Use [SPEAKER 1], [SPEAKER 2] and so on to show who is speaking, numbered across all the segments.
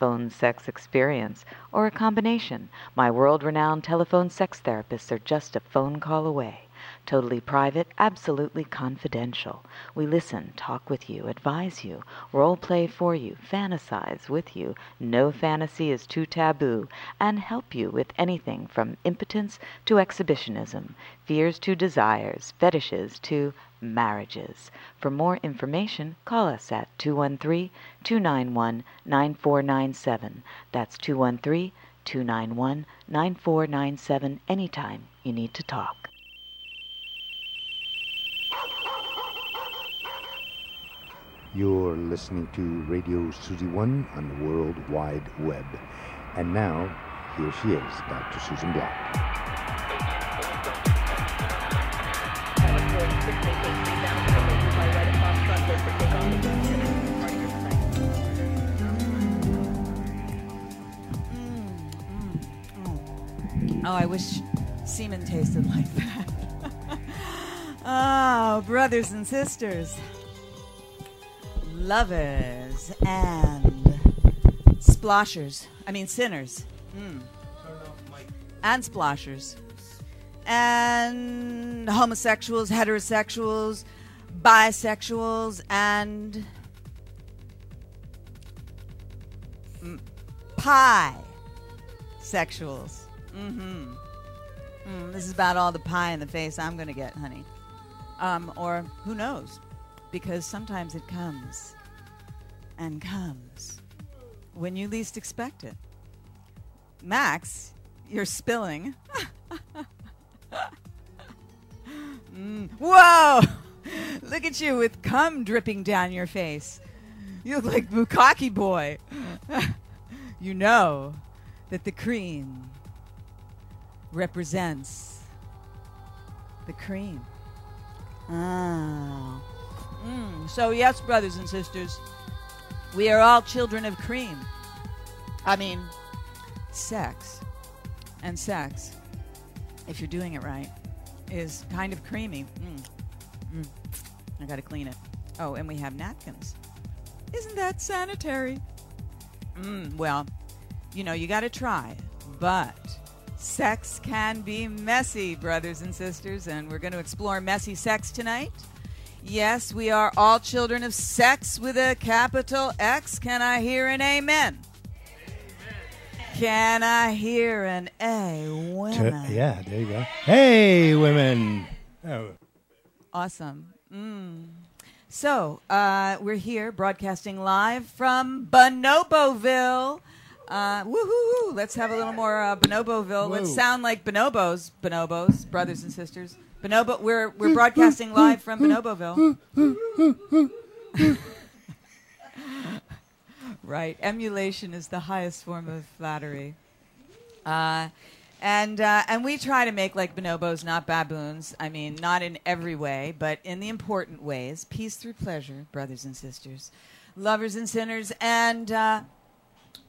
[SPEAKER 1] phone sex experience, or a combination. My world renowned telephone sex therapists are just a phone call away. Totally private, absolutely confidential. We listen, talk with you, advise you, role play for you, fantasize with you. No fantasy is too taboo, and help you with anything from impotence to exhibitionism, fears to desires, fetishes to marriages. For more information, call us at 213 291 9497. That's 213 291 9497 anytime you need to talk.
[SPEAKER 2] You're listening to Radio Susie One on the World Wide Web. And now, here she is, Dr. Susan Block.
[SPEAKER 3] Oh, I wish semen tasted like that. oh, brothers and sisters, lovers and sploshers. I mean, sinners. Mm. And sploshers. And homosexuals, heterosexuals, bisexuals, and mm, pie sexuals. Mm-hmm. Mm, this is about all the pie in the face I'm going to get, honey. Um, or who knows? Because sometimes it comes and comes when you least expect it. Max, you're spilling. Mm. Whoa! Look at you with cum dripping down your face. You look like Bukaki boy. you know that the cream represents the cream. Ah. Mm. So, yes, brothers and sisters, we are all children of cream. I mean, sex and sex, if you're doing it right, is kind of creamy. Mm. Mm. I gotta clean it. Oh, and we have napkins. Isn't that sanitary? Mm, well, you know, you gotta try, but. Sex can be messy, brothers and sisters, and we're going to explore messy sex tonight. Yes, we are all children of sex with a capital X. Can I hear an amen? Can I hear an A women?
[SPEAKER 2] Uh, yeah, there you go. Hey, women. Oh,
[SPEAKER 3] Awesome. Mm. So, uh, we're here broadcasting live from Bonoboville. Uh, woohoo! Let's have a little more uh, Bonoboville. Let's
[SPEAKER 2] Whoa.
[SPEAKER 3] sound like bonobos, bonobos, brothers and sisters. Bonobo, we're we're broadcasting live from Bonoboville. right, emulation is the highest form of flattery. Uh, and uh, and we try to make like bonobos, not baboons. I mean, not in every way, but in the important ways. Peace through pleasure, brothers and sisters, lovers and sinners, and uh,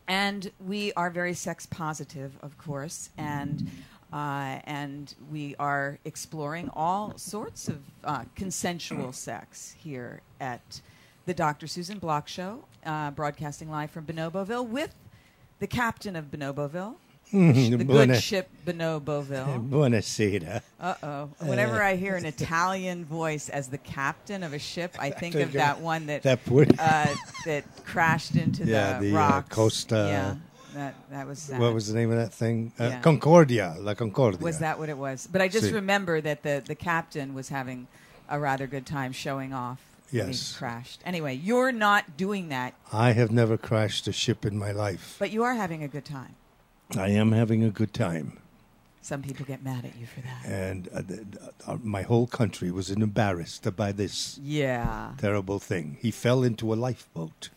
[SPEAKER 3] and we are very sex positive, of course, and. Uh, and we are exploring all sorts of uh, consensual sex here at the Dr. Susan Block Show, uh, broadcasting live from Bonoboville with the captain of Bonoboville, the good
[SPEAKER 2] buona-
[SPEAKER 3] ship Bonoboville.
[SPEAKER 2] Buonasera.
[SPEAKER 3] Uh oh. Whenever I hear an Italian voice as the captain of a ship, I think of that one that
[SPEAKER 2] That poor.
[SPEAKER 3] uh, that crashed into
[SPEAKER 2] Yeah,
[SPEAKER 3] the,
[SPEAKER 2] the, uh,
[SPEAKER 3] rocks.
[SPEAKER 2] Costa-
[SPEAKER 3] Yeah, that that was sad.
[SPEAKER 2] what was the name of that thing? Uh,
[SPEAKER 3] Yeah.
[SPEAKER 2] Concordia. La Concordia.
[SPEAKER 3] Was that what it was? But I just
[SPEAKER 2] See.
[SPEAKER 3] remember that the the captain was having a rather good time showing off. when
[SPEAKER 2] Yes.
[SPEAKER 3] he crashed. Anyway, you're not doing that,
[SPEAKER 2] I have never crashed a ship in my life.
[SPEAKER 3] but you are having a good time.
[SPEAKER 2] I am having a good time.
[SPEAKER 3] Some people get mad at you for that.
[SPEAKER 2] And uh, th- th- uh, my whole country was embarrassed by this
[SPEAKER 3] Yeah.
[SPEAKER 2] terrible thing. He fell into a lifeboat.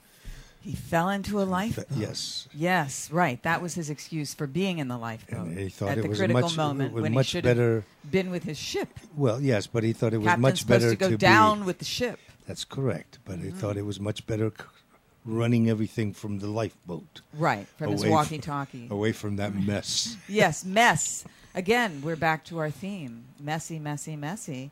[SPEAKER 3] He fell into a
[SPEAKER 2] Th-
[SPEAKER 3] lifeboat.
[SPEAKER 2] yes.
[SPEAKER 3] Yes, right. That was his excuse for being in the lifeboat
[SPEAKER 2] And he thought
[SPEAKER 3] Um, at
[SPEAKER 2] it
[SPEAKER 3] the
[SPEAKER 2] was a
[SPEAKER 3] critical
[SPEAKER 2] much,
[SPEAKER 3] moment
[SPEAKER 2] it was
[SPEAKER 3] when
[SPEAKER 2] much
[SPEAKER 3] he should have
[SPEAKER 2] better.
[SPEAKER 3] been with his ship.
[SPEAKER 2] Well, yes, but he thought it was
[SPEAKER 3] Captain's
[SPEAKER 2] much
[SPEAKER 3] supposed
[SPEAKER 2] better
[SPEAKER 3] to go
[SPEAKER 2] be-
[SPEAKER 3] down Mm-hmm. with the ship.
[SPEAKER 2] That's correct. But he thought it was much better c- running everything from the lifeboat.
[SPEAKER 3] Right, from his
[SPEAKER 2] away f-
[SPEAKER 3] walkie-talkie.
[SPEAKER 2] away from that mess.
[SPEAKER 3] yes, mess. Again, we're back to our theme. Messy, messy, messy.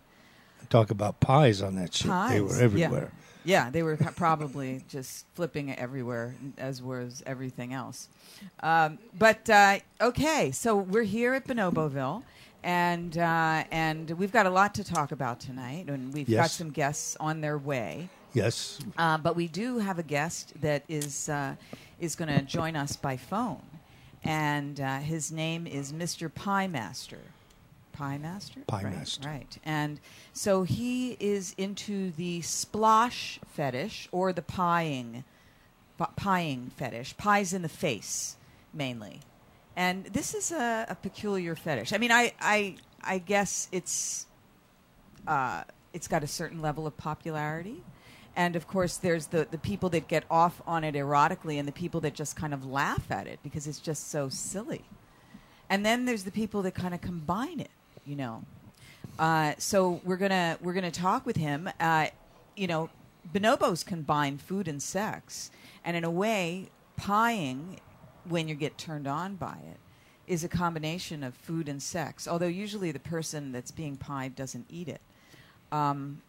[SPEAKER 2] Talk about pies on that ship. They
[SPEAKER 3] Pies,
[SPEAKER 2] were
[SPEAKER 3] yeah.
[SPEAKER 2] everywhere.
[SPEAKER 3] Yeah, they were probably just flipping it everywhere, as was everything else. Um, but uh, okay, so we're here at Bonoboville, and uh, and we've got a lot to talk about tonight, and we've got
[SPEAKER 2] Yes.
[SPEAKER 3] some guests on their way.
[SPEAKER 2] Yes.
[SPEAKER 3] Uh, but we do have a guest that is uh, is going to join us by phone, and uh, his name is Mr. Pie Master. Pie Master.
[SPEAKER 2] Pie
[SPEAKER 3] Right,
[SPEAKER 2] Master.
[SPEAKER 3] Right, and so he is into the splosh fetish or the pieing, p- pieing fetish, pies in the face mainly, and this is a, a peculiar fetish. I mean, I I I guess it's uh, it's got a certain level of popularity. And of course, there's the, the people that get off on it erotically and the people that just kind of laugh at it because it's just so silly. And then there's the people that kind of combine it, you know. Uh, so we're gonna we're gonna talk with him. Uh, you know, bonobos combine food and sex, and in a way, pieing when you get turned on by it is a combination of food and sex. Although usually the person that's being pied doesn't eat it. Um,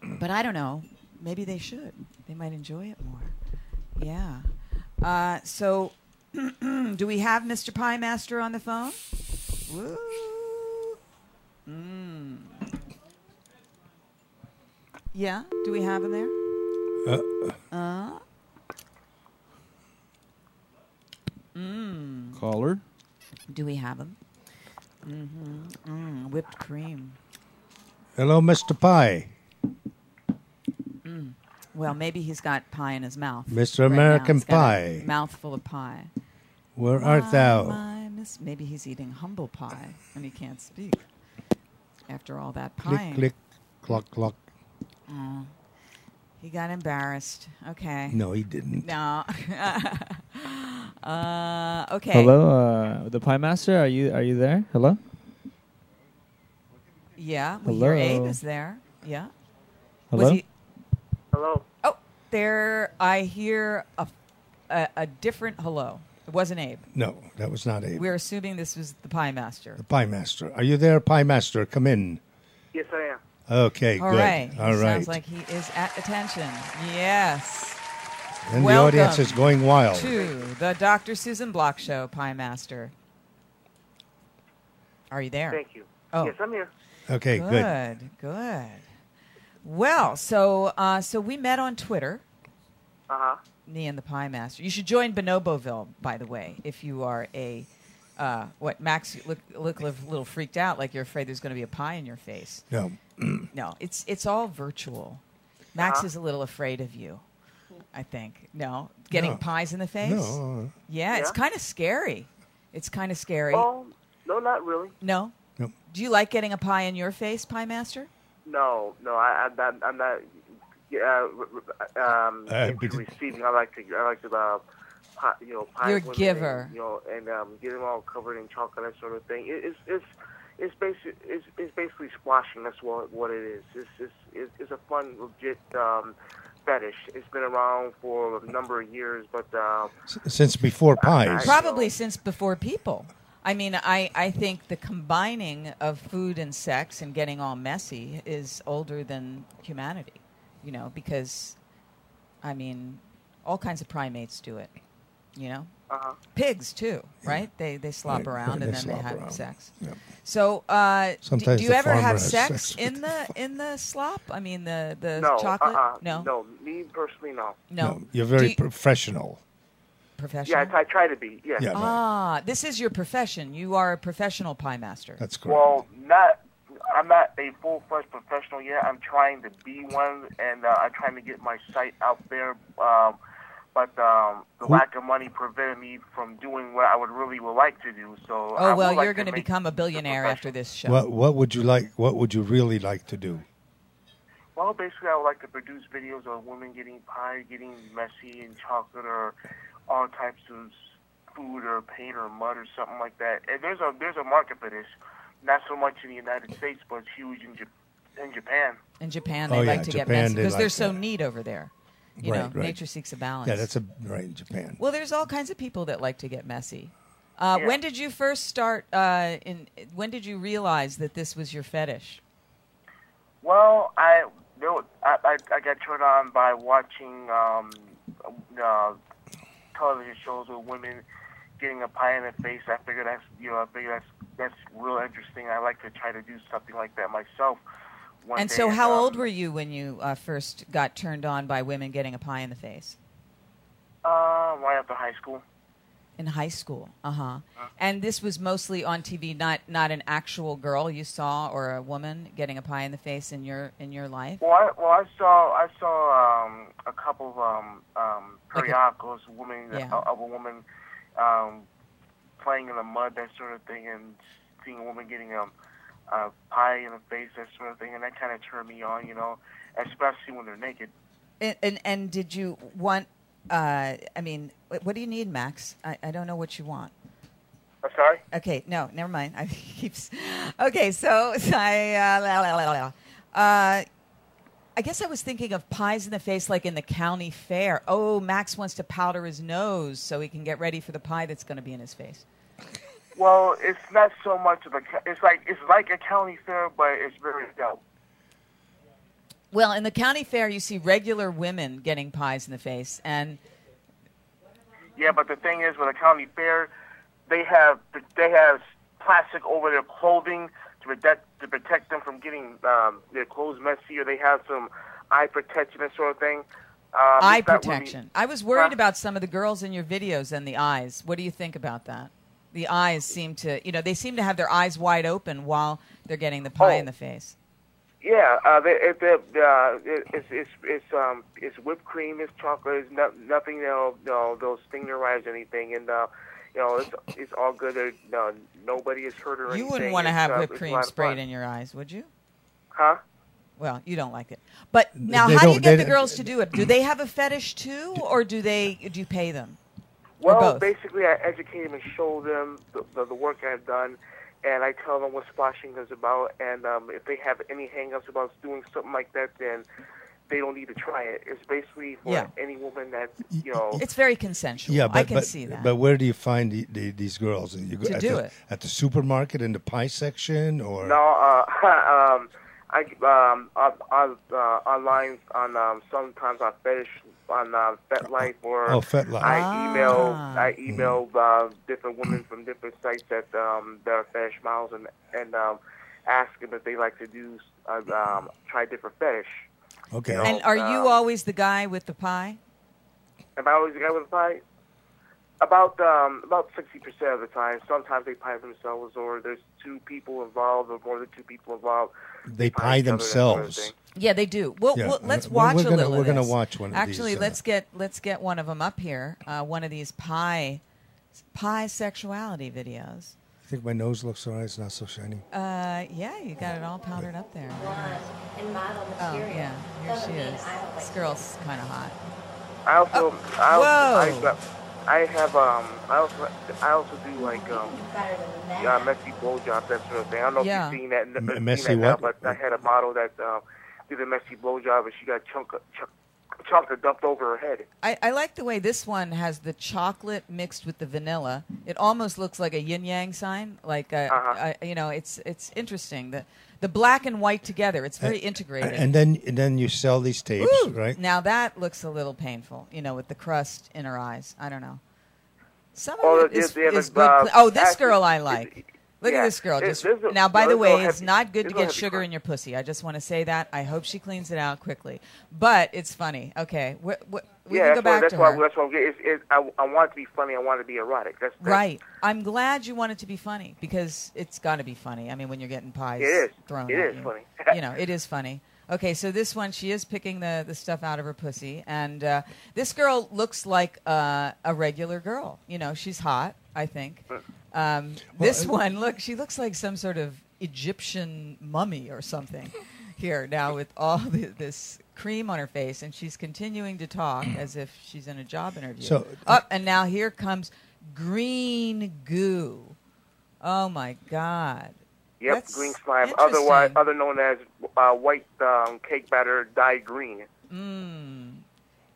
[SPEAKER 3] but I don't know. Maybe they should. They might enjoy it more. Yeah. Uh, so, do we have Mr. Pie Master on the phone? Woo. Mm. Yeah. Do we have him there?
[SPEAKER 2] Uh,
[SPEAKER 3] Uh,
[SPEAKER 4] Caller?
[SPEAKER 3] do we have him? Mm-hmm. Mm, whipped cream.
[SPEAKER 2] hello, Mr. Pie.
[SPEAKER 3] Well, maybe he's got pie in his mouth.
[SPEAKER 2] Mr.
[SPEAKER 3] right now.
[SPEAKER 2] American
[SPEAKER 3] He's got a
[SPEAKER 2] Pie.
[SPEAKER 3] Mouthful of pie.
[SPEAKER 2] Where art thou?
[SPEAKER 3] My miss- Maybe he's eating humble pie and he can't speak. After all that pie,
[SPEAKER 2] Click, click, clock, clock.
[SPEAKER 3] he got embarrassed. Okay.
[SPEAKER 2] No, he didn't.
[SPEAKER 3] No. uh, okay.
[SPEAKER 4] Hello, uh, the Pie Master. Are you are you there? Hello.
[SPEAKER 3] Yeah. We hear Abe
[SPEAKER 4] Hello.
[SPEAKER 3] is there. Yeah.
[SPEAKER 4] Hello.
[SPEAKER 3] Was he?
[SPEAKER 5] Hello.
[SPEAKER 3] Oh, there. I hear a, a, a different hello. It wasn't Abe.
[SPEAKER 2] No, that was not Abe.
[SPEAKER 3] We're assuming this was the pie master.
[SPEAKER 2] the Pie Master. Are you there, Pie Master? Come in.
[SPEAKER 5] Yes, I am.
[SPEAKER 2] Okay,
[SPEAKER 3] All
[SPEAKER 2] good.
[SPEAKER 3] right.
[SPEAKER 2] All right.
[SPEAKER 3] Sounds like he is at attention. Yes.
[SPEAKER 2] and the
[SPEAKER 3] Welcome
[SPEAKER 2] audience is going wild.
[SPEAKER 3] to the Dr. Susan Block Show, Pie Master. Are you there?
[SPEAKER 5] Thank you.
[SPEAKER 3] Oh.
[SPEAKER 5] Yes, I'm here.
[SPEAKER 2] Okay, good.
[SPEAKER 3] Good, good. Well, so uh, so we met on Twitter,
[SPEAKER 5] Uh huh.
[SPEAKER 3] me and the Pie Master. You should join Bonoboville, by the way, if you are a uh, what Max look look a little freaked out, like you're afraid there's going to be a pie in your face.
[SPEAKER 2] No,
[SPEAKER 3] No, it's it's all virtual. Max is a little afraid of you, I think. No, getting
[SPEAKER 2] No.
[SPEAKER 3] pies in the face.
[SPEAKER 2] no,
[SPEAKER 3] Yeah, it's
[SPEAKER 5] Yeah.
[SPEAKER 3] kind of scary. It's kind of scary.
[SPEAKER 5] Oh, no, not really.
[SPEAKER 3] No.
[SPEAKER 2] no.
[SPEAKER 3] Do you like getting a pie in your face, Pie Master?
[SPEAKER 5] No, no, I, I'm not. I'm not yeah, uh, um,
[SPEAKER 2] Uh, we did-
[SPEAKER 5] receiving. I like to. I like to. Uh, pot, you know, pie
[SPEAKER 3] You're a
[SPEAKER 5] women
[SPEAKER 3] giver.
[SPEAKER 5] And, you know, and um, get them all covered in chocolate, that sort of thing. It, it's it's it's basically it's, it's basically splashing. That's what what it is. It's it's it's, it's a fun, legit um, fetish. It's been around for a number of years, but uh,
[SPEAKER 2] S- since before pies.
[SPEAKER 5] Prob-
[SPEAKER 3] Probably
[SPEAKER 5] So-
[SPEAKER 3] since before people. I mean, I, I think the combining of food and sex and getting all messy is older than humanity, you know, because, I mean, all kinds of primates do it, you know?
[SPEAKER 5] uh,
[SPEAKER 3] Pigs, too, right? They, they slop
[SPEAKER 2] Right,
[SPEAKER 3] around
[SPEAKER 2] they
[SPEAKER 3] and then they
[SPEAKER 2] slop
[SPEAKER 3] have
[SPEAKER 2] around.
[SPEAKER 3] sex.
[SPEAKER 2] Yeah.
[SPEAKER 3] So, uh, do,
[SPEAKER 2] Sometimes
[SPEAKER 3] do you
[SPEAKER 2] the
[SPEAKER 3] ever
[SPEAKER 2] farmer
[SPEAKER 3] have
[SPEAKER 2] has
[SPEAKER 3] sex,
[SPEAKER 2] sex with
[SPEAKER 3] in
[SPEAKER 2] the
[SPEAKER 3] the
[SPEAKER 2] farm.
[SPEAKER 3] in the slop? I mean, the the
[SPEAKER 5] no,
[SPEAKER 3] chocolate?
[SPEAKER 5] uh-uh,
[SPEAKER 3] no,
[SPEAKER 5] no, me personally, no.
[SPEAKER 3] no.
[SPEAKER 2] You're very
[SPEAKER 3] Do you-
[SPEAKER 2] professional.
[SPEAKER 3] professional.
[SPEAKER 5] Yeah, I, I try to be. Yeah.
[SPEAKER 2] Yeah.
[SPEAKER 3] Ah, this is your profession. You are a professional pie master.
[SPEAKER 2] That's correct.
[SPEAKER 5] Well, not. I'm not a full fledged professional yet. I'm trying to be one, and uh, I'm trying to get my site out there. Um, but um, the
[SPEAKER 2] Who-
[SPEAKER 5] lack of money prevented me from doing what I would really would like to do. So. I
[SPEAKER 3] oh
[SPEAKER 5] would
[SPEAKER 3] well,
[SPEAKER 5] like
[SPEAKER 3] you're going to
[SPEAKER 5] to make
[SPEAKER 3] become a
[SPEAKER 5] it
[SPEAKER 3] billionaire
[SPEAKER 5] professional.
[SPEAKER 3] after this show.
[SPEAKER 2] what what would you like? What would you really like to do?
[SPEAKER 5] Well, basically, I would like to produce videos of women getting pie, getting messy and chocolate, or all types of food or paint or mud or something like that. And there's a there's a market for this, not so much in the United States, but it's huge in, Jap- in Japan.
[SPEAKER 3] In Japan, they
[SPEAKER 2] Oh, yeah,
[SPEAKER 3] like to get
[SPEAKER 2] Japan,
[SPEAKER 3] messy
[SPEAKER 2] they
[SPEAKER 3] because they're
[SPEAKER 2] like
[SPEAKER 3] so
[SPEAKER 2] that.
[SPEAKER 3] neat over there. You
[SPEAKER 2] Right,
[SPEAKER 3] know,
[SPEAKER 2] right.
[SPEAKER 3] nature seeks a balance.
[SPEAKER 2] Yeah, that's a right in Japan.
[SPEAKER 3] well, there's all kinds of people that like to get messy. Uh,
[SPEAKER 5] Yeah.
[SPEAKER 3] When did you first start? Uh, in when did you realize that this was your fetish?
[SPEAKER 5] Well, I there was, I, I I got turned on by watching um uh, television shows with women getting a pie in the face. I figured that's you know I figured that's that's real interesting. I like to try to do something like that myself. One
[SPEAKER 3] and
[SPEAKER 5] day,
[SPEAKER 3] so, how
[SPEAKER 5] um,
[SPEAKER 3] old were you when you uh, first got turned on by women getting a pie in the face?
[SPEAKER 5] Uh, right after high school.
[SPEAKER 3] In high school, uh huh.
[SPEAKER 5] Uh-huh.
[SPEAKER 3] And this was mostly on TV, not not an actual girl you saw or a woman getting a pie in the face in your in your life.
[SPEAKER 5] Well, I, well, I saw I saw um, a couple of um, um,
[SPEAKER 3] Like a-
[SPEAKER 5] periodicals, women
[SPEAKER 3] Yeah.
[SPEAKER 5] of a woman um, playing in the mud, that sort of thing, and seeing a woman getting um, a pie in the face, that sort of thing, and that kind of turned me on, you know, especially when they're naked.
[SPEAKER 3] And and, and did you want? Uh, I mean, wh- what do you need, Max? I, I don't know what you want.
[SPEAKER 5] Uh, sorry.
[SPEAKER 3] Okay, no, never mind. I keeps. Okay, so so I uh, la, la, la, la. Uh, I guess I was thinking of pies in the face, like in the county fair. Oh, Max wants to powder his nose so he can get ready for the pie that's going to be in his face.
[SPEAKER 5] Well, it's not so much of a. ca- It's like it's like a county fair, but it's very dope.
[SPEAKER 3] Well, in the county fair, you see regular women getting pies in the face, and
[SPEAKER 5] Yeah, but the thing is, with a county fair, they have they have plastic over their clothing to protect to protect them from getting um, their clothes messy, or they have some eye protection and sort of thing. Um,
[SPEAKER 3] eye
[SPEAKER 5] it's not really-
[SPEAKER 3] protection. I was worried
[SPEAKER 5] Huh?
[SPEAKER 3] about some of the girls in your videos and the eyes. What do you think about that? The eyes seem to, you know, they seem to have their eyes wide open while they're getting the pie
[SPEAKER 5] Oh.
[SPEAKER 3] in the face.
[SPEAKER 5] Yeah, uh, they, it, they, uh, it, it's it's it's um it's whipped cream, it's chocolate, it's no, nothing you know, no those stingerize anything, and uh, you know it's it's all good. There's no nobody is hurt or anything.
[SPEAKER 3] You wouldn't want to
[SPEAKER 5] It's,
[SPEAKER 3] have
[SPEAKER 5] uh,
[SPEAKER 3] whipped
[SPEAKER 5] it's a
[SPEAKER 3] cream
[SPEAKER 5] lot of
[SPEAKER 3] sprayed
[SPEAKER 5] fun.
[SPEAKER 3] in your eyes, would you?
[SPEAKER 5] Huh?
[SPEAKER 3] Well, you don't like it. But now,
[SPEAKER 2] They
[SPEAKER 3] how do you
[SPEAKER 2] don't-
[SPEAKER 3] get
[SPEAKER 2] they
[SPEAKER 3] the
[SPEAKER 2] don't-
[SPEAKER 3] girls to do it? Do they have a fetish too, or do they? Do you pay them? Or
[SPEAKER 5] Well,
[SPEAKER 3] both?
[SPEAKER 5] basically, I educate them and show them the, the, the work I've done, and I tell them what splashing is about. And um, if they have any hangups about doing something like that, then they don't need to try it. It's basically for
[SPEAKER 3] Yeah.
[SPEAKER 5] any woman that you know.
[SPEAKER 3] It's very consensual.
[SPEAKER 2] yeah, but,
[SPEAKER 3] I can
[SPEAKER 2] but,
[SPEAKER 3] see that.
[SPEAKER 2] But where do you find the, the, these girls? You go
[SPEAKER 3] To
[SPEAKER 2] at
[SPEAKER 3] do
[SPEAKER 2] the,
[SPEAKER 3] it.
[SPEAKER 2] at the supermarket in the pie section, or
[SPEAKER 5] no, uh, um, I um, on, on uh, online on um, sometimes on fetish on uh, FetLife or
[SPEAKER 2] Oh, FetLife. Mm-hmm.
[SPEAKER 5] I email
[SPEAKER 3] Ah.
[SPEAKER 5] I email uh, different women from different sites that um, that are fetish models and and um, ask them if they like to do uh, um, try different fetish.
[SPEAKER 2] okay,
[SPEAKER 3] and are you
[SPEAKER 5] um,
[SPEAKER 3] always the guy with the pie?
[SPEAKER 5] If I always guy with a pie, about um, about sixty percent of the time, sometimes they pie themselves, or there's two people involved, or more than two people involved.
[SPEAKER 2] they
[SPEAKER 5] pie
[SPEAKER 2] pie
[SPEAKER 5] each other, that sort of
[SPEAKER 2] themselves.
[SPEAKER 5] thing.
[SPEAKER 3] Yeah, they do. Well,
[SPEAKER 2] Yeah,
[SPEAKER 3] well let's
[SPEAKER 2] we're-
[SPEAKER 3] watch
[SPEAKER 2] we're
[SPEAKER 3] a
[SPEAKER 2] gonna-
[SPEAKER 3] little. of
[SPEAKER 2] we're gonna
[SPEAKER 3] this.
[SPEAKER 2] watch one of
[SPEAKER 3] Actually,
[SPEAKER 2] these, uh,
[SPEAKER 3] let's get let's get one of them up here. Uh, one of these pie pie sexuality videos.
[SPEAKER 2] I think my nose looks alright. It's not so shiny.
[SPEAKER 3] Uh, yeah, you got it all powdered up there.
[SPEAKER 6] and model
[SPEAKER 3] Oh
[SPEAKER 6] material.
[SPEAKER 3] yeah, here she is. This girl's kind of hot.
[SPEAKER 5] I also, I, also
[SPEAKER 3] Oh, whoa.
[SPEAKER 5] I, I have um, I also, I also do like um,
[SPEAKER 6] Better than that.
[SPEAKER 5] yeah, messy blowjob, that sort of thing. I don't know
[SPEAKER 3] Yeah.
[SPEAKER 5] if you've seen that,
[SPEAKER 2] M-
[SPEAKER 5] seen
[SPEAKER 2] messy
[SPEAKER 5] that now,
[SPEAKER 2] what?
[SPEAKER 5] but I had a model that um, did a messy blowjob and she got chunk, of- chunk, chocolate dumped over her head.
[SPEAKER 3] I, I like the way this one has the chocolate mixed with the vanilla. It almost looks like a yin yang sign. Like a,
[SPEAKER 5] Uh-huh.
[SPEAKER 3] a- you know, it's it's interesting. The the black and white together. It's very integrated.
[SPEAKER 2] And then and then you sell these tapes,
[SPEAKER 3] Ooh,
[SPEAKER 2] right?
[SPEAKER 3] Now that looks a little painful, you know, with the crust in her eyes. I don't know. Some of
[SPEAKER 5] Oh,
[SPEAKER 3] it is,
[SPEAKER 5] they have
[SPEAKER 3] is
[SPEAKER 5] a,
[SPEAKER 3] good.
[SPEAKER 5] uh,
[SPEAKER 3] cle- oh, this
[SPEAKER 5] acid-
[SPEAKER 3] girl I
[SPEAKER 5] it-
[SPEAKER 3] like.
[SPEAKER 5] it-
[SPEAKER 3] Look at
[SPEAKER 5] yeah.
[SPEAKER 3] this girl.
[SPEAKER 5] It-
[SPEAKER 3] Just
[SPEAKER 5] there's a-
[SPEAKER 3] now, by
[SPEAKER 5] no,
[SPEAKER 3] the
[SPEAKER 5] there's no
[SPEAKER 3] way, it's
[SPEAKER 5] heavy-
[SPEAKER 3] not good to
[SPEAKER 5] there's no
[SPEAKER 3] get
[SPEAKER 5] heavy
[SPEAKER 3] sugar in
[SPEAKER 5] crust.
[SPEAKER 3] your pussy. I just want to say that. I hope she cleans it out quickly. But it's funny. Okay, we, we, we
[SPEAKER 5] yeah,
[SPEAKER 3] can go
[SPEAKER 5] that's why,
[SPEAKER 3] back
[SPEAKER 5] that's
[SPEAKER 3] to
[SPEAKER 5] why,
[SPEAKER 3] her.
[SPEAKER 5] that's why I'm getting. It's, it, I, I want to be funny. I want to be erotic. That's, that's
[SPEAKER 3] Right. I'm glad you want it to be funny because it's got to be funny. I mean, when you're getting pies
[SPEAKER 5] It is.
[SPEAKER 3] thrown,
[SPEAKER 5] It
[SPEAKER 3] at
[SPEAKER 5] is
[SPEAKER 3] you.
[SPEAKER 5] funny.
[SPEAKER 3] you know, it is funny. Okay, so this one, she is picking the, the stuff out of her pussy, and uh, this girl looks like uh, a regular girl. You know, she's hot. I think. Um, this one, look, she looks like some sort of Egyptian mummy or something. here now with all the, this cream on her face, and she's continuing to talk as if she's in a job interview.
[SPEAKER 2] So-
[SPEAKER 3] up and now here comes green goo. Oh my God!
[SPEAKER 5] Yep,
[SPEAKER 3] That's
[SPEAKER 5] green slime. Otherwise,
[SPEAKER 3] interesting.
[SPEAKER 5] other known as uh, white um, cake batter dyed green.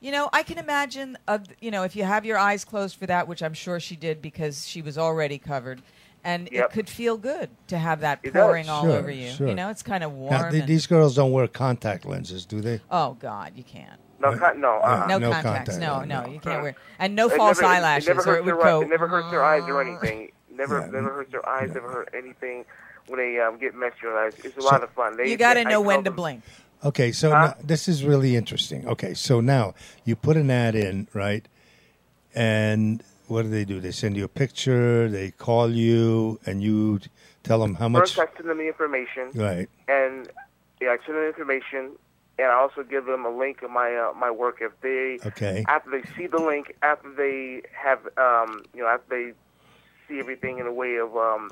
[SPEAKER 3] You know, I can imagine, uh, you know, if you have your eyes closed for that, which I'm sure she did because she was already covered, and
[SPEAKER 5] Yep.
[SPEAKER 3] it could feel good to have that
[SPEAKER 5] It does.
[SPEAKER 3] pouring all
[SPEAKER 2] Sure,
[SPEAKER 3] over you.
[SPEAKER 2] sure.
[SPEAKER 3] You know, it's kind of warm.
[SPEAKER 2] Now, th-
[SPEAKER 3] and-
[SPEAKER 2] these girls don't wear contact lenses, do they?
[SPEAKER 3] oh God, you can't.
[SPEAKER 5] No, cut. No, uh,
[SPEAKER 3] No,
[SPEAKER 2] No
[SPEAKER 3] contacts.
[SPEAKER 2] contact,
[SPEAKER 3] No,
[SPEAKER 2] no,
[SPEAKER 3] no,
[SPEAKER 2] no.
[SPEAKER 3] you can't wear and no
[SPEAKER 5] It
[SPEAKER 3] false
[SPEAKER 5] never- it-
[SPEAKER 3] eyelashes,
[SPEAKER 5] It never
[SPEAKER 3] or
[SPEAKER 5] hurts
[SPEAKER 3] it would
[SPEAKER 5] their
[SPEAKER 3] go.
[SPEAKER 5] eyes. It never hurts their eyes or anything. Never,
[SPEAKER 2] Yeah.
[SPEAKER 5] never hurts their eyes. Never hurt anything when they um, get mesmerized. It's a
[SPEAKER 2] So-
[SPEAKER 5] lot of fun. They,
[SPEAKER 3] you got to
[SPEAKER 5] I
[SPEAKER 3] know when
[SPEAKER 5] tell
[SPEAKER 3] to
[SPEAKER 5] them-
[SPEAKER 3] blink.
[SPEAKER 2] Okay, so
[SPEAKER 5] Huh?
[SPEAKER 2] now- this is really interesting. Okay, so now you put an ad in, right? And what do they do? They send you a picture, they call you, and you tell them how much.
[SPEAKER 5] First, I send them the information,
[SPEAKER 2] Right.
[SPEAKER 5] and yeah, I send them the information, and I also give them a link of my uh, my work. If they
[SPEAKER 2] Okay.
[SPEAKER 5] after they see the link, after they have, um, you know, after they see everything in the way of um,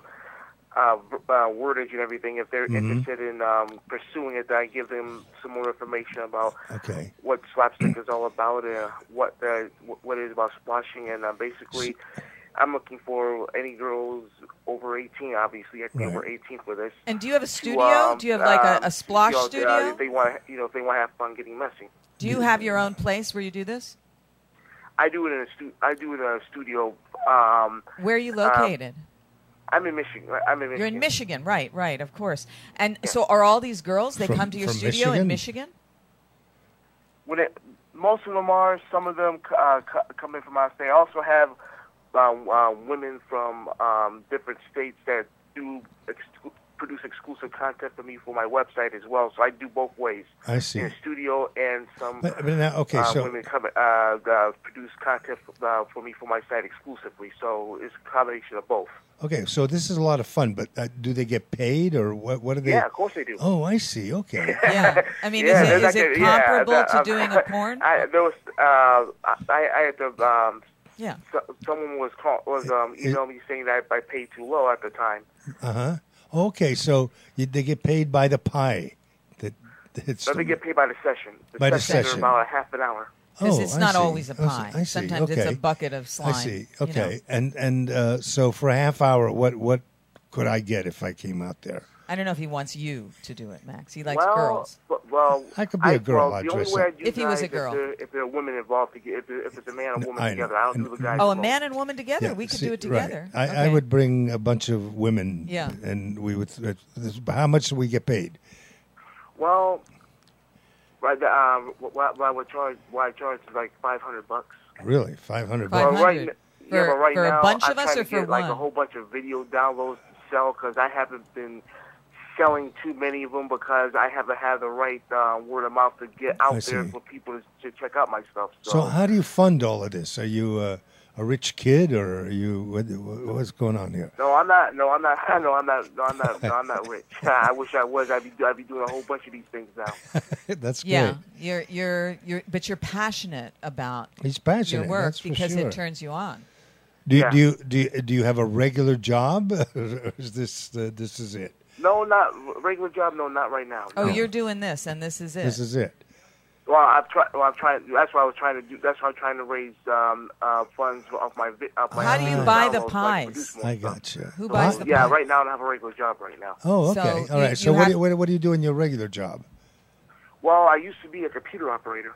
[SPEAKER 5] uh, v- uh, wordage and everything, if they're
[SPEAKER 3] Mm-hmm.
[SPEAKER 5] interested in um, pursuing it, then I give them some more information about
[SPEAKER 2] Okay.
[SPEAKER 5] what slapstick is all about and what the, wh- what it is about splashing. And uh, basically, I'm looking for any girls over 18. Obviously, I think
[SPEAKER 2] Right.
[SPEAKER 5] we're 18 for this.
[SPEAKER 3] And do you have a
[SPEAKER 5] To,
[SPEAKER 3] studio?
[SPEAKER 5] um,
[SPEAKER 3] do you have like a,
[SPEAKER 5] um,
[SPEAKER 3] a splosh
[SPEAKER 5] you know,
[SPEAKER 3] studio?
[SPEAKER 5] If they want to, you know, if they want to have fun getting messy.
[SPEAKER 3] do you have your own place where you do this?
[SPEAKER 5] I do it in a stu- I do it in a studio. Um,
[SPEAKER 3] Where are you located?
[SPEAKER 5] I'm in Michigan. I'm in Michigan.
[SPEAKER 3] You're in Michigan, right? Right, of course. And so, are all these girls? They
[SPEAKER 2] From-
[SPEAKER 3] come to your
[SPEAKER 2] from
[SPEAKER 3] studio
[SPEAKER 2] Michigan?
[SPEAKER 3] in Michigan.
[SPEAKER 5] When it, most of them are. Some of them uh, co- come in from out of state. I also have um, uh, women from um, different states that do ex- produce exclusive content for me for my website as well. So I do both ways.
[SPEAKER 2] I see.
[SPEAKER 5] In the studio and some
[SPEAKER 2] But, but now, okay,
[SPEAKER 5] uh,
[SPEAKER 2] so
[SPEAKER 5] women come uh, uh, produce content uh, for me for my site exclusively. So it's a combination of both.
[SPEAKER 2] okay, so this is a lot of fun. But uh, do they get paid, or what? What are they?
[SPEAKER 5] Yeah, of course they do.
[SPEAKER 2] Oh, I see. Okay.
[SPEAKER 3] Yeah. I mean,
[SPEAKER 5] Yeah,
[SPEAKER 3] is
[SPEAKER 5] they're
[SPEAKER 3] it, is
[SPEAKER 5] not
[SPEAKER 3] it
[SPEAKER 5] gonna- yeah,
[SPEAKER 3] comparable
[SPEAKER 5] the-
[SPEAKER 3] to
[SPEAKER 5] um,
[SPEAKER 3] doing a porn?
[SPEAKER 5] I, there was uh, I, I had to um,
[SPEAKER 3] yeah.
[SPEAKER 5] so, someone was call, was um,
[SPEAKER 2] Is-
[SPEAKER 5] emailing me saying that I, I paid too low at the time.
[SPEAKER 2] Uh huh. Okay, so you, they get paid by the pie. That it's
[SPEAKER 5] So they get paid by the session. The
[SPEAKER 2] By the
[SPEAKER 5] sessions are
[SPEAKER 2] session.
[SPEAKER 5] about a half an hour.
[SPEAKER 3] Because
[SPEAKER 2] Oh,
[SPEAKER 3] it's
[SPEAKER 2] I
[SPEAKER 3] not
[SPEAKER 2] see.
[SPEAKER 3] always a
[SPEAKER 2] I see.
[SPEAKER 3] pie.
[SPEAKER 2] I see.
[SPEAKER 3] Sometimes it's a
[SPEAKER 2] Okay.
[SPEAKER 3] bucket of slime.
[SPEAKER 2] I see.
[SPEAKER 3] you know.
[SPEAKER 2] Okay, and and uh, so for a half hour, what what could I get if I came out there?
[SPEAKER 3] I don't know if he wants you to do it, Max. He likes
[SPEAKER 5] well,
[SPEAKER 3] girls.
[SPEAKER 5] but- well,
[SPEAKER 2] I could be
[SPEAKER 5] a
[SPEAKER 2] a girl,
[SPEAKER 5] Well,
[SPEAKER 2] I'd
[SPEAKER 5] the only
[SPEAKER 2] dress
[SPEAKER 5] way
[SPEAKER 2] up.
[SPEAKER 5] I do
[SPEAKER 3] If he was
[SPEAKER 5] guys
[SPEAKER 3] a girl.
[SPEAKER 5] if there, if there are women involved, to get, if, there- if it's a man and a woman
[SPEAKER 2] I-
[SPEAKER 5] together, I don't do the guys.
[SPEAKER 3] Oh, a
[SPEAKER 5] alone.
[SPEAKER 3] man and woman together. we could
[SPEAKER 2] see,
[SPEAKER 3] do it
[SPEAKER 2] right.
[SPEAKER 3] together.
[SPEAKER 2] I, I
[SPEAKER 3] Okay.
[SPEAKER 2] would bring a bunch of women.
[SPEAKER 3] Yeah.
[SPEAKER 2] and we would. Uh, this, how much do we get paid?
[SPEAKER 5] Well, right. the, Um, why, why would charge? Why charge is like five hundred bucks?
[SPEAKER 2] Really, five hundred
[SPEAKER 5] Well,
[SPEAKER 2] bucks.
[SPEAKER 3] 500.
[SPEAKER 5] right, n- yeah,
[SPEAKER 3] For-
[SPEAKER 5] but right
[SPEAKER 3] for a
[SPEAKER 5] now,
[SPEAKER 3] bunch
[SPEAKER 5] I'm
[SPEAKER 3] of us
[SPEAKER 5] trying
[SPEAKER 3] or
[SPEAKER 5] to
[SPEAKER 3] for
[SPEAKER 5] get, like a
[SPEAKER 3] one?
[SPEAKER 5] whole bunch of video downloads to sell because I haven't been selling too many of them because I haven't had the right uh, word of mouth to get out
[SPEAKER 2] I
[SPEAKER 5] there
[SPEAKER 2] see.
[SPEAKER 5] for people to, to check out my stuff. So,
[SPEAKER 2] So how do you fund all of this? Are you uh, a rich kid, or are you what, what's going on here?
[SPEAKER 5] no, I'm not. No, I'm not. No, I'm not. No, I'm not. No, I'm not rich. I wish I was. I'd be. I'd be doing a whole bunch of these things now.
[SPEAKER 2] That's great.
[SPEAKER 3] Yeah, you're you're you're, but you're passionate about
[SPEAKER 2] He's passionate.
[SPEAKER 3] your work
[SPEAKER 2] that's for
[SPEAKER 3] because
[SPEAKER 2] sure.
[SPEAKER 3] it turns you on.
[SPEAKER 2] Do,
[SPEAKER 5] Yeah.
[SPEAKER 2] do you do you, do you have a regular job? or is this uh, this is it?
[SPEAKER 5] No, not regular job. No, not right now.
[SPEAKER 3] Oh,
[SPEAKER 5] no.
[SPEAKER 3] you're doing this, and this is it.
[SPEAKER 2] This is it.
[SPEAKER 5] Well, I've tried. Well, I've tried. That's what I was trying to do. That's why I'm trying to raise um, uh, funds off my. vi- Off my
[SPEAKER 3] How do you
[SPEAKER 5] video
[SPEAKER 3] buy the
[SPEAKER 5] downloads, like,
[SPEAKER 3] pies?
[SPEAKER 5] produce more
[SPEAKER 2] I
[SPEAKER 5] stuff.
[SPEAKER 2] got you.
[SPEAKER 3] Who buys
[SPEAKER 5] So,
[SPEAKER 3] the
[SPEAKER 5] yeah,
[SPEAKER 3] pie?
[SPEAKER 5] right now I don't have a regular job right now.
[SPEAKER 2] Oh,
[SPEAKER 3] So
[SPEAKER 2] okay.
[SPEAKER 3] you-
[SPEAKER 2] All right.
[SPEAKER 3] you
[SPEAKER 2] so what,
[SPEAKER 3] have-
[SPEAKER 2] do you, what, what do you do in your regular job?
[SPEAKER 5] Well, I used to be a computer operator.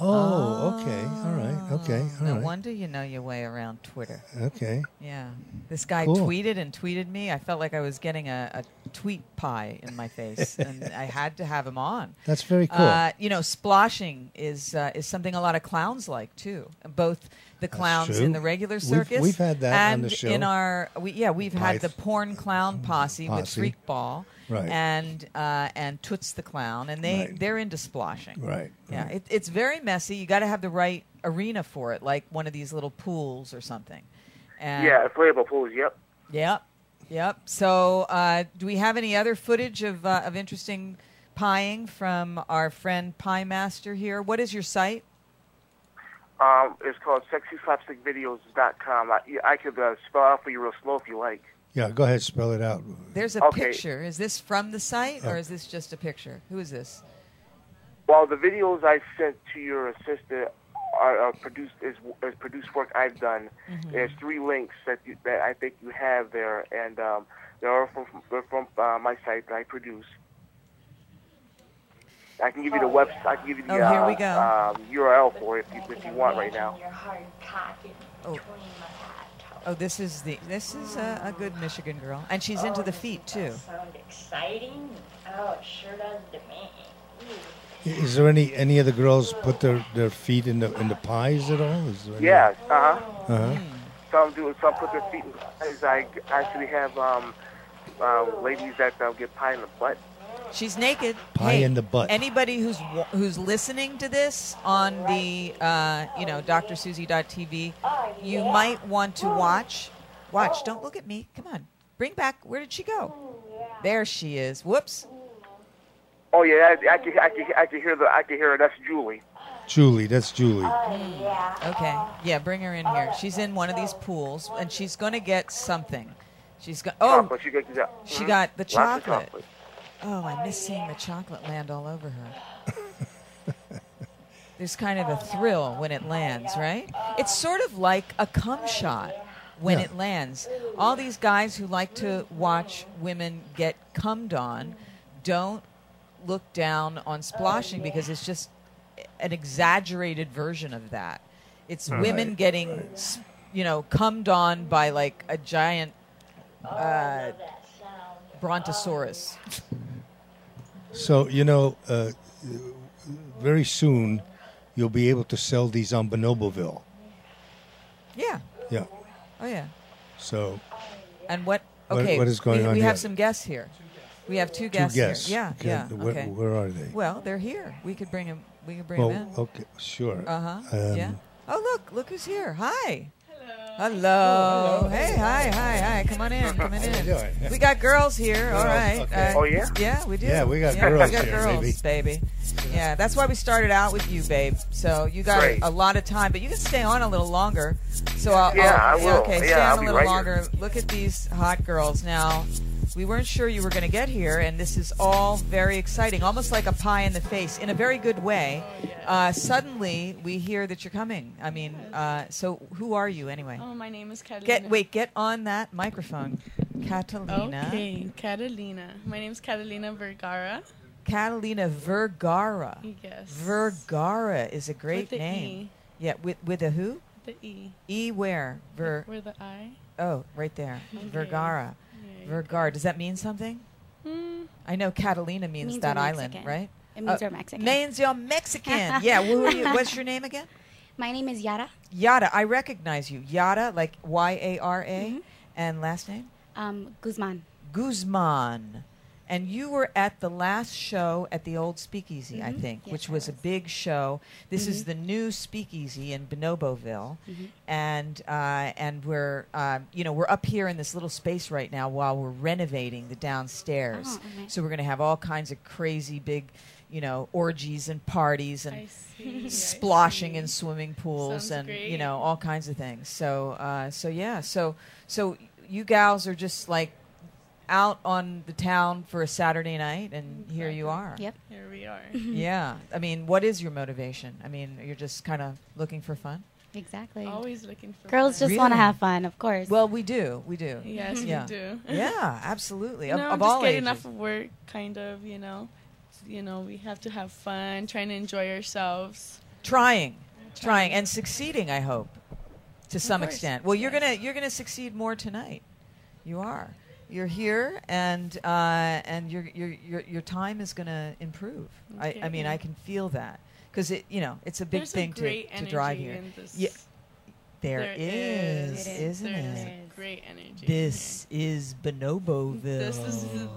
[SPEAKER 2] Oh, okay. All right. Okay.
[SPEAKER 3] Oh,
[SPEAKER 2] All
[SPEAKER 3] no
[SPEAKER 2] right.
[SPEAKER 3] wonder you know your way around Twitter.
[SPEAKER 2] Okay.
[SPEAKER 3] Yeah, this guy
[SPEAKER 2] Cool.
[SPEAKER 3] tweeted and tweeted me. I felt like I was getting a, a tweet pie in my face, and I had to have him on.
[SPEAKER 2] That's very cool.
[SPEAKER 3] Uh, you know, splashing is uh, is something a lot of clowns like too. Both the clowns
[SPEAKER 2] true.
[SPEAKER 3] in the regular
[SPEAKER 2] We've-
[SPEAKER 3] circus,
[SPEAKER 2] we've had that on
[SPEAKER 3] and
[SPEAKER 2] the show.
[SPEAKER 3] in our we, yeah, we've had
[SPEAKER 2] Pyth-
[SPEAKER 3] the porn clown posse, with
[SPEAKER 2] posse.
[SPEAKER 3] Freak Ball,
[SPEAKER 2] Right.
[SPEAKER 3] and uh, and Toots the clown, and they
[SPEAKER 2] Right.
[SPEAKER 3] they're into splashing,
[SPEAKER 2] Right,
[SPEAKER 3] Yeah,
[SPEAKER 2] right.
[SPEAKER 3] It, it's very messy. You got to have the right arena for it, like one of these little pools or something. And
[SPEAKER 5] Yeah, inflatable pools. Yep.
[SPEAKER 3] Yep. Yep. So, uh, do we have any other footage of uh, of interesting pieing from our friend Pie Master here? What is your site?
[SPEAKER 5] Um, it's called sexyslapstickvideos.com. I, yeah, I could uh, spell out for you real slow if you like.
[SPEAKER 2] Yeah, go ahead, spell it out.
[SPEAKER 3] There's a
[SPEAKER 5] Okay.
[SPEAKER 3] picture. Is this from the site or is this just a picture? Who is this?
[SPEAKER 5] While the videos I sent to your sister are, are produced is, is produced work I've done,
[SPEAKER 3] Mm-hmm.
[SPEAKER 5] there's three links that you, that I think you have there, and um, they're all from they're from uh, my site that I produce. I can give you the website. I can give you the
[SPEAKER 3] Oh, here
[SPEAKER 5] uh,
[SPEAKER 3] we go.
[SPEAKER 5] Um, URL for it if you, if you want right now.
[SPEAKER 6] Your hard cock in
[SPEAKER 3] Oh.
[SPEAKER 6] between my hot
[SPEAKER 3] Oh, this is the this is a, a good Michigan girl, and she's into the feet too.
[SPEAKER 6] Sound exciting? Oh, it sure does to me. Ooh.
[SPEAKER 2] I- Is there any any of the girls put their, their feet in the in the pies at all? Is there any-
[SPEAKER 5] Yeah. Uh huh.
[SPEAKER 2] Uh-huh.
[SPEAKER 5] Some do. Some put their feet in pies. I actually have um, uh, ladies that um, get pie in the butt.
[SPEAKER 3] She's naked.
[SPEAKER 2] Pie
[SPEAKER 3] Hey,
[SPEAKER 2] in the butt.
[SPEAKER 3] Anybody who's wa- who's listening to this on the uh, you know drsusie.tv, you might want to watch. Watch. Don't look at me. Come on. Bring back. Where did she go? There she is. Whoops.
[SPEAKER 5] Oh yeah, I, I can I can I can hear the I can hear her. That's Julie.
[SPEAKER 2] Julie, that's Julie.
[SPEAKER 3] Okay. Yeah, bring her in here. She's in one of these pools, and she's going to get something. She's going. Oh,
[SPEAKER 5] Chocolate. She got, the-
[SPEAKER 3] she
[SPEAKER 5] mhm.
[SPEAKER 3] got the
[SPEAKER 5] Lots of
[SPEAKER 3] chocolate. Oh, I miss seeing the chocolate land all over her. There's kind of a thrill when it lands, right? It's sort of like a cum shot when
[SPEAKER 2] Yeah.
[SPEAKER 3] it lands. All these guys who like to watch women get cummed on don't look down on splashing because it's just an exaggerated version of that. It's women getting, s- you know, cummed on by like a giant uh, brontosaurus.
[SPEAKER 2] So you know, uh, very soon you'll be able to sell these on Bonoboville.
[SPEAKER 3] Yeah.
[SPEAKER 2] Yeah.
[SPEAKER 3] Oh yeah.
[SPEAKER 2] So
[SPEAKER 3] And what?
[SPEAKER 2] What-
[SPEAKER 3] Okay.
[SPEAKER 2] what is going
[SPEAKER 3] we,
[SPEAKER 2] on
[SPEAKER 3] We
[SPEAKER 2] here?
[SPEAKER 3] have some guests here. We have two
[SPEAKER 2] two
[SPEAKER 3] guests.
[SPEAKER 2] guests.
[SPEAKER 3] Here. Yeah.
[SPEAKER 2] Okay,
[SPEAKER 3] Yeah.
[SPEAKER 2] wh-
[SPEAKER 3] okay.
[SPEAKER 2] Where are they?
[SPEAKER 3] Well, they're here. We could bring them. We could bring them in.
[SPEAKER 2] okay, sure.
[SPEAKER 3] Uh huh.
[SPEAKER 2] Um,
[SPEAKER 3] yeah. Oh look! Look who's here. Hi. Hello. Hello. Hey, hi, hi, hi. Come on in. Come on
[SPEAKER 2] How you
[SPEAKER 3] in.
[SPEAKER 2] doing?
[SPEAKER 3] We got girls here.
[SPEAKER 2] Girls,
[SPEAKER 3] All right. Uh,
[SPEAKER 2] okay.
[SPEAKER 5] Oh, yeah?
[SPEAKER 3] Yeah, we do.
[SPEAKER 2] Yeah, we got
[SPEAKER 3] We
[SPEAKER 2] girls
[SPEAKER 3] got
[SPEAKER 2] here,
[SPEAKER 3] girls, baby. Yeah, that's why we started out with you, babe. So you got
[SPEAKER 5] Great.
[SPEAKER 3] a lot of time, but you can stay on a little longer. So I'll,
[SPEAKER 5] Yeah,
[SPEAKER 3] I'll-
[SPEAKER 5] I will.
[SPEAKER 3] Okay,
[SPEAKER 5] Yeah,
[SPEAKER 3] stay
[SPEAKER 5] I'll
[SPEAKER 3] on a
[SPEAKER 5] be
[SPEAKER 3] little
[SPEAKER 5] right here.
[SPEAKER 3] longer. Look at these hot girls now. We weren't sure you were going to get here, and this is all very exciting, almost like a pie in the face, in a very good way. Uh, suddenly, we hear that you're coming. I mean, uh, so who are you anyway?
[SPEAKER 7] Oh, my name is Catalina.
[SPEAKER 3] Get wait, get on that microphone, Catalina.
[SPEAKER 7] Okay, Catalina. My name's Catalina Vergara. E,
[SPEAKER 3] Catalina Vergara.
[SPEAKER 7] Yes.
[SPEAKER 3] Vergara is a great
[SPEAKER 7] With the
[SPEAKER 3] name.
[SPEAKER 7] E.
[SPEAKER 3] Yeah, with with a who?
[SPEAKER 7] The E.
[SPEAKER 3] E where? Ver
[SPEAKER 7] Where the I?
[SPEAKER 3] oh, right there. Vergara.
[SPEAKER 7] Yeah, you-
[SPEAKER 3] Vergara. Does that mean something?
[SPEAKER 7] Hmm,
[SPEAKER 3] I know Catalina means,
[SPEAKER 8] Means
[SPEAKER 3] that
[SPEAKER 8] we're
[SPEAKER 3] island,
[SPEAKER 8] Mexican.
[SPEAKER 3] right?
[SPEAKER 8] It means
[SPEAKER 3] Uh,
[SPEAKER 8] we're Mexican.
[SPEAKER 3] Means you're Mexican. yeah. Who are you? What's your name again?
[SPEAKER 8] My name is Yara.
[SPEAKER 3] Yada. I recognize you. Yada, like Y A R
[SPEAKER 8] Mm-hmm.
[SPEAKER 3] A, and last name
[SPEAKER 8] Um, Guzman.
[SPEAKER 3] Guzman. And you were at the last show at the old speakeasy, I think,
[SPEAKER 8] Mm-hmm. Yes,
[SPEAKER 3] which
[SPEAKER 8] I
[SPEAKER 3] was, a
[SPEAKER 8] was. Mm-hmm.
[SPEAKER 3] big show. This is the new speakeasy in Bonoboville, and uh, and we're um, you know we're up here in this little space right now while we're renovating the downstairs.
[SPEAKER 8] Oh, okay.
[SPEAKER 3] So we're going to have all kinds of crazy big, you know, orgies and parties
[SPEAKER 7] I
[SPEAKER 3] and
[SPEAKER 7] see. I
[SPEAKER 3] splashing
[SPEAKER 7] see.
[SPEAKER 3] in swimming pools and
[SPEAKER 7] Sounds
[SPEAKER 3] you
[SPEAKER 7] great.
[SPEAKER 3] know all kinds of things. So uh, so yeah, so so you gals are just like out on the town for a Saturday night, and here you are.
[SPEAKER 8] Yep.
[SPEAKER 7] Here we are.
[SPEAKER 3] Yeah. I mean, what is your motivation? I mean, you're just kind of looking for fun.
[SPEAKER 8] Exactly.
[SPEAKER 7] Always looking for
[SPEAKER 8] Girls just
[SPEAKER 7] fun.
[SPEAKER 8] want to
[SPEAKER 3] Really?
[SPEAKER 8] have fun, of course.
[SPEAKER 3] Well, we do. We do.
[SPEAKER 7] Yes,
[SPEAKER 3] Yeah.
[SPEAKER 7] we do.
[SPEAKER 3] Yeah, absolutely. Of,
[SPEAKER 7] no,
[SPEAKER 3] of
[SPEAKER 7] just
[SPEAKER 3] all
[SPEAKER 7] getting
[SPEAKER 3] ages.
[SPEAKER 7] off of work, kind of. You know, you know, we have to have fun, trying to enjoy ourselves.
[SPEAKER 3] trying, trying, and succeeding. I hope, to some
[SPEAKER 7] course,
[SPEAKER 3] extent. Well, you're
[SPEAKER 7] yes.
[SPEAKER 3] gonna you're gonna succeed more tonight. You are. You're here, and uh, and your your your your time is gonna improve. I, I mean,
[SPEAKER 7] Okay.
[SPEAKER 3] I can feel that because it you know it's a big
[SPEAKER 7] There's
[SPEAKER 3] thing
[SPEAKER 7] a great
[SPEAKER 3] to, to drive
[SPEAKER 7] energy
[SPEAKER 3] here.
[SPEAKER 7] in this.
[SPEAKER 3] Yeah, there
[SPEAKER 7] There
[SPEAKER 3] is,
[SPEAKER 7] is.
[SPEAKER 8] It is.
[SPEAKER 3] isn't
[SPEAKER 7] There is
[SPEAKER 3] it?
[SPEAKER 8] There is.
[SPEAKER 7] great energy.
[SPEAKER 3] This is Bonoboville.
[SPEAKER 7] This is the.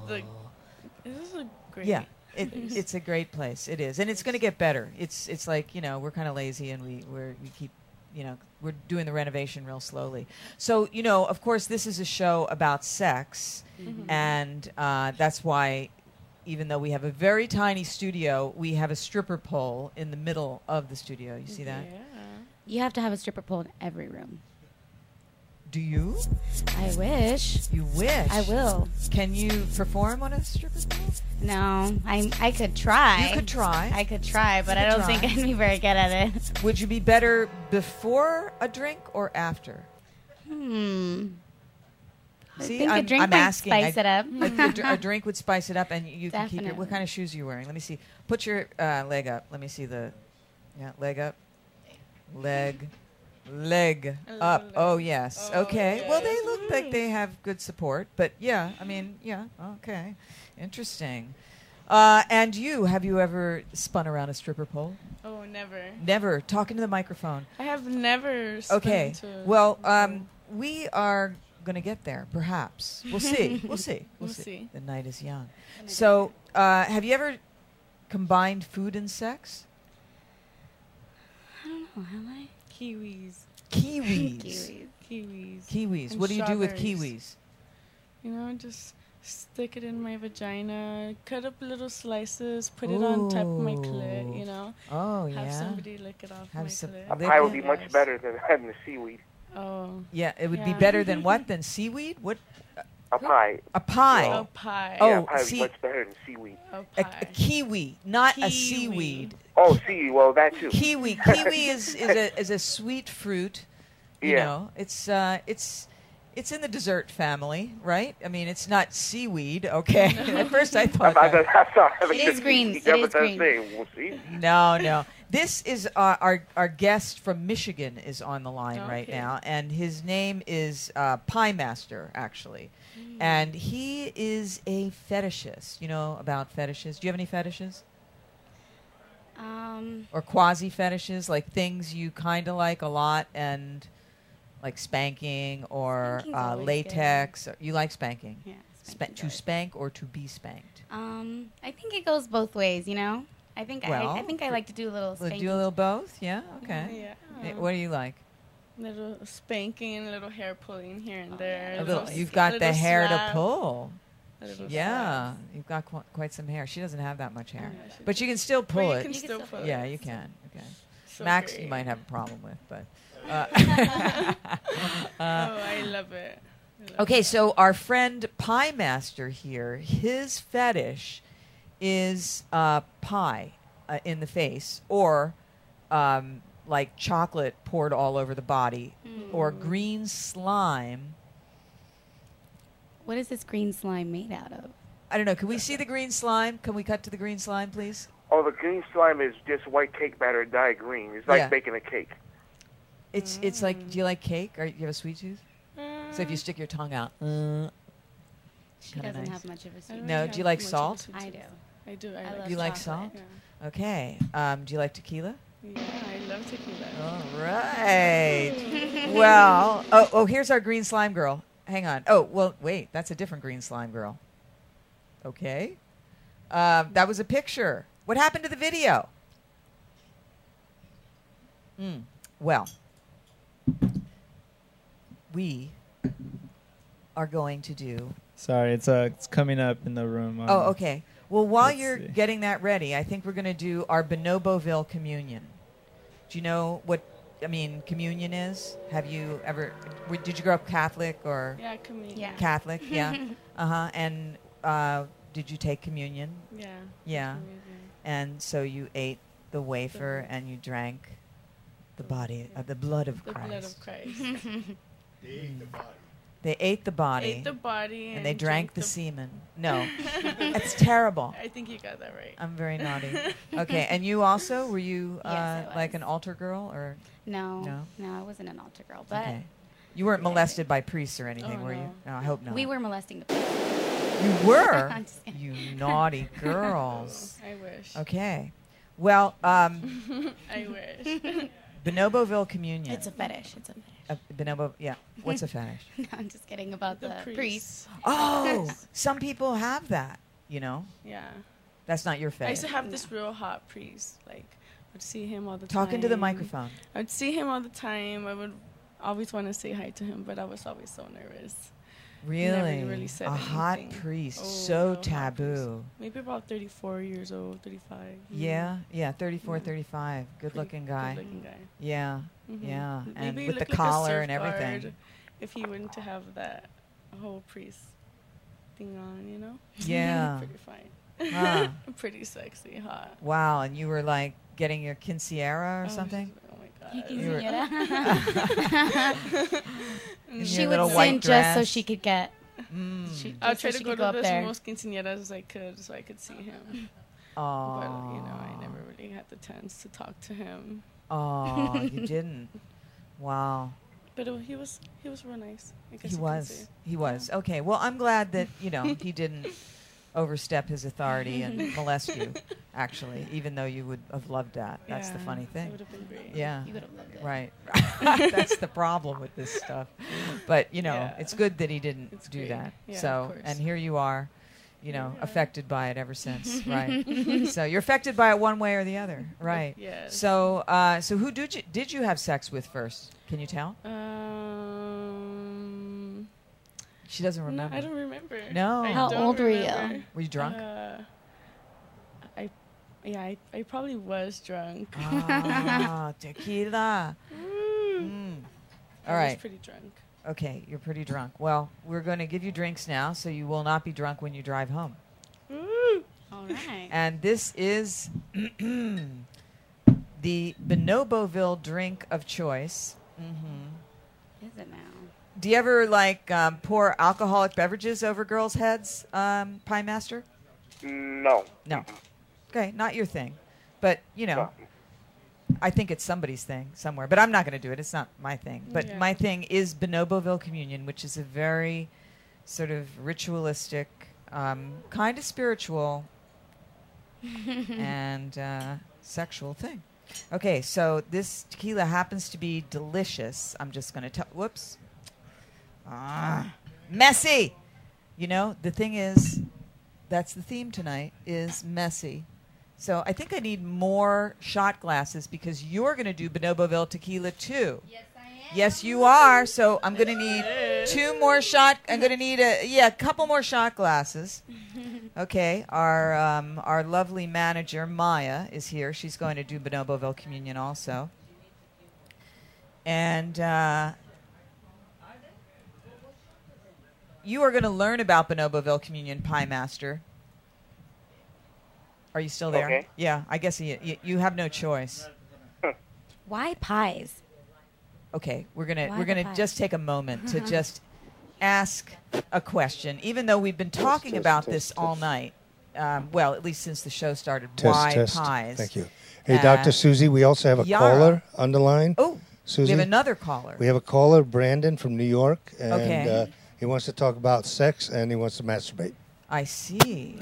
[SPEAKER 7] This is a great.
[SPEAKER 3] Yeah. It, it's a great place. It is, and it's going to get better. It's it's like you know we're kind of lazy and we we're, we keep you know we're doing the renovation real slowly. So you know, of course, this is a show about sex,
[SPEAKER 8] Mm-hmm.
[SPEAKER 3] and uh, that's why even though we have a very tiny studio, we have a stripper pole in the middle of the studio. You see that?
[SPEAKER 7] Yeah.
[SPEAKER 8] you have to have a stripper pole in every room.
[SPEAKER 3] Do you?
[SPEAKER 8] I wish.
[SPEAKER 3] You wish.
[SPEAKER 8] I will.
[SPEAKER 3] Can you perform on a stripper's pole?
[SPEAKER 8] No, I I could try.
[SPEAKER 3] You could try.
[SPEAKER 8] I could try, but
[SPEAKER 3] You
[SPEAKER 8] I
[SPEAKER 3] could
[SPEAKER 8] don't
[SPEAKER 3] try.
[SPEAKER 8] think I'd be very good at it.
[SPEAKER 3] Would you be better before a drink or after?
[SPEAKER 8] Hmm.
[SPEAKER 3] See,
[SPEAKER 8] I think
[SPEAKER 3] I'm,
[SPEAKER 8] a drink
[SPEAKER 3] I'm
[SPEAKER 8] might
[SPEAKER 3] asking.
[SPEAKER 8] spice
[SPEAKER 3] I-
[SPEAKER 8] it up.
[SPEAKER 3] a, dr- a dr- a drink would spice it up, and you can keep your. What
[SPEAKER 8] Definitely.
[SPEAKER 3] kind of shoes are you wearing? Let me see. Put your uh, leg up. Let me see the. Yeah, leg up. Leg. Leg up. Oh Mm-hmm. yes. okay. Well, they look like they have good support, but yeah. I mean, yeah. Okay. Interesting. Uh, and you, have you ever spun around a stripper pole?
[SPEAKER 7] Oh, never.
[SPEAKER 3] Never. Talking to the microphone.
[SPEAKER 7] I have never. spun
[SPEAKER 3] Okay.
[SPEAKER 7] to-
[SPEAKER 3] Well, um, we are going to get there, perhaps. We'll see. We'll see. We'll,
[SPEAKER 7] We'll
[SPEAKER 3] see.
[SPEAKER 7] see.
[SPEAKER 3] The night is young.
[SPEAKER 8] night is
[SPEAKER 3] So, uh, have you ever combined food and sex?
[SPEAKER 8] I don't know. Oh, Am I?
[SPEAKER 7] kiwis,
[SPEAKER 3] Kiwis.
[SPEAKER 8] Kiwis.
[SPEAKER 7] kiwis.
[SPEAKER 3] Kiwis.
[SPEAKER 7] And
[SPEAKER 3] What do you do with kiwis?
[SPEAKER 7] strawberries. You know, just stick it in my vagina, cut up little slices, put it on top of my
[SPEAKER 3] Ooh.
[SPEAKER 7] clit. You know,
[SPEAKER 3] Oh,
[SPEAKER 7] have
[SPEAKER 3] yeah.
[SPEAKER 7] somebody lick it off
[SPEAKER 3] Have
[SPEAKER 7] my
[SPEAKER 3] some-
[SPEAKER 7] clit.
[SPEAKER 5] A
[SPEAKER 3] They
[SPEAKER 5] pie would
[SPEAKER 3] can-
[SPEAKER 5] be much
[SPEAKER 7] Yes.
[SPEAKER 5] better than having the seaweed.
[SPEAKER 7] Oh,
[SPEAKER 3] Yeah, it would be
[SPEAKER 7] Yeah.
[SPEAKER 3] better than what? Than seaweed? What?
[SPEAKER 5] A pie.
[SPEAKER 3] A pie.
[SPEAKER 7] a pie.
[SPEAKER 3] Oh,
[SPEAKER 5] yeah, a pie would
[SPEAKER 3] see-
[SPEAKER 5] be much better than seaweed.
[SPEAKER 7] a
[SPEAKER 3] A,
[SPEAKER 7] pie.
[SPEAKER 3] a kiwi, not a
[SPEAKER 7] Kiwi.
[SPEAKER 3] seaweed.
[SPEAKER 5] Oh, see, well, that too.
[SPEAKER 3] Kiwi. Kiwi is, is, a, is a sweet fruit. You
[SPEAKER 5] Yeah.
[SPEAKER 3] know, it's uh, it's it's in the dessert family, right? I mean, it's not seaweed. Okay. At first, I
[SPEAKER 5] I,
[SPEAKER 3] thought.
[SPEAKER 5] I,
[SPEAKER 3] that.
[SPEAKER 5] I thought, I
[SPEAKER 8] It is green. It is green.
[SPEAKER 5] Well, see,
[SPEAKER 3] No, no. This is our, our our guest from Michigan is on the line right
[SPEAKER 7] Okay.
[SPEAKER 3] now, and his name is uh, Pie Master actually, and he is a fetishist. You know about fetishes? Do you have any fetishes
[SPEAKER 8] Um.
[SPEAKER 3] or quasi fetishes, like things you kind of like a lot, and like spanking or
[SPEAKER 8] Spanking's
[SPEAKER 3] uh,
[SPEAKER 8] always good.
[SPEAKER 3] latex? Or, you like spanking?
[SPEAKER 8] Yeah.
[SPEAKER 3] Spa-
[SPEAKER 8] spanking's
[SPEAKER 3] to
[SPEAKER 8] always-
[SPEAKER 3] spank or to be spanked?
[SPEAKER 8] Um. I think it goes both ways. You know. I think I, I
[SPEAKER 3] Well,
[SPEAKER 8] think I like to do a little.
[SPEAKER 3] Well,
[SPEAKER 8] Spanking.
[SPEAKER 3] Do a little both? Yeah. Okay.
[SPEAKER 7] Yeah.
[SPEAKER 3] Eh, What do you like?
[SPEAKER 7] Little spanking, a little hair pulling here and there.
[SPEAKER 3] Oh, A little,
[SPEAKER 7] s-
[SPEAKER 3] you've got the
[SPEAKER 7] little
[SPEAKER 3] hair to
[SPEAKER 7] slap,
[SPEAKER 3] pull.
[SPEAKER 7] a little
[SPEAKER 3] Yeah,
[SPEAKER 7] slap.
[SPEAKER 3] you've got qu- quite some hair. She doesn't have that much hair,
[SPEAKER 7] Yeah, she-
[SPEAKER 3] but you can still
[SPEAKER 7] But
[SPEAKER 3] pull
[SPEAKER 7] you
[SPEAKER 3] it.
[SPEAKER 7] can
[SPEAKER 8] You can
[SPEAKER 7] still
[SPEAKER 8] still
[SPEAKER 7] pull
[SPEAKER 3] yeah,
[SPEAKER 7] it.
[SPEAKER 3] you can. Okay.
[SPEAKER 7] So
[SPEAKER 3] Max,
[SPEAKER 7] great.
[SPEAKER 3] you might have a problem with, but. Uh,
[SPEAKER 7] Oh,
[SPEAKER 3] uh,
[SPEAKER 7] I love it. I love
[SPEAKER 3] okay,
[SPEAKER 7] it.
[SPEAKER 3] so our friend Pie Master here, his fetish is uh, pie uh, in the face, or um, like chocolate poured all over the body, or green slime.
[SPEAKER 8] What is this green slime made out of?
[SPEAKER 3] I don't know. Can we see the green slime? Can we cut to the green slime, please?
[SPEAKER 5] oh, the green slime is just white cake batter dyed green. It's like
[SPEAKER 3] Yeah.
[SPEAKER 5] baking a cake.
[SPEAKER 3] It's it's like. Do you like cake? Or you have a sweet tooth? So if you
[SPEAKER 7] Mm,
[SPEAKER 3] stick your tongue out. Uh,
[SPEAKER 8] She
[SPEAKER 3] Kinda
[SPEAKER 8] doesn't
[SPEAKER 3] nice.
[SPEAKER 8] have much of a
[SPEAKER 7] I
[SPEAKER 8] sweet.
[SPEAKER 7] don't
[SPEAKER 3] No,
[SPEAKER 7] really
[SPEAKER 3] do
[SPEAKER 7] have
[SPEAKER 3] you like
[SPEAKER 7] much of a
[SPEAKER 3] salt?
[SPEAKER 7] sweet
[SPEAKER 8] I
[SPEAKER 7] tooth.
[SPEAKER 8] do.
[SPEAKER 7] I do. I,
[SPEAKER 8] I
[SPEAKER 7] like
[SPEAKER 8] love
[SPEAKER 3] you like
[SPEAKER 8] chocolate.
[SPEAKER 3] salt? okay. Um, do you like tequila?
[SPEAKER 7] Yeah, I love tequila.
[SPEAKER 3] All right. well, oh, oh, here's our green slime girl. Hang on. Oh, well, wait. That's a different green slime girl. Okay. Um, that was a picture. What happened to the video? Mm, well, we are going to do
[SPEAKER 4] Sorry, it's uh, it's coming up in the room. um,
[SPEAKER 3] Oh, okay. Well, while
[SPEAKER 4] Let's
[SPEAKER 3] you're
[SPEAKER 4] see.
[SPEAKER 3] getting that ready, I think we're going to do our Bonoboville communion. Do you know what I mean? Communion is. Have you ever? were- Did you grow up Catholic or
[SPEAKER 7] Yeah, communion.
[SPEAKER 8] Yeah.
[SPEAKER 3] Catholic? Yeah. uh huh. And uh, did you take communion?
[SPEAKER 7] Yeah.
[SPEAKER 3] Yeah.
[SPEAKER 7] communion.
[SPEAKER 3] And so you ate the wafer and you drank the body, uh, the blood of
[SPEAKER 7] The
[SPEAKER 3] Christ.
[SPEAKER 7] blood of Christ.
[SPEAKER 3] They ate the body
[SPEAKER 7] Ate the body and,
[SPEAKER 3] and they drank, the,
[SPEAKER 7] the
[SPEAKER 3] semen. No, that's terrible.
[SPEAKER 7] I think you got that right.
[SPEAKER 3] I'm very naughty. Okay, and you also were you
[SPEAKER 8] Yes, I
[SPEAKER 3] uh, like
[SPEAKER 8] was.
[SPEAKER 3] an altar girl or
[SPEAKER 8] No,
[SPEAKER 3] No?
[SPEAKER 8] no, I wasn't an altar girl, but
[SPEAKER 3] okay? You weren't molested by priests or anything,
[SPEAKER 7] Oh,
[SPEAKER 3] were you?
[SPEAKER 7] no.
[SPEAKER 3] No, I hope not.
[SPEAKER 8] we were molesting the people.
[SPEAKER 3] You were.
[SPEAKER 8] I'm just kidding.
[SPEAKER 3] you naughty girls.
[SPEAKER 7] Oh, I wish.
[SPEAKER 3] Okay. Well, um,
[SPEAKER 7] I wish.
[SPEAKER 3] Bonoboville Communion.
[SPEAKER 8] It's a fetish. It's a fetish.
[SPEAKER 3] Uh, bonobo. Yeah. What's a fetish?
[SPEAKER 8] No, I'm just kidding about the, priest.
[SPEAKER 3] Oh, some people have that. You know,
[SPEAKER 7] Yeah.
[SPEAKER 3] that's not your
[SPEAKER 7] I
[SPEAKER 3] fetish.
[SPEAKER 7] used to have this real hot priest. Like, I'd see him all the time.
[SPEAKER 3] Talking to the microphone.
[SPEAKER 7] I'd see him all the time. I would always want to say hi to him, but I was always so nervous. Never
[SPEAKER 3] Really,
[SPEAKER 7] really said
[SPEAKER 3] a hot
[SPEAKER 7] anything.
[SPEAKER 3] priest,
[SPEAKER 7] Oh,
[SPEAKER 3] so
[SPEAKER 7] real hot priest.
[SPEAKER 3] taboo.
[SPEAKER 7] Maybe about 34 years old, 35.
[SPEAKER 3] Yeah, yeah, 34,
[SPEAKER 7] Yeah.
[SPEAKER 3] 35. Good looking guy.
[SPEAKER 7] Good looking guy.
[SPEAKER 3] Yeah,
[SPEAKER 7] Mhm.
[SPEAKER 3] yeah.
[SPEAKER 7] Maybe
[SPEAKER 3] And
[SPEAKER 7] he
[SPEAKER 3] with the
[SPEAKER 7] looked like a
[SPEAKER 3] collar
[SPEAKER 7] surf
[SPEAKER 3] and everything.
[SPEAKER 7] guard. if he wouldn't to have that whole priest thing on, you know?
[SPEAKER 3] Yeah.
[SPEAKER 7] pretty fine.
[SPEAKER 3] Ah.
[SPEAKER 7] pretty sexy, hot.
[SPEAKER 3] Wow, and you were like getting your quinceanera or
[SPEAKER 7] Oh,
[SPEAKER 3] something?
[SPEAKER 7] Oh my god.
[SPEAKER 8] You can
[SPEAKER 3] You were-
[SPEAKER 8] see it.
[SPEAKER 7] Mm.
[SPEAKER 8] she
[SPEAKER 3] little
[SPEAKER 8] would
[SPEAKER 3] white Mm.
[SPEAKER 8] send just so
[SPEAKER 3] dress.
[SPEAKER 8] she could get. She,
[SPEAKER 7] I'll
[SPEAKER 8] just so
[SPEAKER 7] try to
[SPEAKER 8] she
[SPEAKER 7] go
[SPEAKER 8] could
[SPEAKER 7] to
[SPEAKER 8] up
[SPEAKER 7] the
[SPEAKER 8] there.
[SPEAKER 7] most quinceañeras as I could so I could see him.
[SPEAKER 3] Oh,
[SPEAKER 7] But, you know, I never really had the chance to talk to him.
[SPEAKER 3] oh, you didn't. Wow.
[SPEAKER 7] But it, he was he was real nice. I guess
[SPEAKER 3] He
[SPEAKER 7] you can say.
[SPEAKER 3] was. He was. Okay. Well, I'm glad that, you know, he didn't overstep his authority and molest you, actually, even though you would have loved that. That's the
[SPEAKER 7] Yeah,
[SPEAKER 3] funny
[SPEAKER 7] it
[SPEAKER 3] thing.
[SPEAKER 7] would've been great.
[SPEAKER 3] Yeah.
[SPEAKER 8] You would have loved it.
[SPEAKER 3] Right. That's the problem with this stuff. But, you know,
[SPEAKER 7] Yeah.
[SPEAKER 3] it's good that he didn't
[SPEAKER 7] It's
[SPEAKER 3] do
[SPEAKER 7] great.
[SPEAKER 3] that.
[SPEAKER 7] Yeah, of
[SPEAKER 3] so,
[SPEAKER 7] course.
[SPEAKER 3] and here you are, you know,
[SPEAKER 7] we are.
[SPEAKER 3] affected by it ever since. right. So you're affected by it one way or the other. Right.
[SPEAKER 7] Yes.
[SPEAKER 3] So, uh, so who did you, did you have sex with first? Can you tell?
[SPEAKER 7] Um,
[SPEAKER 3] She doesn't
[SPEAKER 7] no,
[SPEAKER 3] remember.
[SPEAKER 7] I don't remember.
[SPEAKER 3] No.
[SPEAKER 7] I
[SPEAKER 8] How
[SPEAKER 7] don't
[SPEAKER 8] old were you?
[SPEAKER 7] remember.
[SPEAKER 3] Were you drunk?
[SPEAKER 7] Uh, I, yeah, I, I probably was drunk.
[SPEAKER 3] ah, tequila. Mm. All
[SPEAKER 7] I was
[SPEAKER 3] right.
[SPEAKER 7] pretty drunk.
[SPEAKER 3] Okay, you're pretty drunk. Well, we're going to give you drinks now, so you will not be drunk when you drive home.
[SPEAKER 8] All right.
[SPEAKER 3] And this is the Bonoboville drink of choice.
[SPEAKER 8] Is it now?
[SPEAKER 3] Do you ever like um, pour alcoholic beverages over girls' heads, um, Pie Master?
[SPEAKER 5] No.
[SPEAKER 3] No. Okay, not your thing, but you know, I think it's somebody's thing somewhere. But I'm not going to do it. It's not my thing. But
[SPEAKER 7] Yeah.
[SPEAKER 3] my thing is Bonoboville Communion, which is a very sort of ritualistic, um, kind of spiritual, and uh, sexual thing. Okay, so this tequila happens to be delicious. I'm just going to tell. Whoops. Ah, messy. You know, the thing is, that's the theme tonight is messy. So I think I need more shot glasses because you're going to do Bonoboville tequila too.
[SPEAKER 8] Yes, I am.
[SPEAKER 3] Yes, you are. So I'm going to need two more shot. I'm going to need a yeah, a couple more shot glasses. Okay, our um, our lovely manager Maya is here. She's going to do Bonoboville communion also. And uh, you are going to learn about Bonoboville communion, Pie Master. Are you still there?
[SPEAKER 5] Okay.
[SPEAKER 3] Yeah, I guess you, you, you have no choice.
[SPEAKER 8] Why pies?
[SPEAKER 3] okay we're gonna
[SPEAKER 8] Why
[SPEAKER 3] we're
[SPEAKER 8] the
[SPEAKER 3] gonna
[SPEAKER 8] pie?
[SPEAKER 3] just take a moment to just ask a question even though we've been talking
[SPEAKER 9] test,
[SPEAKER 3] about
[SPEAKER 9] test,
[SPEAKER 3] this all night um, well at least since the show started
[SPEAKER 2] Test,
[SPEAKER 3] why
[SPEAKER 2] test.
[SPEAKER 3] pies
[SPEAKER 2] Thank you. Hey,
[SPEAKER 3] Uh,
[SPEAKER 2] Dr. Susie, we also have a
[SPEAKER 3] Yara.
[SPEAKER 2] caller on the line.
[SPEAKER 3] oh
[SPEAKER 2] Susie,
[SPEAKER 3] we have another caller
[SPEAKER 2] we have a caller, Brandon from New York, and
[SPEAKER 3] Okay.
[SPEAKER 2] uh, he wants to talk about sex and he wants to masturbate.
[SPEAKER 3] i see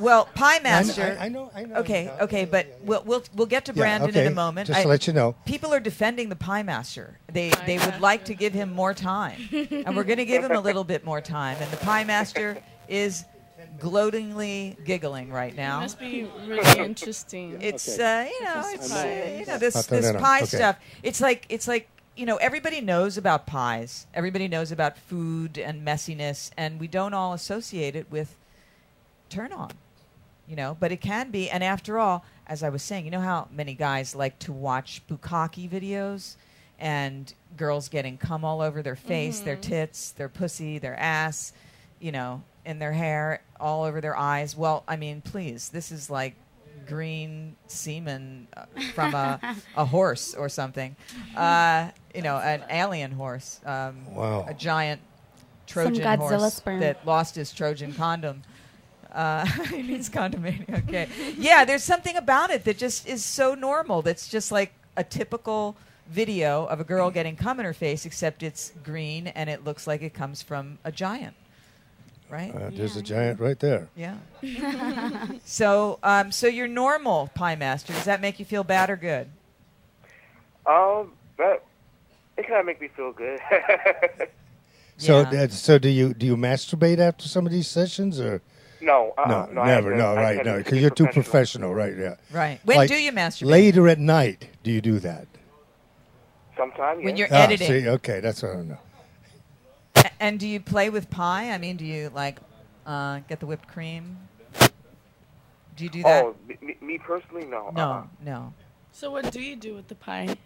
[SPEAKER 3] well pie master
[SPEAKER 2] I, I know. I know.
[SPEAKER 3] okay
[SPEAKER 2] Doc.
[SPEAKER 3] okay
[SPEAKER 2] Yeah,
[SPEAKER 3] but
[SPEAKER 2] yeah, yeah.
[SPEAKER 3] we'll, we'll we'll get to
[SPEAKER 2] Yeah,
[SPEAKER 3] brandon
[SPEAKER 2] okay.
[SPEAKER 3] in a moment
[SPEAKER 2] Just
[SPEAKER 3] I-
[SPEAKER 2] to let you know.
[SPEAKER 3] People are defending the pie master. They they would like to give him more time, and we're going to give him a little bit more time. And the pie master is gloatingly giggling right
[SPEAKER 7] It
[SPEAKER 3] now.
[SPEAKER 7] must be really interesting.
[SPEAKER 3] It's uh, you know it's
[SPEAKER 7] pie.
[SPEAKER 3] uh, you know this
[SPEAKER 2] Not that
[SPEAKER 3] this
[SPEAKER 2] I know.
[SPEAKER 3] pie
[SPEAKER 2] Okay.
[SPEAKER 3] stuff. It's like it's like you know everybody knows about pies. Everybody knows about food and messiness, and we don't all associate it with turn on, you know. But it can be, and after all, as I was saying, you know how many guys like to watch bukkake videos and girls getting cum all over their face, their
[SPEAKER 8] Mm-hmm.
[SPEAKER 3] tits, their pussy, their ass, you know, in their hair, all over their eyes. Well, I mean, please, this is like green semen uh, from a, a horse or something, uh, you know, an alien horse, um,
[SPEAKER 2] Wow.
[SPEAKER 3] a giant Trojan
[SPEAKER 8] Godzilla
[SPEAKER 3] horse
[SPEAKER 8] sperm.
[SPEAKER 3] that lost his Trojan condom. Uh, he needs condomania. Okay. Yeah, there's something about it that just is so normal. That's just like a typical video of a girl getting cum in her face, except it's green and it looks like it comes from a giant. Right?
[SPEAKER 2] Uh, there's a giant right there.
[SPEAKER 3] yeah. so, um, so your normal pie master. Does that make you feel bad or good?
[SPEAKER 5] Um, that it kind of make me feel good.
[SPEAKER 2] So,
[SPEAKER 3] Yeah.
[SPEAKER 2] that, so do you do you masturbate after some of these sessions or
[SPEAKER 5] no, uh,
[SPEAKER 2] no?
[SPEAKER 5] no, I
[SPEAKER 2] never,
[SPEAKER 5] had to-
[SPEAKER 2] no,
[SPEAKER 5] I
[SPEAKER 2] right,
[SPEAKER 5] had
[SPEAKER 2] no,
[SPEAKER 5] to
[SPEAKER 2] because
[SPEAKER 5] be
[SPEAKER 2] you're too professional, right? Yeah.
[SPEAKER 3] Right. When
[SPEAKER 2] Like,
[SPEAKER 3] do you masturbate?
[SPEAKER 2] Later at night, do you do that?
[SPEAKER 5] Sometimes,
[SPEAKER 3] When
[SPEAKER 5] yeah.
[SPEAKER 3] you're
[SPEAKER 2] Ah,
[SPEAKER 3] editing.
[SPEAKER 2] see, okay, that's what I don't know.
[SPEAKER 3] A- And do you play with pie? I mean, do you like uh, get the whipped cream? Do you do that?
[SPEAKER 5] oh, me- me, me personally, no. Uh-uh.
[SPEAKER 3] no, no.
[SPEAKER 7] so what do you do with the pie?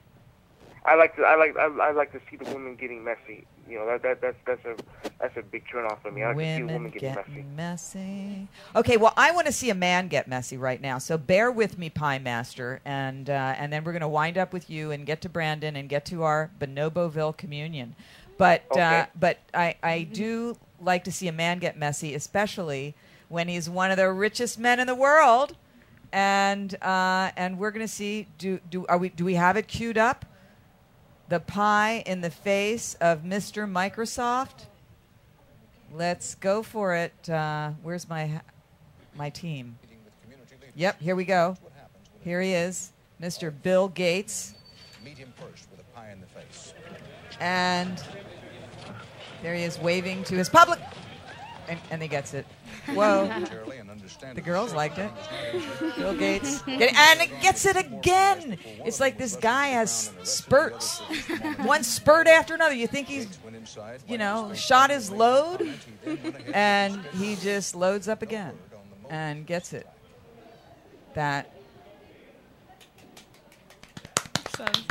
[SPEAKER 5] I like to I like I, I like to see the women getting messy. You know that that that's that's a that's a big turnoff for me. I like to see a
[SPEAKER 3] Women
[SPEAKER 5] woman get,
[SPEAKER 3] get
[SPEAKER 5] messy.
[SPEAKER 3] messy. Okay, well, I want to see a man get messy right now. So bear with me, Pie Master, and uh, and then we're going to wind up with you and get to Brandon and get to our Bonoboville communion. But uh,
[SPEAKER 10] Okay.
[SPEAKER 3] but I I do like to see a man get messy, especially when he's one of the richest men in the world. And uh, and we're going to see do do are we do we have it queued up? The pie in the face of Mr. Microsoft. Let's go for it. Uh, where's my ha- my team? Yep, here we go. Here he is, Mr. Bill Gates,
[SPEAKER 11] Meet him first with a pie in the face.
[SPEAKER 3] and there he is waving to his public, and, and he gets it. Whoa! the girls liked it. Bill Gates, Get- and it gets it again. It's like this guy has spurts, one spurt after another. You think he's, you know, shot his load, and he just loads up again and gets it. That
[SPEAKER 7] Sounds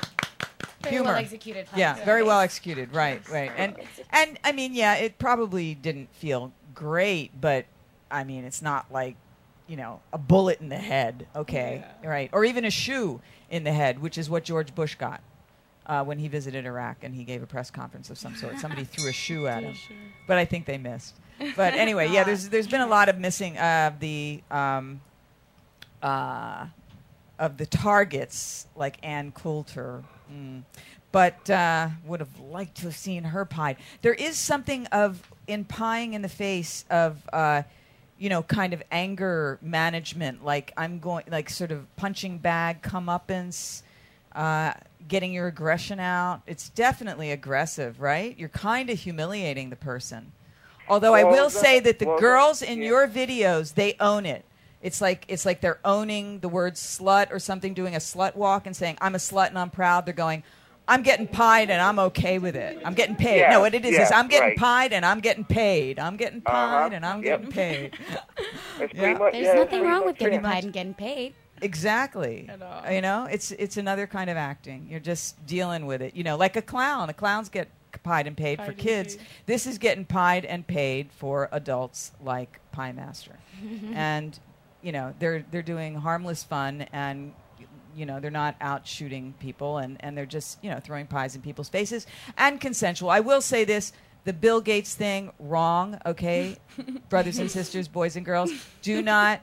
[SPEAKER 12] Very
[SPEAKER 3] humor.
[SPEAKER 12] well executed.
[SPEAKER 3] Yeah,
[SPEAKER 12] Hans.
[SPEAKER 3] very well executed. Right, right. And and I mean, yeah, it probably didn't feel great, but I mean, it's not like you know a bullet in the head, okay, right, or even a shoe in the head, which is what George Bush got uh, when he visited Iraq and he gave a press conference of some sort. Somebody threw a shoe at
[SPEAKER 12] Threw a
[SPEAKER 3] him,
[SPEAKER 12] shoe.
[SPEAKER 3] but I think they missed. But anyway, yeah, there's there's been a lot of missing of the. Um, uh, of the targets, like Ann Coulter. Mm. But uh, would have liked to have seen her pied. There is something of in pieing in the face of, uh, you know, kind of anger management. Like I'm going, like sort of punching bag, comeuppance, uh, getting your aggression out. It's definitely aggressive, right? You're kind of humiliating the person. Although I
[SPEAKER 10] Well,
[SPEAKER 3] will
[SPEAKER 10] that's-
[SPEAKER 3] say that the
[SPEAKER 10] well, that's-
[SPEAKER 3] girls in
[SPEAKER 10] yeah.
[SPEAKER 3] your videos, they own it. It's like it's like they're owning the word slut or something, doing a slut walk and saying, "I'm a slut and I'm proud." They're going, "I'm getting pied and I'm okay with it. I'm getting paid."
[SPEAKER 10] Yeah,
[SPEAKER 3] no, what it is is
[SPEAKER 10] yeah,
[SPEAKER 3] I'm getting
[SPEAKER 10] right.
[SPEAKER 3] pied and I'm getting paid. I'm getting pied
[SPEAKER 10] Uh-huh,
[SPEAKER 3] and I'm
[SPEAKER 10] yep.
[SPEAKER 3] getting paid.
[SPEAKER 10] It's
[SPEAKER 3] Yeah.
[SPEAKER 10] pretty much-
[SPEAKER 8] There's
[SPEAKER 10] yeah, it's
[SPEAKER 8] nothing
[SPEAKER 10] pretty
[SPEAKER 8] wrong
[SPEAKER 10] much
[SPEAKER 8] with getting
[SPEAKER 10] it.
[SPEAKER 8] pied and getting paid.
[SPEAKER 3] Exactly.
[SPEAKER 8] At all.
[SPEAKER 3] You know, it's it's another kind of acting. You're just dealing with it. You know, like a clown. A clowns get pied and paid
[SPEAKER 10] Pied
[SPEAKER 3] for
[SPEAKER 10] and
[SPEAKER 3] kids.
[SPEAKER 10] paid.
[SPEAKER 3] This is getting pied and paid for adults like Pie Master, and you know they're they're doing harmless fun and you know they're not out shooting people and and they're just you know throwing pies in people's faces and consensual. I will say this. The Bill Gates thing, wrong, okay? Brothers and sisters, boys and girls, do not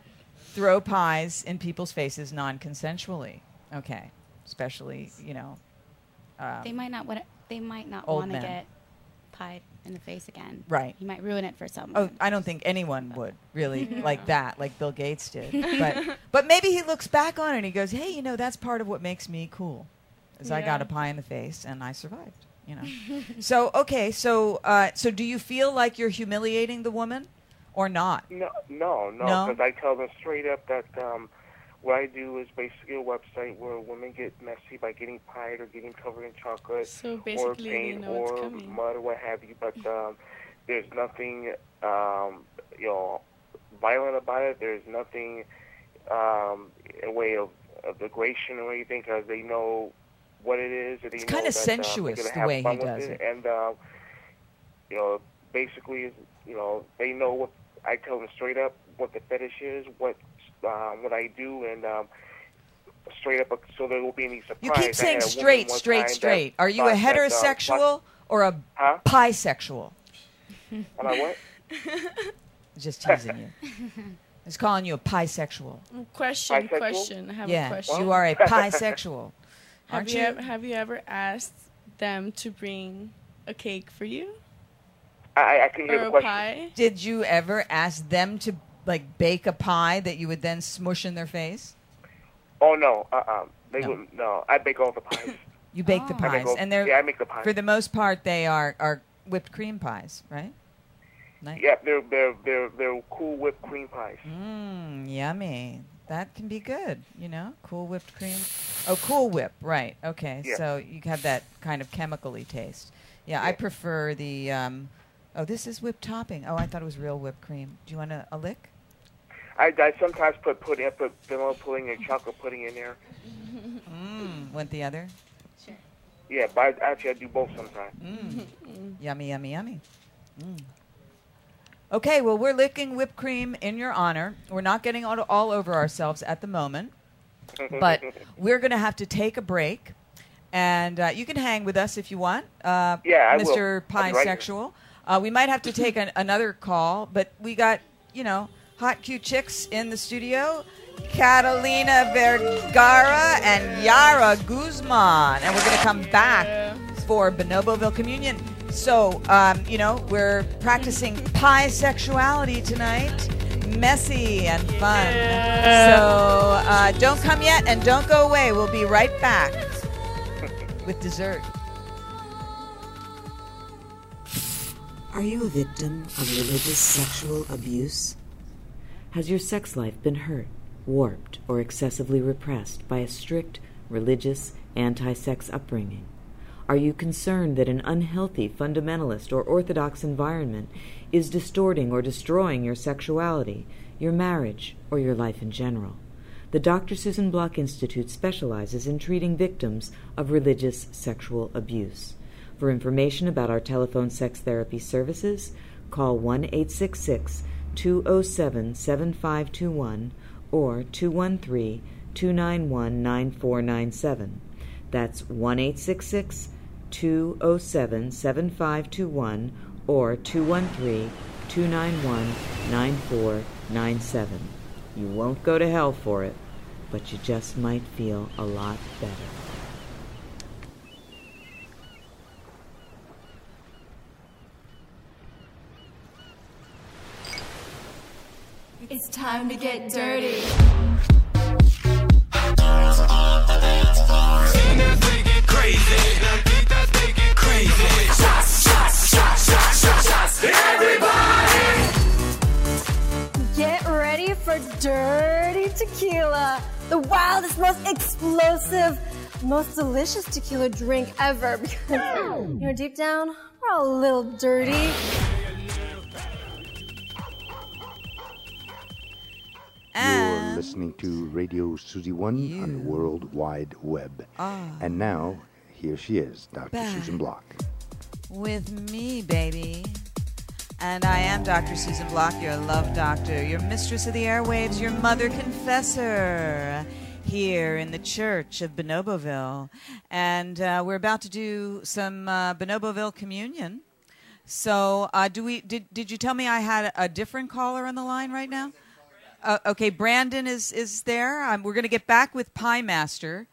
[SPEAKER 3] throw pies in people's faces non-consensually. Okay, especially you know. Um,
[SPEAKER 8] they might not want. They might not
[SPEAKER 3] old
[SPEAKER 8] want to
[SPEAKER 3] men.
[SPEAKER 8] get pied in the face again.
[SPEAKER 3] Right.
[SPEAKER 8] You might ruin it for someone.
[SPEAKER 3] Oh, I don't think anyone would really
[SPEAKER 8] Yeah.
[SPEAKER 3] like that, like Bill Gates did. But but maybe he looks back on it and he goes, "Hey, you know, that's part of what makes me cool, is I got
[SPEAKER 10] Yeah.
[SPEAKER 3] a pie in the face and I survived." You know. so okay, so uh, so do you feel like you're humiliating the woman, or not?
[SPEAKER 5] No, no, no,
[SPEAKER 3] No?
[SPEAKER 5] because I tell them straight up that um, what I do is basically a website where women get messy by getting pied or getting covered in chocolate
[SPEAKER 7] So
[SPEAKER 5] or
[SPEAKER 7] basically they
[SPEAKER 5] paint
[SPEAKER 7] know
[SPEAKER 5] or
[SPEAKER 7] what's coming. Mm.
[SPEAKER 5] mud or what have you. But um, there's nothing, um, you know, violent about it. There's nothing um, in a way of, of degradation or anything because they know what it is. And they
[SPEAKER 3] It's
[SPEAKER 5] know
[SPEAKER 3] kinda
[SPEAKER 5] that, um, they're
[SPEAKER 3] sensuous
[SPEAKER 5] gonna
[SPEAKER 3] the
[SPEAKER 5] have
[SPEAKER 3] way he
[SPEAKER 5] fun with
[SPEAKER 3] does
[SPEAKER 5] it.
[SPEAKER 3] it.
[SPEAKER 5] And um, you know, basically, you know, they know what I tell them straight up what the fetish is, what um, what I do, and um, straight up, so there won't be any surprise.
[SPEAKER 3] You
[SPEAKER 5] I
[SPEAKER 3] keep
[SPEAKER 5] had
[SPEAKER 3] saying
[SPEAKER 5] a woman
[SPEAKER 3] straight,
[SPEAKER 5] one
[SPEAKER 3] straight,
[SPEAKER 5] time
[SPEAKER 3] straight.
[SPEAKER 5] that
[SPEAKER 3] Are you a
[SPEAKER 5] thought that, um,
[SPEAKER 3] heterosexual or a
[SPEAKER 5] Huh?
[SPEAKER 3] bisexual?
[SPEAKER 5] Am I what?
[SPEAKER 3] Just teasing you. Just calling you a bisexual.
[SPEAKER 5] Mm,
[SPEAKER 7] Question,
[SPEAKER 3] Bisexual?
[SPEAKER 7] question. I have
[SPEAKER 3] yeah,
[SPEAKER 7] a question.
[SPEAKER 3] you are a bisexual.
[SPEAKER 7] Have
[SPEAKER 3] Aren't
[SPEAKER 7] you,
[SPEAKER 3] you?
[SPEAKER 7] ev- have you ever asked them to bring a cake for you?
[SPEAKER 5] I, I couldn't hear
[SPEAKER 7] or
[SPEAKER 5] the
[SPEAKER 7] a
[SPEAKER 5] question.
[SPEAKER 7] pie?
[SPEAKER 3] Did you ever ask them to like bake a pie that you would then smush in their face?
[SPEAKER 5] Oh no, uh, uh they
[SPEAKER 3] No.
[SPEAKER 5] wouldn't. No, I bake all the pies.
[SPEAKER 3] You bake the
[SPEAKER 5] Oh. I make
[SPEAKER 3] pies,
[SPEAKER 5] all-
[SPEAKER 3] and they're
[SPEAKER 5] yeah, I make the pies.
[SPEAKER 3] for the most part they are are whipped cream pies, right?
[SPEAKER 5] yeah, they're they're they're they're cool whipped cream pies.
[SPEAKER 3] Mm, yummy. That can be good, you know? Cool whipped cream. Oh, cool whip, right. Okay.
[SPEAKER 10] Yeah.
[SPEAKER 3] So you have that kind of chemically taste. Yeah, I prefer the um Oh, this is whipped topping. Oh, I thought it was real whipped cream. Do you want a, a lick?
[SPEAKER 5] I, I sometimes put pudding, I put vanilla pudding and chocolate pudding in there.
[SPEAKER 3] Mm, want the other? Sure.
[SPEAKER 5] Yeah, but I, actually I do both sometimes.
[SPEAKER 13] Mm-hmm.
[SPEAKER 3] Yummy, yummy, yummy. Mm. Okay, well, we're licking whipped cream in your honor. We're not getting all, all over ourselves at the moment, but we're going to have to take a break. And uh, you can hang with us if you want, uh,
[SPEAKER 5] Yeah, I will.
[SPEAKER 3] Mr.
[SPEAKER 5] I'll be right here.
[SPEAKER 3] Pisexual. uh, we might have to take an, another call, but we got, you know, hot cute chicks in the studio Catalina Vergara and Yara Guzman. And we're going to come back for Bonoboville Communion. So, um, you know, we're practicing pisexuality tonight. Messy and fun. So uh, don't come yet and don't go away. We'll be right back with dessert.
[SPEAKER 10] Are you a victim of religious sexual abuse?
[SPEAKER 1] Has your sex life been hurt, warped, or excessively repressed by a strict, religious, anti sex upbringing? Are you concerned that an unhealthy, fundamentalist, or orthodox environment is distorting or destroying your sexuality, your marriage, or your life in general? The Dr. Susan Block Institute specializes in treating victims of religious sexual abuse. For information about our telephone sex therapy services, call 1 866 207 7521 or 213 291 9497. That's 1 866 207 7521 or 213 291 9497. You won't go to hell for it, but you just might feel a lot better.
[SPEAKER 12] It's time to get dirty. Get ready for dirty tequila, the wildest, most explosive, most delicious tequila drink ever. Because, you know, deep down, we're all a little dirty.
[SPEAKER 9] You're listening to Radio Susie One on the World Wide Web.
[SPEAKER 3] Ah.
[SPEAKER 9] And now, here she is, Dr.
[SPEAKER 3] Back.
[SPEAKER 9] Susan Block.
[SPEAKER 3] with me, baby. And I am Dr. Susan Block, your love doctor, your mistress of the airwaves, your mother confessor here in the church of Bonoboville. And uh, we're about to do some uh, Bonoboville communion. So, uh, do we? Did, did you tell me I had a different caller on the line right now? Uh, okay, Brandon is is there. Um, we're going to get back with Pie Master,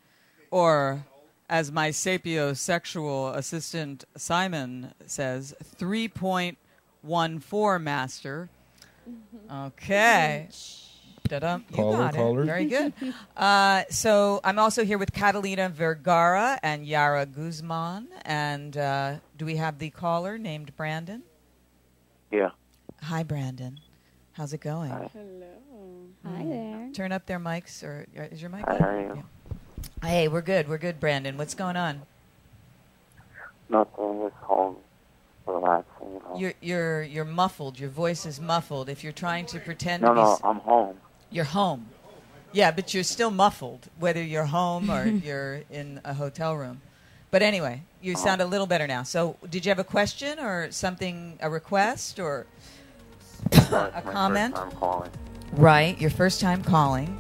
[SPEAKER 3] or as my sapiosexual assistant Simon says, three point one four master. Okay. Da-dum. You
[SPEAKER 4] Caller,
[SPEAKER 3] got it.
[SPEAKER 4] caller.
[SPEAKER 3] Very good. Uh, so I'm also here with Catalina Vergara and Yara Guzman. And uh, do we have the caller named Brandon?
[SPEAKER 13] Yeah.
[SPEAKER 3] Hi, Brandon. How's it going?
[SPEAKER 7] Hello.
[SPEAKER 8] Mm.
[SPEAKER 3] Hi there. Turn up their mics, or or is your mic?
[SPEAKER 13] Hi,
[SPEAKER 3] on?
[SPEAKER 13] how are you?
[SPEAKER 3] Yeah. Hey, we're good. We're good, Brandon. What's going on?
[SPEAKER 13] Nothing. Just home, relaxing. You know.
[SPEAKER 3] You're you're you're muffled. Your voice is muffled. If you're trying to pretend
[SPEAKER 13] no,
[SPEAKER 3] to be,
[SPEAKER 13] no,
[SPEAKER 3] s-
[SPEAKER 13] I'm home.
[SPEAKER 3] you're home. Yeah, but you're still muffled, whether you're home or you're in a hotel room. But anyway, you sound a little better now. So, did you have a question or something, a request or a comment?
[SPEAKER 13] I'm calling.
[SPEAKER 3] Right, your first time calling.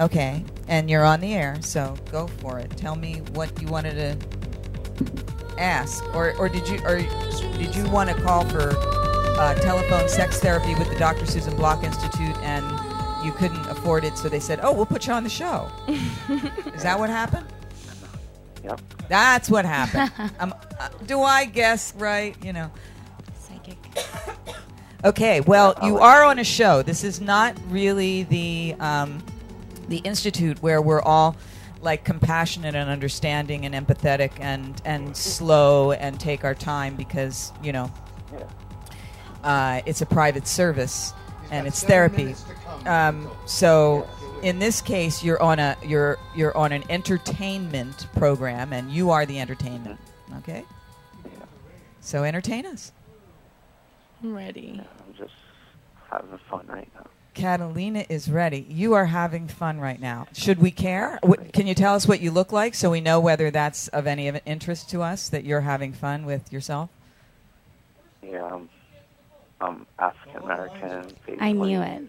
[SPEAKER 3] Okay, and you're on the air, so go for it. Tell me what you wanted to ask, or or did you or did you want to call for uh, telephone sex therapy with the Dr. Susan Block Institute, and you couldn't afford it, so they said, "Oh, we'll put you on the show." Is that what happened?
[SPEAKER 13] Yep.
[SPEAKER 3] That's what happened. um, uh, do I guess right? You know. Psychic. Okay, well, you are on a show. This is not really the um, the institute where we're all like compassionate and understanding and empathetic and and slow and take our time because you know uh, it's a private service and it's therapy. Um, so in this case, you're on a you're you're on an entertainment program and you are the entertainment. Okay. So entertain us.
[SPEAKER 7] I'm ready.
[SPEAKER 13] I'm just having fun right now.
[SPEAKER 3] Catalina is ready. You are having fun right now. Should we care? What, can you tell us what you look like so we know whether that's of any of interest to us that you're having fun with yourself?
[SPEAKER 13] Yeah, I'm, I'm African American.
[SPEAKER 8] I knew it.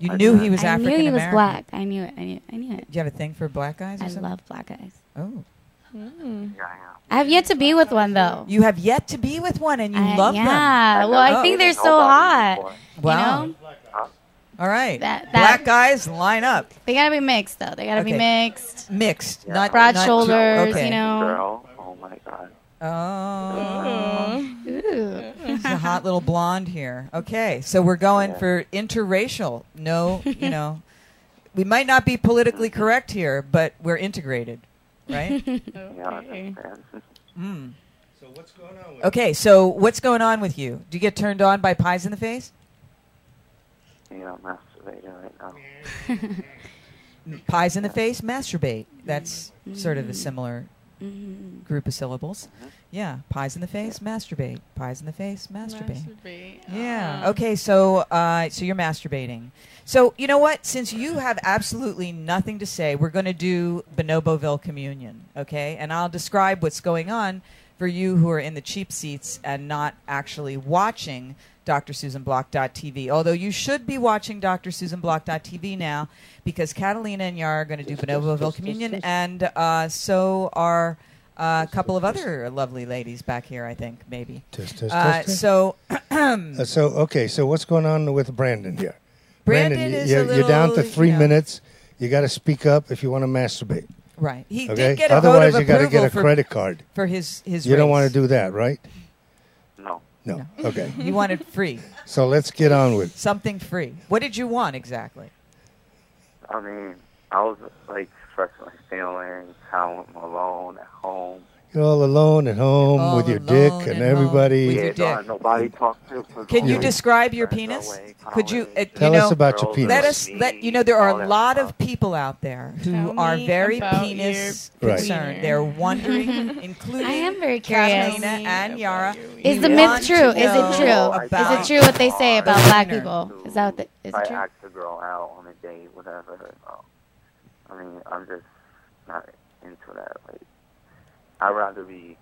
[SPEAKER 3] You knew he was
[SPEAKER 8] I
[SPEAKER 3] African
[SPEAKER 8] knew he was
[SPEAKER 3] American.
[SPEAKER 8] black. I knew it. I knew. I knew it.
[SPEAKER 3] Do you have a thing for black guys? Or
[SPEAKER 8] I
[SPEAKER 3] something?
[SPEAKER 8] love black guys.
[SPEAKER 3] Oh.
[SPEAKER 8] I have yet to be with one though.
[SPEAKER 3] You have yet to be with one, and you
[SPEAKER 8] I-
[SPEAKER 3] love them. Oh,
[SPEAKER 8] yeah. Well, I think they're so hot. You
[SPEAKER 3] Wow.
[SPEAKER 8] know?
[SPEAKER 3] All right.
[SPEAKER 8] That-
[SPEAKER 3] Black
[SPEAKER 8] that-
[SPEAKER 3] guys line up.
[SPEAKER 8] They gotta be mixed though. They gotta be
[SPEAKER 3] Okay.
[SPEAKER 8] mixed.
[SPEAKER 3] Mixed, not
[SPEAKER 8] broad
[SPEAKER 3] not too-
[SPEAKER 8] shoulders.
[SPEAKER 3] okay.
[SPEAKER 8] You know.
[SPEAKER 13] Girl, oh my god.
[SPEAKER 3] Oh.
[SPEAKER 8] Ooh.
[SPEAKER 3] She's a hot little blonde here. Okay, so we're going for interracial. No, you know, we might not be politically correct here, but we're integrated, right?
[SPEAKER 13] okay.
[SPEAKER 3] mm.
[SPEAKER 2] So what's going on?
[SPEAKER 3] Okay, so what's going on with you? Do you get turned on by pies in the face?
[SPEAKER 13] Yeah, I'm masturbating right now.
[SPEAKER 3] Pies in the face, masturbate. That's sort of a similar
[SPEAKER 8] Mhm.
[SPEAKER 3] group of syllables. Yeah, pies in the face, masturbate. Pies in the face, masturbate.
[SPEAKER 7] Masturbate. Um,
[SPEAKER 3] Yeah. Okay. So, uh, so you're masturbating. So you know what? Since you have absolutely nothing to say, we're going to do Bonoboville communion. Okay, and I'll describe what's going on for you who are in the cheap seats and not actually watching drsusanblock.tv. Although you should be watching drsusanblock.tv now because Catalina and Yar are going to do Bonoboville communion, and uh, so are. uh, A couple of other lovely ladies back here, I think, maybe.
[SPEAKER 2] Test, test,
[SPEAKER 3] Uh,
[SPEAKER 2] test, test.
[SPEAKER 3] so
[SPEAKER 2] Uh, so okay, so what's going on with Brandon here?
[SPEAKER 3] Brandon
[SPEAKER 2] y-
[SPEAKER 3] is a
[SPEAKER 2] you're, you're down to
[SPEAKER 3] little,
[SPEAKER 2] three
[SPEAKER 3] you know.
[SPEAKER 2] minutes. You got to speak up if you want to masturbate.
[SPEAKER 3] Right. He
[SPEAKER 2] okay.
[SPEAKER 3] did get a
[SPEAKER 2] Otherwise,
[SPEAKER 3] vote of
[SPEAKER 2] you gotta get
[SPEAKER 3] approval
[SPEAKER 2] a
[SPEAKER 3] for-
[SPEAKER 2] credit card.
[SPEAKER 3] for his his.
[SPEAKER 2] you don't want
[SPEAKER 3] race.
[SPEAKER 2] to do that, right?
[SPEAKER 13] No.
[SPEAKER 2] No. Okay.
[SPEAKER 3] You wanted free,
[SPEAKER 2] so let's get on with. it.
[SPEAKER 3] something free. What did you want exactly?
[SPEAKER 13] I mean, I was like expressing my feelings, how I'm alone at home.
[SPEAKER 2] You're all alone at home
[SPEAKER 13] All
[SPEAKER 2] with your dick
[SPEAKER 13] alone
[SPEAKER 2] and
[SPEAKER 13] at home
[SPEAKER 2] everybody.
[SPEAKER 13] yeah, don't have nobody talk to. 'cause
[SPEAKER 3] Can you
[SPEAKER 13] all
[SPEAKER 3] describe your
[SPEAKER 13] friends
[SPEAKER 3] penis?
[SPEAKER 13] away,
[SPEAKER 3] Could you?
[SPEAKER 13] college,
[SPEAKER 3] It,
[SPEAKER 2] Tell
[SPEAKER 3] you
[SPEAKER 2] us
[SPEAKER 3] know,
[SPEAKER 2] about your
[SPEAKER 13] girls
[SPEAKER 2] penis.
[SPEAKER 3] Let us let you know there are a lot of people out there who
[SPEAKER 7] Tell
[SPEAKER 3] are
[SPEAKER 7] me
[SPEAKER 3] very
[SPEAKER 7] about
[SPEAKER 3] penis
[SPEAKER 7] your
[SPEAKER 2] Right.
[SPEAKER 3] concerned.
[SPEAKER 7] wiener.
[SPEAKER 3] They're wondering, including
[SPEAKER 8] I am very curious.
[SPEAKER 3] Catalina and Yara.
[SPEAKER 8] Is
[SPEAKER 3] You
[SPEAKER 8] the
[SPEAKER 3] want
[SPEAKER 8] myth
[SPEAKER 3] to
[SPEAKER 8] true? Is
[SPEAKER 3] know
[SPEAKER 8] it true?
[SPEAKER 3] about
[SPEAKER 8] Is it true what they say about black
[SPEAKER 3] Wiener.
[SPEAKER 8] people? Is that what the, is
[SPEAKER 13] I
[SPEAKER 8] it true?
[SPEAKER 13] asked the girl out on a date, whatever. Um, I mean, I'm just not into that. Like, I'd rather be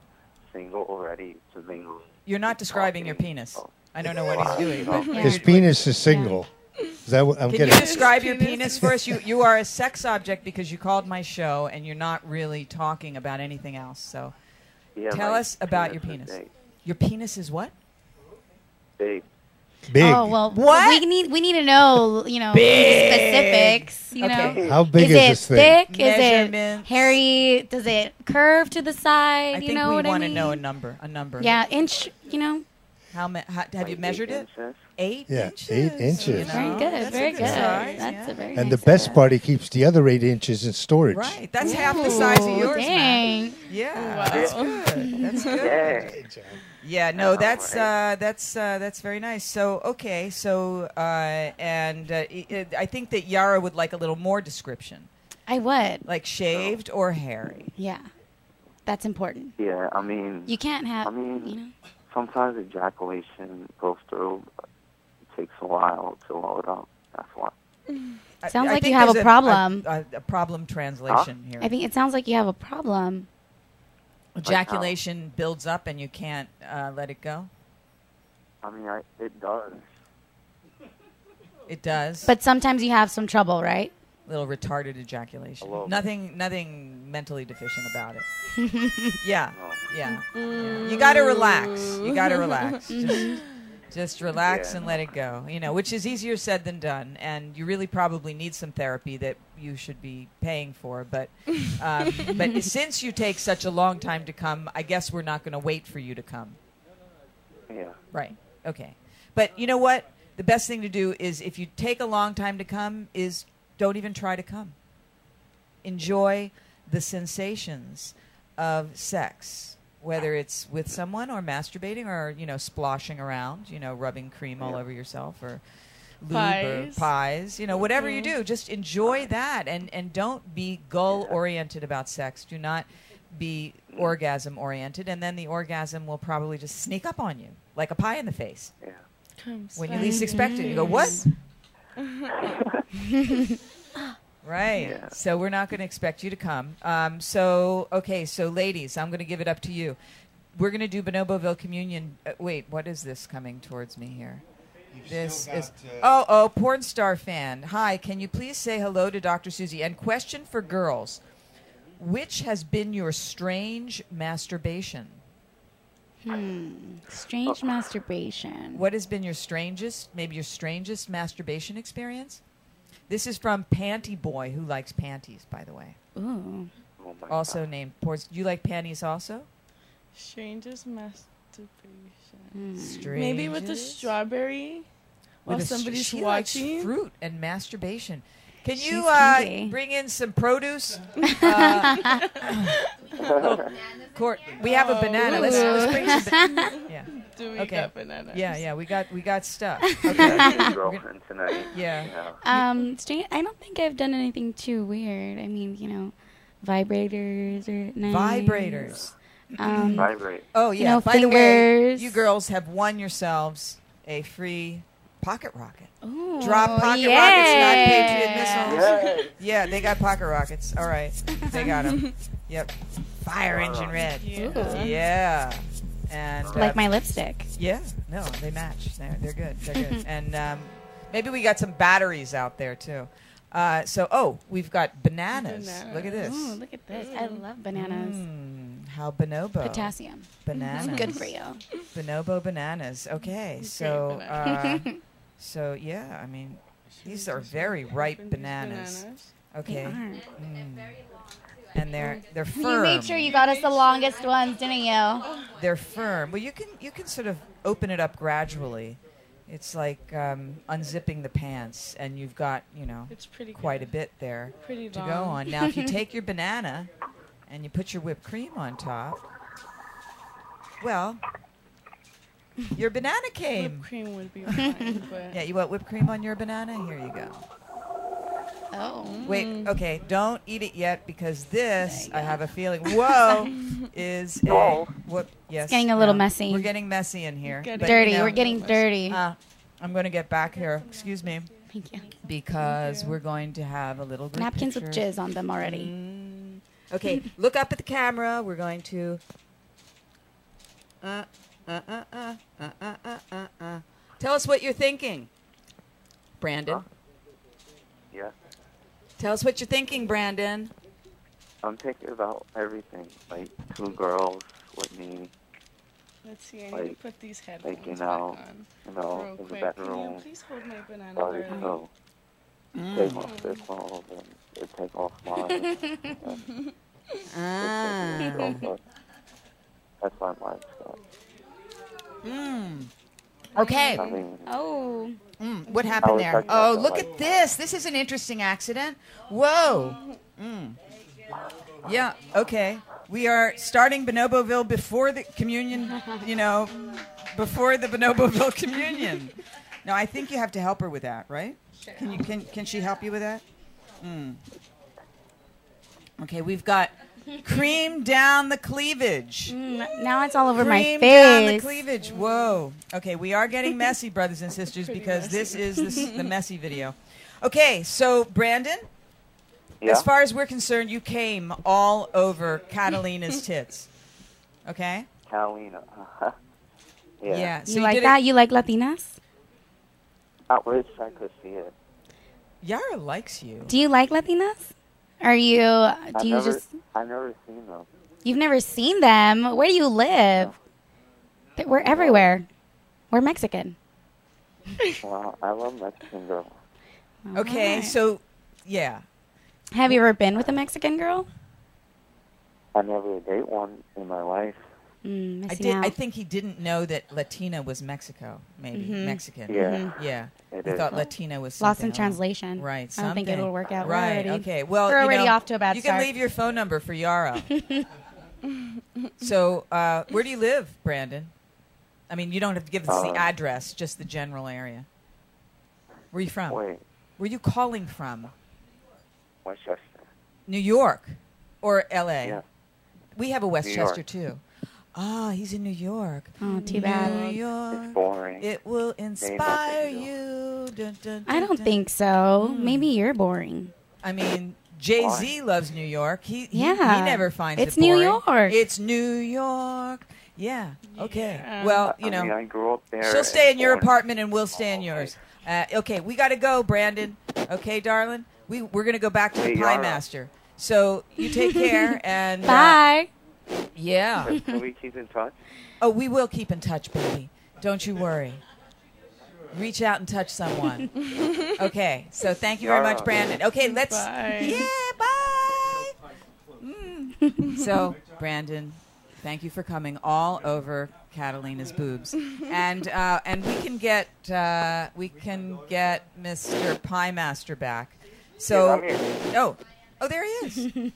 [SPEAKER 13] single already to mingle.
[SPEAKER 3] You're not describing your penis. I don't know what he's doing. But
[SPEAKER 2] His penis is single. Is that what I'm
[SPEAKER 3] Can you
[SPEAKER 2] getting?
[SPEAKER 3] describe your penis for us? You you are a sex object because you called my show and you're not really talking about anything else. So
[SPEAKER 13] Yeah,
[SPEAKER 3] tell
[SPEAKER 13] my
[SPEAKER 3] us about your
[SPEAKER 13] penis
[SPEAKER 3] penis.
[SPEAKER 13] is big.
[SPEAKER 3] Your penis is what?
[SPEAKER 13] Big.
[SPEAKER 2] Big.
[SPEAKER 8] Oh well,
[SPEAKER 3] What?
[SPEAKER 8] we need we need to know, you know,
[SPEAKER 3] Big.
[SPEAKER 8] specifics. You
[SPEAKER 3] Okay.
[SPEAKER 8] know,
[SPEAKER 2] How big
[SPEAKER 8] is
[SPEAKER 2] is
[SPEAKER 8] it
[SPEAKER 2] this thing?
[SPEAKER 8] thick? Is it
[SPEAKER 3] Measurements.
[SPEAKER 8] hairy? Does it curve to the side?
[SPEAKER 3] I
[SPEAKER 8] you
[SPEAKER 3] think
[SPEAKER 8] know
[SPEAKER 3] we
[SPEAKER 8] what I
[SPEAKER 3] want to
[SPEAKER 8] mean?
[SPEAKER 3] know a number. A number.
[SPEAKER 8] Yeah, inch. You know,
[SPEAKER 3] How, ma- how have you
[SPEAKER 13] Like
[SPEAKER 3] measured
[SPEAKER 13] eight
[SPEAKER 3] it?
[SPEAKER 13] inches.
[SPEAKER 3] Eight
[SPEAKER 2] Yeah,
[SPEAKER 3] inches.
[SPEAKER 2] eight
[SPEAKER 3] you
[SPEAKER 2] inches.
[SPEAKER 8] very
[SPEAKER 3] know?
[SPEAKER 8] good,
[SPEAKER 3] That's a
[SPEAKER 8] very good.
[SPEAKER 3] size,
[SPEAKER 8] That's
[SPEAKER 3] yeah.
[SPEAKER 8] a very
[SPEAKER 2] And the
[SPEAKER 8] nice
[SPEAKER 2] best
[SPEAKER 8] size.
[SPEAKER 2] part, he keeps the other eight inches in storage.
[SPEAKER 3] Right. That's half the size of
[SPEAKER 8] Ooh,
[SPEAKER 3] yours. Matt.
[SPEAKER 8] Dang.
[SPEAKER 3] Yeah.
[SPEAKER 7] Wow.
[SPEAKER 3] That's good. That's good.
[SPEAKER 13] Yeah.
[SPEAKER 3] Yeah, no, that's uh, that's uh, that's very nice. So okay, so uh, and uh, i i I think that Yara would like a little more description,
[SPEAKER 8] I would.
[SPEAKER 3] like shaved or hairy.
[SPEAKER 8] Yeah, that's important.
[SPEAKER 13] Yeah, I mean,
[SPEAKER 8] You can't have.
[SPEAKER 13] I mean-
[SPEAKER 8] you know,
[SPEAKER 13] sometimes ejaculation goes through. But it takes a while to load up. That's why.
[SPEAKER 3] I-
[SPEAKER 8] Sounds
[SPEAKER 3] I
[SPEAKER 8] like
[SPEAKER 3] think
[SPEAKER 8] you have
[SPEAKER 3] there's
[SPEAKER 8] a problem.
[SPEAKER 3] A, a problem translation here.
[SPEAKER 8] I think it sounds like you have a problem.
[SPEAKER 3] Ejaculation builds up and you can't uh, let it go.
[SPEAKER 13] I mean, I, it does.
[SPEAKER 3] It does.
[SPEAKER 8] But sometimes you have some trouble, right?
[SPEAKER 3] little retarded ejaculation.
[SPEAKER 13] A little bit.
[SPEAKER 3] Nothing, nothing mentally deficient about it. yeah,
[SPEAKER 13] No.
[SPEAKER 3] yeah. yeah. You got to relax. You got to relax. Just, just relax
[SPEAKER 13] Yeah.
[SPEAKER 3] and let it go. You know, which is easier said than done. And you really probably need some therapy that you should be paying for. But, um, but since you take such a long time to come, I guess we're not going to wait for you to come.
[SPEAKER 13] Yeah.
[SPEAKER 3] Right. Okay. But you know what? The best thing to do is if you take a long time to come is don't even try to come. Enjoy the sensations of sex, whether it's with someone or masturbating or, you know, splashing around, you know, rubbing cream all over yourself or lube
[SPEAKER 7] Pies.
[SPEAKER 3] or pies, you know, whatever you do, just enjoy that and and don't be goal oriented about sex. Do not be orgasm oriented and then the orgasm will probably just sneak up on you like a pie in the face
[SPEAKER 13] Yeah.
[SPEAKER 7] Come
[SPEAKER 3] when you
[SPEAKER 7] slide
[SPEAKER 3] least expect it. You go,
[SPEAKER 7] in.
[SPEAKER 3] what? Right.
[SPEAKER 14] Yeah.
[SPEAKER 3] So we're not going to expect you to come. Um, so okay. So ladies, I'm going to give it up to you. We're going to do Bonoboville Communion. Uh, wait, what is this coming towards me here? this is oh oh porn star fan. Hi, can you please say hello to Dr. Susie? And question for girls: Which has been your strange masturbation?
[SPEAKER 8] Hmm. Strange
[SPEAKER 13] Oh.
[SPEAKER 8] masturbation.
[SPEAKER 3] What has been your strangest, maybe your strangest masturbation experience? This is from Panty Boy, who likes panties, by the way.
[SPEAKER 8] Ooh.
[SPEAKER 3] also named Ports. Do you like panties also?
[SPEAKER 7] Strangest masturbation. Maybe with the
[SPEAKER 3] Strangest?
[SPEAKER 7] strawberry while
[SPEAKER 3] With a str-
[SPEAKER 7] somebody's
[SPEAKER 3] she likes
[SPEAKER 7] watching.
[SPEAKER 3] fruit and masturbation. Can
[SPEAKER 7] She's
[SPEAKER 3] you uh,
[SPEAKER 7] kinky.
[SPEAKER 3] bring in some produce? Uh, oh, Court, we have a banana. Let's, let's bring some. Ba-
[SPEAKER 7] Ooh.
[SPEAKER 3] yeah.
[SPEAKER 7] Do we
[SPEAKER 3] okay.
[SPEAKER 7] got bananas?
[SPEAKER 3] Yeah, yeah, we got we got stuff.
[SPEAKER 13] Yeah,
[SPEAKER 3] Okay.
[SPEAKER 13] girlfriend tonight.
[SPEAKER 3] Yeah.
[SPEAKER 13] You know.
[SPEAKER 8] Um, strange, I don't think I've done anything too weird. I mean, you know, vibrators or nice.
[SPEAKER 3] Vibrators.
[SPEAKER 8] Um,
[SPEAKER 3] Oh yeah.
[SPEAKER 8] You know,
[SPEAKER 3] By the way,
[SPEAKER 8] fingers.
[SPEAKER 3] you girls have won yourselves a free pocket rocket.
[SPEAKER 8] Ooh,
[SPEAKER 3] Drop pocket
[SPEAKER 8] yeah.
[SPEAKER 3] rockets, not Patriot missiles. Yeah, they got pocket rockets. All right, they got them. yep. Fire engine red.
[SPEAKER 8] Yeah.
[SPEAKER 3] Yeah. And
[SPEAKER 8] Like
[SPEAKER 3] uh,
[SPEAKER 8] my lipstick.
[SPEAKER 3] Yeah. No, they match. They're, they're good. They're good. and um, maybe we got some batteries out there too. Uh, so oh, we've got bananas. Look at this.
[SPEAKER 8] Ooh, Oh, look at this. I love bananas.
[SPEAKER 3] Mm, how bonobo?
[SPEAKER 8] Potassium.
[SPEAKER 3] Bananas.
[SPEAKER 8] Good for you.
[SPEAKER 3] Bonobo bananas. Okay, so uh,
[SPEAKER 8] banana.
[SPEAKER 3] so yeah, I mean, these are very ripe bananas.
[SPEAKER 7] bananas.
[SPEAKER 3] Okay,
[SPEAKER 8] They are.
[SPEAKER 3] Mm. and they're they're firm.
[SPEAKER 8] You made sure you got us the longest ones, didn't you?
[SPEAKER 3] They're firm. Well, you can you can sort of open it up gradually. It's like um, unzipping the pants, and you've got you know
[SPEAKER 7] It's pretty
[SPEAKER 3] quite a bit there
[SPEAKER 7] Pretty
[SPEAKER 3] to go
[SPEAKER 7] long.
[SPEAKER 3] on. Now, if you take your banana and you put your whipped cream on top, well, your banana came.
[SPEAKER 7] Whipped cream would be fine, but
[SPEAKER 3] Yeah, you want whipped cream on your banana? Here you go.
[SPEAKER 8] Oh.
[SPEAKER 3] Wait, okay, don't eat it yet because this, I have a feeling, whoa, is a, whoop, yes.
[SPEAKER 8] getting a little
[SPEAKER 3] no.
[SPEAKER 8] messy.
[SPEAKER 3] We're getting messy in here.
[SPEAKER 8] Getting
[SPEAKER 3] but
[SPEAKER 8] dirty,
[SPEAKER 3] you know-
[SPEAKER 8] we're getting dirty.
[SPEAKER 3] Uh, I'm going to get back here. Excuse me.
[SPEAKER 8] Thank you.
[SPEAKER 3] Because we're going to have a little group
[SPEAKER 8] Napkins with
[SPEAKER 3] picture.
[SPEAKER 8] jizz on them already.
[SPEAKER 3] Mm. Okay, look up at the camera. We're going to. Uh, uh, uh, uh, uh, uh, uh, uh, uh. Tell us what you're thinking, Brandon.
[SPEAKER 13] Yeah.
[SPEAKER 3] Tell us what you're thinking, Brandon.
[SPEAKER 13] I'm thinking about everything. Like two girls with me,
[SPEAKER 7] let's see. I need to
[SPEAKER 13] Like-
[SPEAKER 7] put these headphones
[SPEAKER 13] like you know,
[SPEAKER 7] back on.
[SPEAKER 13] you know,
[SPEAKER 7] real
[SPEAKER 13] in the
[SPEAKER 7] quick. Can you
[SPEAKER 13] bedroom.
[SPEAKER 7] please hold my banana?
[SPEAKER 13] Sorry,
[SPEAKER 7] Barley?
[SPEAKER 13] so take off their clothes and they take off mine.
[SPEAKER 3] Ah.
[SPEAKER 13] So, That's my mindset.
[SPEAKER 3] Mm. Okay.
[SPEAKER 13] I mean,
[SPEAKER 8] Oh.
[SPEAKER 3] Mm, what
[SPEAKER 13] I
[SPEAKER 3] happened
[SPEAKER 13] was
[SPEAKER 3] there?
[SPEAKER 13] talking
[SPEAKER 3] Oh,
[SPEAKER 13] about
[SPEAKER 3] look
[SPEAKER 13] like-
[SPEAKER 3] at this. This is an interesting accident. Whoa. Mm. Yeah, okay. We are starting Bonoboville before the communion, you know, before the Bonoboville communion. No, I think you have to help her with that, right? Can you can can she help you with that? Mm. Okay, we've got cream down the cleavage.
[SPEAKER 8] Now it's all over my
[SPEAKER 3] Cream
[SPEAKER 8] face.
[SPEAKER 3] down the cleavage. Whoa. Okay, we are getting messy, brothers and sisters, because this is the, s- the messy video. Okay, so Brandon,
[SPEAKER 13] Yeah.
[SPEAKER 3] as far as we're concerned, you came all over Catalina's tits. Okay.
[SPEAKER 13] Catalina. uh-huh. yeah.
[SPEAKER 3] Yeah.
[SPEAKER 8] You
[SPEAKER 3] So you
[SPEAKER 8] like
[SPEAKER 3] did it-
[SPEAKER 8] that? You like Latinas?
[SPEAKER 13] I wish I could see it.
[SPEAKER 3] Yara likes you.
[SPEAKER 8] Do you like Latinas? Are you?
[SPEAKER 13] I've
[SPEAKER 8] Do you
[SPEAKER 13] never,
[SPEAKER 8] just?
[SPEAKER 13] I've never seen them.
[SPEAKER 8] You've never seen them. Where do you live? Th- We're everywhere. We're Mexican.
[SPEAKER 13] Wow, I love Mexican girls.
[SPEAKER 3] Okay.
[SPEAKER 8] Alright.
[SPEAKER 3] So, yeah.
[SPEAKER 8] Have you ever been with a Mexican girl?
[SPEAKER 13] I never date one in my life.
[SPEAKER 8] Mm,
[SPEAKER 3] I
[SPEAKER 8] missing
[SPEAKER 3] did.
[SPEAKER 8] out.
[SPEAKER 3] I think he didn't know that Latina was Mexico. Maybe
[SPEAKER 8] Mhm.
[SPEAKER 3] Mexican.
[SPEAKER 13] Yeah.
[SPEAKER 3] Yeah.
[SPEAKER 13] It
[SPEAKER 3] He
[SPEAKER 13] is.
[SPEAKER 3] thought Latina was
[SPEAKER 8] Lost
[SPEAKER 3] something
[SPEAKER 8] in
[SPEAKER 3] else.
[SPEAKER 8] translation.
[SPEAKER 3] Right.
[SPEAKER 8] I don't think
[SPEAKER 3] something.
[SPEAKER 8] it'll work out. We're
[SPEAKER 3] Right.
[SPEAKER 8] already-
[SPEAKER 3] okay. Well,
[SPEAKER 8] we're
[SPEAKER 3] you
[SPEAKER 8] already
[SPEAKER 3] know,
[SPEAKER 8] off to a bad
[SPEAKER 3] You
[SPEAKER 8] start.
[SPEAKER 3] can leave your phone number for Yara. so, uh, where do you live, Brandon? I mean, you don't have to give us the
[SPEAKER 13] Uh,
[SPEAKER 3] address, just the general area. Where are you from?
[SPEAKER 13] Wait,
[SPEAKER 3] Where are you calling from?
[SPEAKER 13] Westchester.
[SPEAKER 3] New York or L.A.?
[SPEAKER 13] Yeah.
[SPEAKER 3] We have a
[SPEAKER 13] York.
[SPEAKER 3] Westchester too. Ah, he's in New York.
[SPEAKER 8] Oh, too bad.
[SPEAKER 3] New York.
[SPEAKER 13] It's boring.
[SPEAKER 3] It will
[SPEAKER 13] nothing
[SPEAKER 3] inspire
[SPEAKER 13] to do.
[SPEAKER 3] you.
[SPEAKER 14] dun, dun,
[SPEAKER 8] I
[SPEAKER 14] dun,
[SPEAKER 8] don't
[SPEAKER 14] dun.
[SPEAKER 8] think so.
[SPEAKER 3] Hmm.
[SPEAKER 8] Maybe you're boring.
[SPEAKER 3] I mean, Jay Z loves New York. He, he- he,
[SPEAKER 8] Yeah.
[SPEAKER 3] never finds
[SPEAKER 8] It's
[SPEAKER 3] it
[SPEAKER 8] New
[SPEAKER 3] boring.
[SPEAKER 8] York.
[SPEAKER 3] It's New York. Yeah. Okay. Well, you
[SPEAKER 13] I
[SPEAKER 3] know,
[SPEAKER 13] mean, I grew up there.
[SPEAKER 3] she'll stay in
[SPEAKER 13] and
[SPEAKER 3] your
[SPEAKER 13] born- Oh,
[SPEAKER 3] apartment and we'll stay in yours. Uh, okay, we got to go, Brandon. Okay, darling. We we're gonna go back to
[SPEAKER 13] Hey,
[SPEAKER 3] the Pie
[SPEAKER 13] Yara.
[SPEAKER 3] Master. So you take care and uh,
[SPEAKER 8] Bye.
[SPEAKER 3] yeah.
[SPEAKER 13] Can we keep in touch?
[SPEAKER 3] Oh, we will keep in touch, baby. Don't you worry. Reach out and touch someone. okay. So thank you very
[SPEAKER 14] Yara.
[SPEAKER 3] much, Brandon. Okay, let's.
[SPEAKER 14] Bye.
[SPEAKER 3] Yeah, bye. Mm. so, Brandon, thank you for coming all over Catalina's boobs, and uh, and we can get uh, we can get Mr. Pie Master back. So,
[SPEAKER 14] Yes, I'm
[SPEAKER 3] oh, oh, there he is.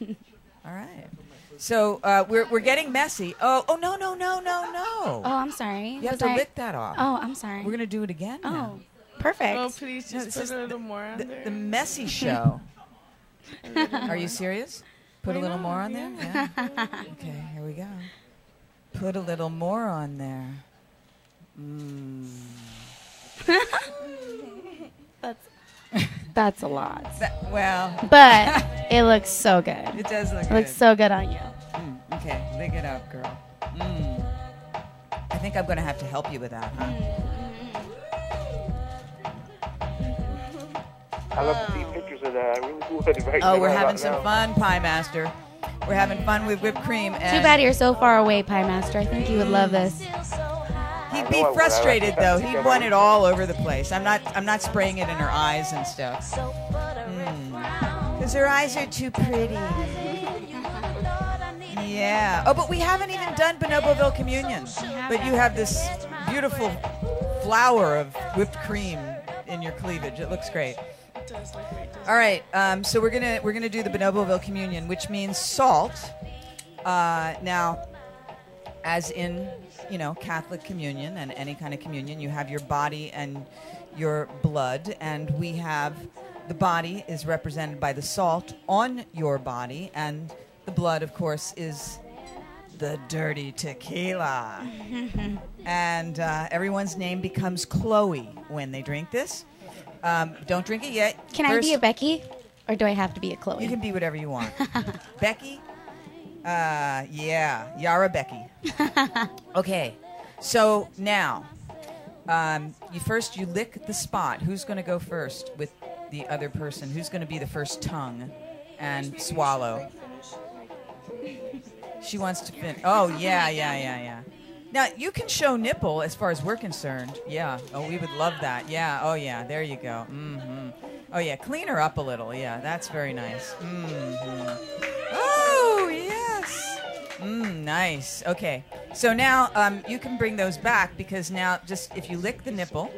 [SPEAKER 3] all right. So uh, we're we're getting messy. Oh, oh no no no no no.
[SPEAKER 8] Oh, I'm sorry.
[SPEAKER 3] You have
[SPEAKER 8] Was
[SPEAKER 3] to
[SPEAKER 8] I-
[SPEAKER 3] lick that off.
[SPEAKER 8] Oh, I'm sorry.
[SPEAKER 3] We're gonna do it again.
[SPEAKER 8] Oh,
[SPEAKER 3] now.
[SPEAKER 8] perfect.
[SPEAKER 7] Oh, please
[SPEAKER 3] No,
[SPEAKER 7] just
[SPEAKER 3] this
[SPEAKER 7] put
[SPEAKER 3] is
[SPEAKER 7] a little more on there.
[SPEAKER 3] The messy show.
[SPEAKER 7] A little
[SPEAKER 3] Are you
[SPEAKER 7] more.
[SPEAKER 3] serious? Put a
[SPEAKER 7] Why
[SPEAKER 3] little
[SPEAKER 7] not?
[SPEAKER 3] more on there?
[SPEAKER 7] Yeah.
[SPEAKER 3] Yeah. okay, here we go. Put a little more on there. Mm.
[SPEAKER 8] That's that's a lot.
[SPEAKER 3] That- well.
[SPEAKER 8] But it looks so good.
[SPEAKER 3] It does look
[SPEAKER 8] It looks
[SPEAKER 3] good.
[SPEAKER 8] so good on you.
[SPEAKER 3] Mm, okay, lick it up, girl. Mm. I think I'm going to have to help you with that, huh?
[SPEAKER 5] I love to see pictures of that. I really would right
[SPEAKER 3] Oh,
[SPEAKER 5] now,
[SPEAKER 3] we're
[SPEAKER 5] right
[SPEAKER 3] having some
[SPEAKER 5] now.
[SPEAKER 3] fun, Pie Master. We're having fun with whipped cream. And
[SPEAKER 8] Too bad you're so far away, Pie Master. I think you would love this.
[SPEAKER 3] He'd be frustrated though. He'd want it all over the place. I'm not. I'm not spraying it in her eyes and stuff. Because her eyes are too pretty. Yeah. Oh, but we haven't even done Bonoboville Communion. But you have this beautiful flower of whipped cream in your cleavage. It looks great.
[SPEAKER 7] It does look great, doesn't
[SPEAKER 3] All right,
[SPEAKER 7] it?
[SPEAKER 3] um, so we're gonna we're gonna do the Bonoboville communion, which means salt. Uh, now, as in you know Catholic communion and any kind of communion, you have your body and your blood, and we have the body is represented by the salt on your body, and the blood, of course, is the dirty tequila. and uh, everyone's name becomes Chloe when they drink this. Um, don't drink it yet.
[SPEAKER 8] Can I be a
[SPEAKER 3] First-
[SPEAKER 8] Becky, or do I have to be a Chloe?
[SPEAKER 3] You can be whatever you want. Becky? Uh, yeah, Yara Becky. okay, so now, um, you first you lick the spot. Who's going to go first with the other person? Who's going to be the first tongue and swallow? She wants to fin- Oh yeah, yeah, yeah, yeah. Now you can show nipple as far as we're concerned. Yeah. Oh, we would love that. Yeah. Oh yeah. There you go. hmm Oh yeah. Clean her up a little. Yeah. That's very nice. hmm Oh yes. Mm, nice. Okay. So now um, you can bring those back because now just if you lick the nipple.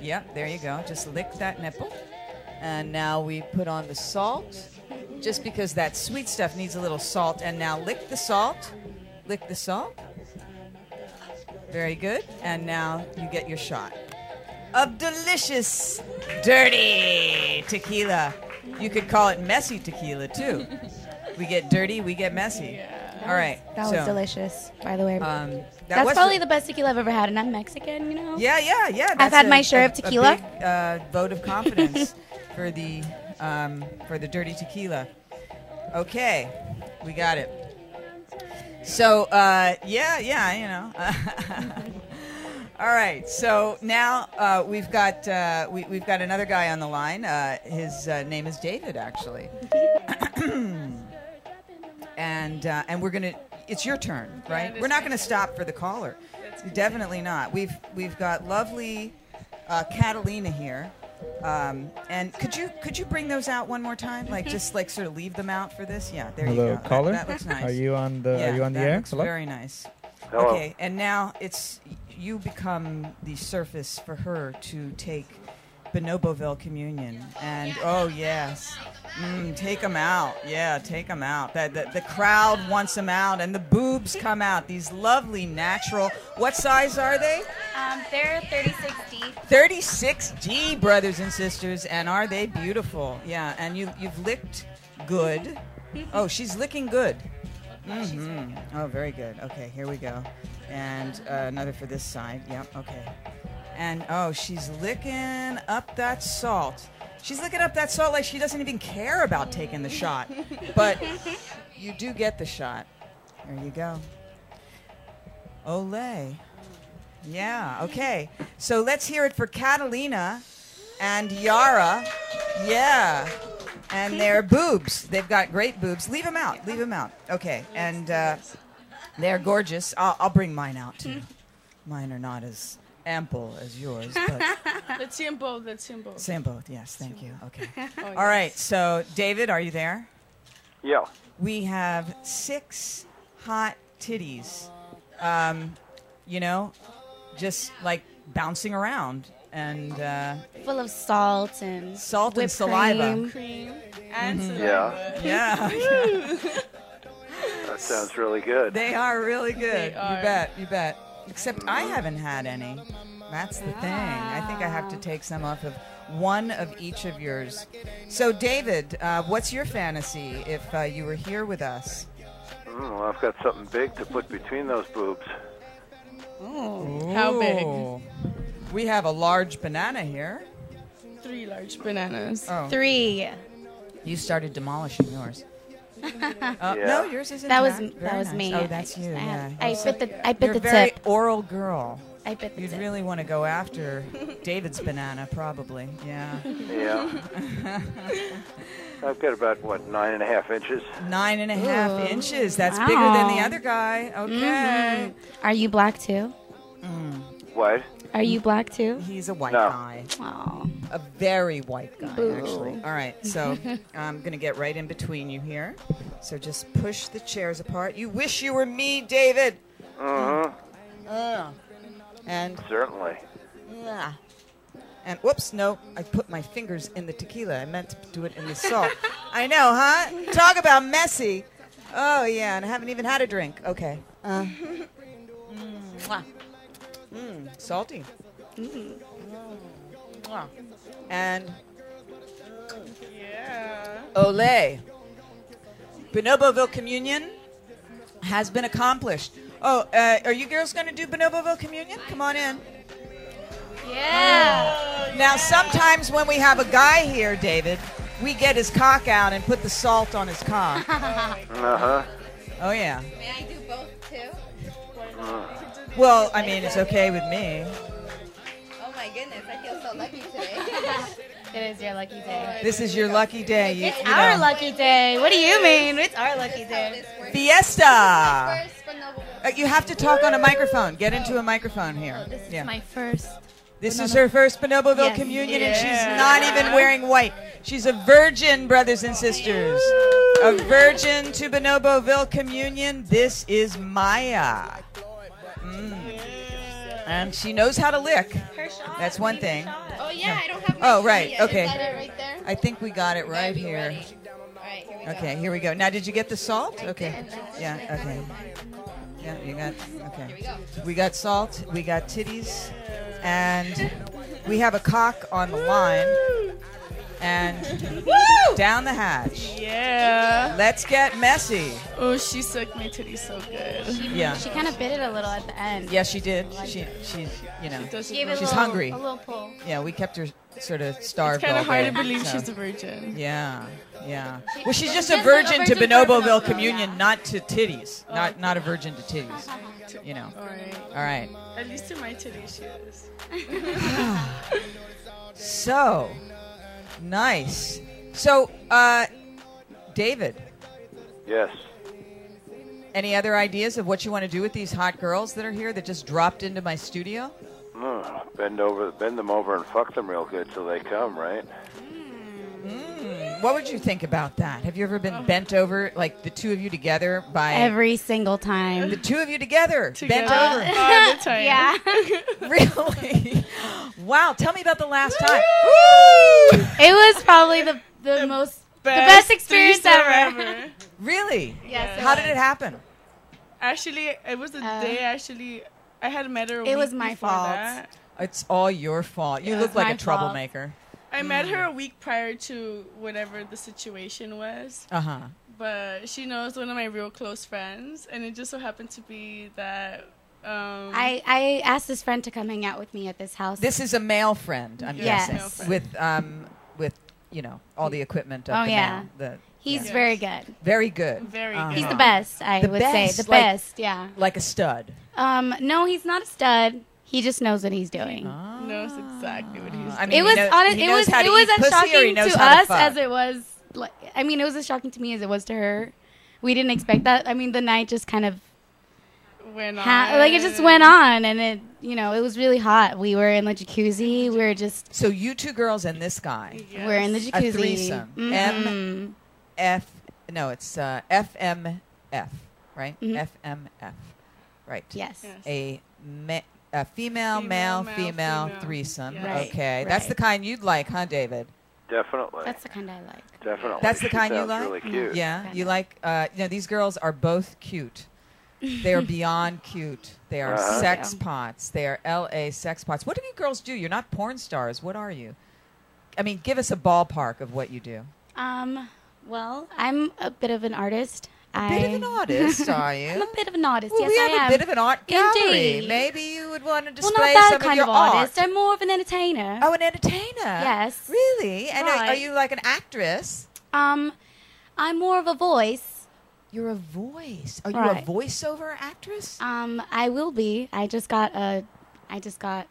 [SPEAKER 3] Yep. There you go. Just lick that nipple. And now we put on the salt, just because that sweet stuff needs a little salt. And now lick the salt, lick the salt. Very good. And now you get your shot of delicious, dirty tequila. You could call it messy tequila too. We get dirty, we get messy. All right.
[SPEAKER 8] That
[SPEAKER 3] so,
[SPEAKER 8] was delicious, by the way.
[SPEAKER 3] Um, that
[SPEAKER 8] That's
[SPEAKER 3] was
[SPEAKER 8] probably the best tequila I've ever had, and I'm Mexican, you know.
[SPEAKER 3] Yeah, yeah, yeah.
[SPEAKER 8] I've
[SPEAKER 3] that's
[SPEAKER 8] had
[SPEAKER 3] a-
[SPEAKER 8] my share
[SPEAKER 3] a-
[SPEAKER 8] of tequila.
[SPEAKER 3] A big, uh, vote of confidence for the um, for the dirty tequila. Okay, we got it. So uh, yeah, yeah, you know. All right, so now uh, we've got uh, we, we've got another guy on the line. Uh, his uh, name is David, actually. and uh, and we're gonna. It's your turn, right?
[SPEAKER 14] it is
[SPEAKER 3] we're not
[SPEAKER 14] my
[SPEAKER 3] gonna stop for the caller. Definitely not. We've we've got lovely uh, Catalina here. Um, and could you could you bring those out one more time?
[SPEAKER 14] Mm-hmm.
[SPEAKER 3] Like just like sort of leave them out for this? Yeah, there you
[SPEAKER 4] Hello,
[SPEAKER 3] go. That-
[SPEAKER 4] caller.
[SPEAKER 3] That, looks nice.
[SPEAKER 4] Are you on the
[SPEAKER 3] Yeah,
[SPEAKER 4] Are you on the
[SPEAKER 3] that
[SPEAKER 4] air?
[SPEAKER 3] looks
[SPEAKER 4] Hello?
[SPEAKER 3] very nice.
[SPEAKER 4] Hello.
[SPEAKER 3] Okay, and now it's you become the surface for her to take Bonoboville communion. And oh yes, mm, take them out. Yeah, take them out. The, the, the crowd wants them out, and the boobs come out. These lovely natural. What size are they?
[SPEAKER 8] Um, they're 36 deep.
[SPEAKER 3] 36D brothers and sisters, and are they beautiful? Yeah, and you you've licked good. Oh, she's licking good. hmm Oh, very good. Okay, here we go. And uh, another for this side. Yep. Okay. And oh, she's licking up that salt. She's licking up that salt like she doesn't even care about taking the shot. But you do get the shot. There you go. Olay. Yeah, okay. So let's hear it for Catalina and Yara. Yeah. And their boobs. They've got great boobs. Leave them out. Leave them out. Okay. And uh, they're gorgeous. I'll, I'll bring mine out too. Mine are not as ample as yours, but
[SPEAKER 7] Let's see 'em both. Let's see 'em both.
[SPEAKER 3] same boat. Yes, thank you. Okay.
[SPEAKER 7] Oh,
[SPEAKER 3] All right. So, David, are you there?
[SPEAKER 15] Yeah.
[SPEAKER 3] We have six hot titties, um, you know, just like bouncing around and uh,
[SPEAKER 8] Full of salt and
[SPEAKER 3] salt and
[SPEAKER 8] whipped
[SPEAKER 3] saliva.
[SPEAKER 8] Cream.
[SPEAKER 7] And
[SPEAKER 3] Mhm.
[SPEAKER 15] saliva.
[SPEAKER 3] Yeah. yeah.
[SPEAKER 15] That sounds really good.
[SPEAKER 3] they are really good.
[SPEAKER 15] They are.
[SPEAKER 3] You bet. You bet. Except I haven't had any. That's the thing. I think I have to take some off of one of each of yours. So, David, uh, what's your fantasy if uh, you were here with us?
[SPEAKER 15] Mm, well, I've got something big to put between those boobs.
[SPEAKER 7] How big?
[SPEAKER 3] Ooh. We have a large banana here.
[SPEAKER 7] Three large bananas.
[SPEAKER 3] Oh.
[SPEAKER 8] Three.
[SPEAKER 3] You started demolishing yours. Uh,
[SPEAKER 8] Yeah.
[SPEAKER 3] No, yours isn't.
[SPEAKER 8] That was-
[SPEAKER 3] intact.
[SPEAKER 8] that
[SPEAKER 3] Very
[SPEAKER 8] was
[SPEAKER 3] nice.
[SPEAKER 8] me.
[SPEAKER 3] Oh,
[SPEAKER 8] I
[SPEAKER 3] that's
[SPEAKER 8] just-
[SPEAKER 3] you.
[SPEAKER 8] I
[SPEAKER 3] yeah.
[SPEAKER 8] had- I
[SPEAKER 3] You're
[SPEAKER 8] bit the- I bit
[SPEAKER 3] You're
[SPEAKER 8] the
[SPEAKER 3] a very
[SPEAKER 8] tip.
[SPEAKER 3] oral girl.
[SPEAKER 8] I bit the
[SPEAKER 3] You'd
[SPEAKER 8] tip.
[SPEAKER 3] really want to go after David's banana, probably. Yeah.
[SPEAKER 15] Yeah. I've got about, what, nine and a half inches?
[SPEAKER 3] Nine and a half
[SPEAKER 8] Ooh. Mm-hmm.
[SPEAKER 3] inches. That's bigger than the
[SPEAKER 8] Wow.
[SPEAKER 3] other guy. Okay.
[SPEAKER 8] Are you black too?
[SPEAKER 15] What?
[SPEAKER 8] Are you black too?
[SPEAKER 3] He's a white
[SPEAKER 15] No.
[SPEAKER 3] guy. A very white guy,
[SPEAKER 8] Boo.
[SPEAKER 3] actually. All right, so I'm going to get right in between you here. So just push the chairs apart. You wish you were me, David.
[SPEAKER 15] Uh-huh.
[SPEAKER 3] Uh, and
[SPEAKER 15] Certainly.
[SPEAKER 3] uh, and whoops, no, I put my fingers in the tequila. I meant to do it in the salt. I know, huh? Talk about messy. Oh yeah, and I haven't even had a drink. Okay. Uh, mwah. Mm, salty.
[SPEAKER 8] Mm.
[SPEAKER 3] Mwah. And
[SPEAKER 7] Yeah.
[SPEAKER 3] Olay. Bonoboville Communion has been accomplished. Oh, uh, are you girls going to do Bonoboville Communion? Come on in. Yeah. Now, sometimes when we have a guy here, David, we get his cock out and put the salt on his cock.
[SPEAKER 15] Uh-huh.
[SPEAKER 3] oh, yeah.
[SPEAKER 16] May I do both too?
[SPEAKER 3] Well, I mean, it's okay with me.
[SPEAKER 16] Oh my goodness, I feel so lucky today.
[SPEAKER 8] it is your lucky day.
[SPEAKER 3] This is your lucky day. You,
[SPEAKER 16] Oh,
[SPEAKER 8] It's
[SPEAKER 3] you
[SPEAKER 8] our
[SPEAKER 3] know.
[SPEAKER 8] lucky day. What do you mean? It's our lucky day.
[SPEAKER 3] Fiesta. Uh, you have to talk on a microphone. Get into a microphone here.
[SPEAKER 16] This is
[SPEAKER 3] Yeah.
[SPEAKER 16] my first.
[SPEAKER 3] This is her first Bonoboville
[SPEAKER 16] Yes.
[SPEAKER 3] communion, and
[SPEAKER 16] Yeah.
[SPEAKER 3] she's not even wearing white. She's a virgin, brothers and sisters. A virgin to Bonoboville communion. This is Maya. Mm. And she knows how to lick. That's one thing.
[SPEAKER 16] Oh yeah, I don't have my
[SPEAKER 3] Oh,
[SPEAKER 16] shot
[SPEAKER 3] right.
[SPEAKER 16] yet. Is
[SPEAKER 3] Okay.
[SPEAKER 16] that it right there?
[SPEAKER 3] I think we got it right here.
[SPEAKER 16] Alright, here we
[SPEAKER 3] Okay, here we go. Now, did you get the salt? Okay.
[SPEAKER 16] did.
[SPEAKER 3] Yeah, okay. Yeah, you got, okay.
[SPEAKER 16] Here we go.
[SPEAKER 3] We got salt, we got titties, and we have a cock on the line. And down the hatch.
[SPEAKER 7] Yeah.
[SPEAKER 3] Let's get messy.
[SPEAKER 7] Oh, she sucked my titty so good.
[SPEAKER 3] Yeah.
[SPEAKER 8] She kind of bit it a little at the end.
[SPEAKER 3] Yeah, she did. She, she, you know,
[SPEAKER 7] She does
[SPEAKER 8] Gave it a
[SPEAKER 3] she's
[SPEAKER 8] little-
[SPEAKER 3] hungry.
[SPEAKER 8] a little pull.
[SPEAKER 3] Yeah, we kept her sort of starved.
[SPEAKER 7] It's kind
[SPEAKER 3] all
[SPEAKER 7] of hard to
[SPEAKER 3] day,
[SPEAKER 7] believe
[SPEAKER 3] so.
[SPEAKER 7] she's a virgin.
[SPEAKER 3] Yeah, yeah.
[SPEAKER 7] She-
[SPEAKER 3] Well, she's
[SPEAKER 7] she's
[SPEAKER 3] just
[SPEAKER 7] just
[SPEAKER 3] a
[SPEAKER 7] a
[SPEAKER 3] virgin to
[SPEAKER 7] virgin for
[SPEAKER 3] Bonoboville
[SPEAKER 7] Bonoboville,
[SPEAKER 3] communion,
[SPEAKER 7] yeah.
[SPEAKER 3] not to titties. Not not a virgin to titties.
[SPEAKER 7] Oh,
[SPEAKER 3] You know.
[SPEAKER 7] All right.
[SPEAKER 3] All right.
[SPEAKER 7] At least to my titty, she is.
[SPEAKER 3] So nice. So, uh, David,
[SPEAKER 15] Yes.
[SPEAKER 3] any other ideas of what you want to do with these hot girls that are here that just dropped into my studio?
[SPEAKER 15] Mm, bend over, bend them over and fuck them real good till they come, right?
[SPEAKER 3] Mm, what would you think about that? Have you ever been bent over, like the two of you together, by
[SPEAKER 8] Every single time.
[SPEAKER 3] the two of you together, bent
[SPEAKER 8] Together.
[SPEAKER 3] over?
[SPEAKER 8] All the time. Yeah.
[SPEAKER 3] really? Wow. Tell me about the last time.
[SPEAKER 8] It was probably the, the, most the best experience ever.
[SPEAKER 3] Really?
[SPEAKER 7] Yes, it
[SPEAKER 3] How did
[SPEAKER 7] was.
[SPEAKER 3] it happen?
[SPEAKER 7] Actually, it was the day actually I had met her. a
[SPEAKER 8] Uh, it was
[SPEAKER 7] week
[SPEAKER 8] my
[SPEAKER 7] before
[SPEAKER 8] fault.
[SPEAKER 7] that.
[SPEAKER 3] It's all your fault. You
[SPEAKER 7] Yeah.
[SPEAKER 3] look like
[SPEAKER 7] My
[SPEAKER 3] a troublemaker.
[SPEAKER 7] I
[SPEAKER 8] Mm.
[SPEAKER 7] met her a week prior to whatever the situation was.
[SPEAKER 3] Uh huh.
[SPEAKER 7] But she knows one of my real close friends, and it just so happened to be that Um,
[SPEAKER 8] I, I asked this friend to come hang out with me at this house.
[SPEAKER 3] This is a male friend, I'm
[SPEAKER 8] Yes.
[SPEAKER 3] guessing,
[SPEAKER 8] Male friend.
[SPEAKER 3] with um, with you know all the equipment. Of
[SPEAKER 8] Oh,
[SPEAKER 3] the
[SPEAKER 8] yeah.
[SPEAKER 3] male, the-
[SPEAKER 8] He's
[SPEAKER 3] yeah.
[SPEAKER 8] very good.
[SPEAKER 3] Very good.
[SPEAKER 8] Very
[SPEAKER 3] Uh-huh.
[SPEAKER 8] good. He's the best, I
[SPEAKER 3] The
[SPEAKER 8] would say.
[SPEAKER 3] best,
[SPEAKER 8] The
[SPEAKER 3] like-
[SPEAKER 8] best, yeah.
[SPEAKER 3] Like a stud.
[SPEAKER 8] Um, no, he's not a stud. He just knows what he's doing.
[SPEAKER 3] Ah.
[SPEAKER 7] knows exactly what he's.
[SPEAKER 3] I
[SPEAKER 7] doing.
[SPEAKER 3] mean,
[SPEAKER 8] it was
[SPEAKER 3] he knows-
[SPEAKER 8] honest,
[SPEAKER 3] he
[SPEAKER 8] it
[SPEAKER 3] knows
[SPEAKER 8] was
[SPEAKER 3] how
[SPEAKER 8] it
[SPEAKER 3] to
[SPEAKER 8] was
[SPEAKER 3] eat
[SPEAKER 8] as
[SPEAKER 3] pussy or he
[SPEAKER 8] shocking
[SPEAKER 3] knows
[SPEAKER 8] to
[SPEAKER 3] how to
[SPEAKER 8] us
[SPEAKER 3] fuck?
[SPEAKER 8] as it was like I mean it was as shocking to me as it was to her. We didn't expect that. I mean the night just kind of
[SPEAKER 7] Went
[SPEAKER 8] ha- like it just went on and it you know it was really hot. We were in the jacuzzi. We were just
[SPEAKER 3] So you two girls and this guy.
[SPEAKER 8] We're in the jacuzzi. Mm-hmm.
[SPEAKER 3] A threesome. M F. No, it's uh, F M F. Right. F M F. Right.
[SPEAKER 8] Mm-hmm. Yes. Yes.
[SPEAKER 3] A, ma- a female, male, female, threesome.
[SPEAKER 8] Yes. Right,
[SPEAKER 3] Okay, that's
[SPEAKER 8] right.
[SPEAKER 3] the kind you'd like, huh, David?
[SPEAKER 15] Definitely.
[SPEAKER 8] That's the kind I like.
[SPEAKER 15] Definitely.
[SPEAKER 3] That's the
[SPEAKER 15] She
[SPEAKER 3] kind you
[SPEAKER 15] sounds
[SPEAKER 3] like.
[SPEAKER 15] Really cute.
[SPEAKER 3] Yeah, you like. Uh, you know, these girls are both cute. They are beyond cute. They are
[SPEAKER 15] Uh-huh.
[SPEAKER 3] sex
[SPEAKER 15] Yeah.
[SPEAKER 3] pots. They are LA sex pots. What do you girls do? You're not porn stars. What are you? I mean, give us a ballpark of what you do.
[SPEAKER 8] Um well, I'm a bit of an artist.
[SPEAKER 3] A
[SPEAKER 8] I
[SPEAKER 3] bit of an artist, are you?
[SPEAKER 8] I'm a bit of an artist.
[SPEAKER 3] Well,
[SPEAKER 8] yes,
[SPEAKER 3] we
[SPEAKER 8] I
[SPEAKER 3] have
[SPEAKER 8] am.
[SPEAKER 3] a bit of an art gallery.
[SPEAKER 8] Indeed.
[SPEAKER 3] Maybe you would want to
[SPEAKER 8] Well,
[SPEAKER 3] display
[SPEAKER 8] not that
[SPEAKER 3] some
[SPEAKER 8] kind
[SPEAKER 3] of your art.
[SPEAKER 8] artist. I'm more of an entertainer.
[SPEAKER 3] Oh, an entertainer.
[SPEAKER 8] Yes.
[SPEAKER 3] Really? And are- are
[SPEAKER 8] Right.
[SPEAKER 3] you like an actress?
[SPEAKER 8] Um, I'm more of a voice.
[SPEAKER 3] You're a voice. Are you
[SPEAKER 8] Right.
[SPEAKER 3] a voiceover actress?
[SPEAKER 8] Um, I will be. I just got a, I just got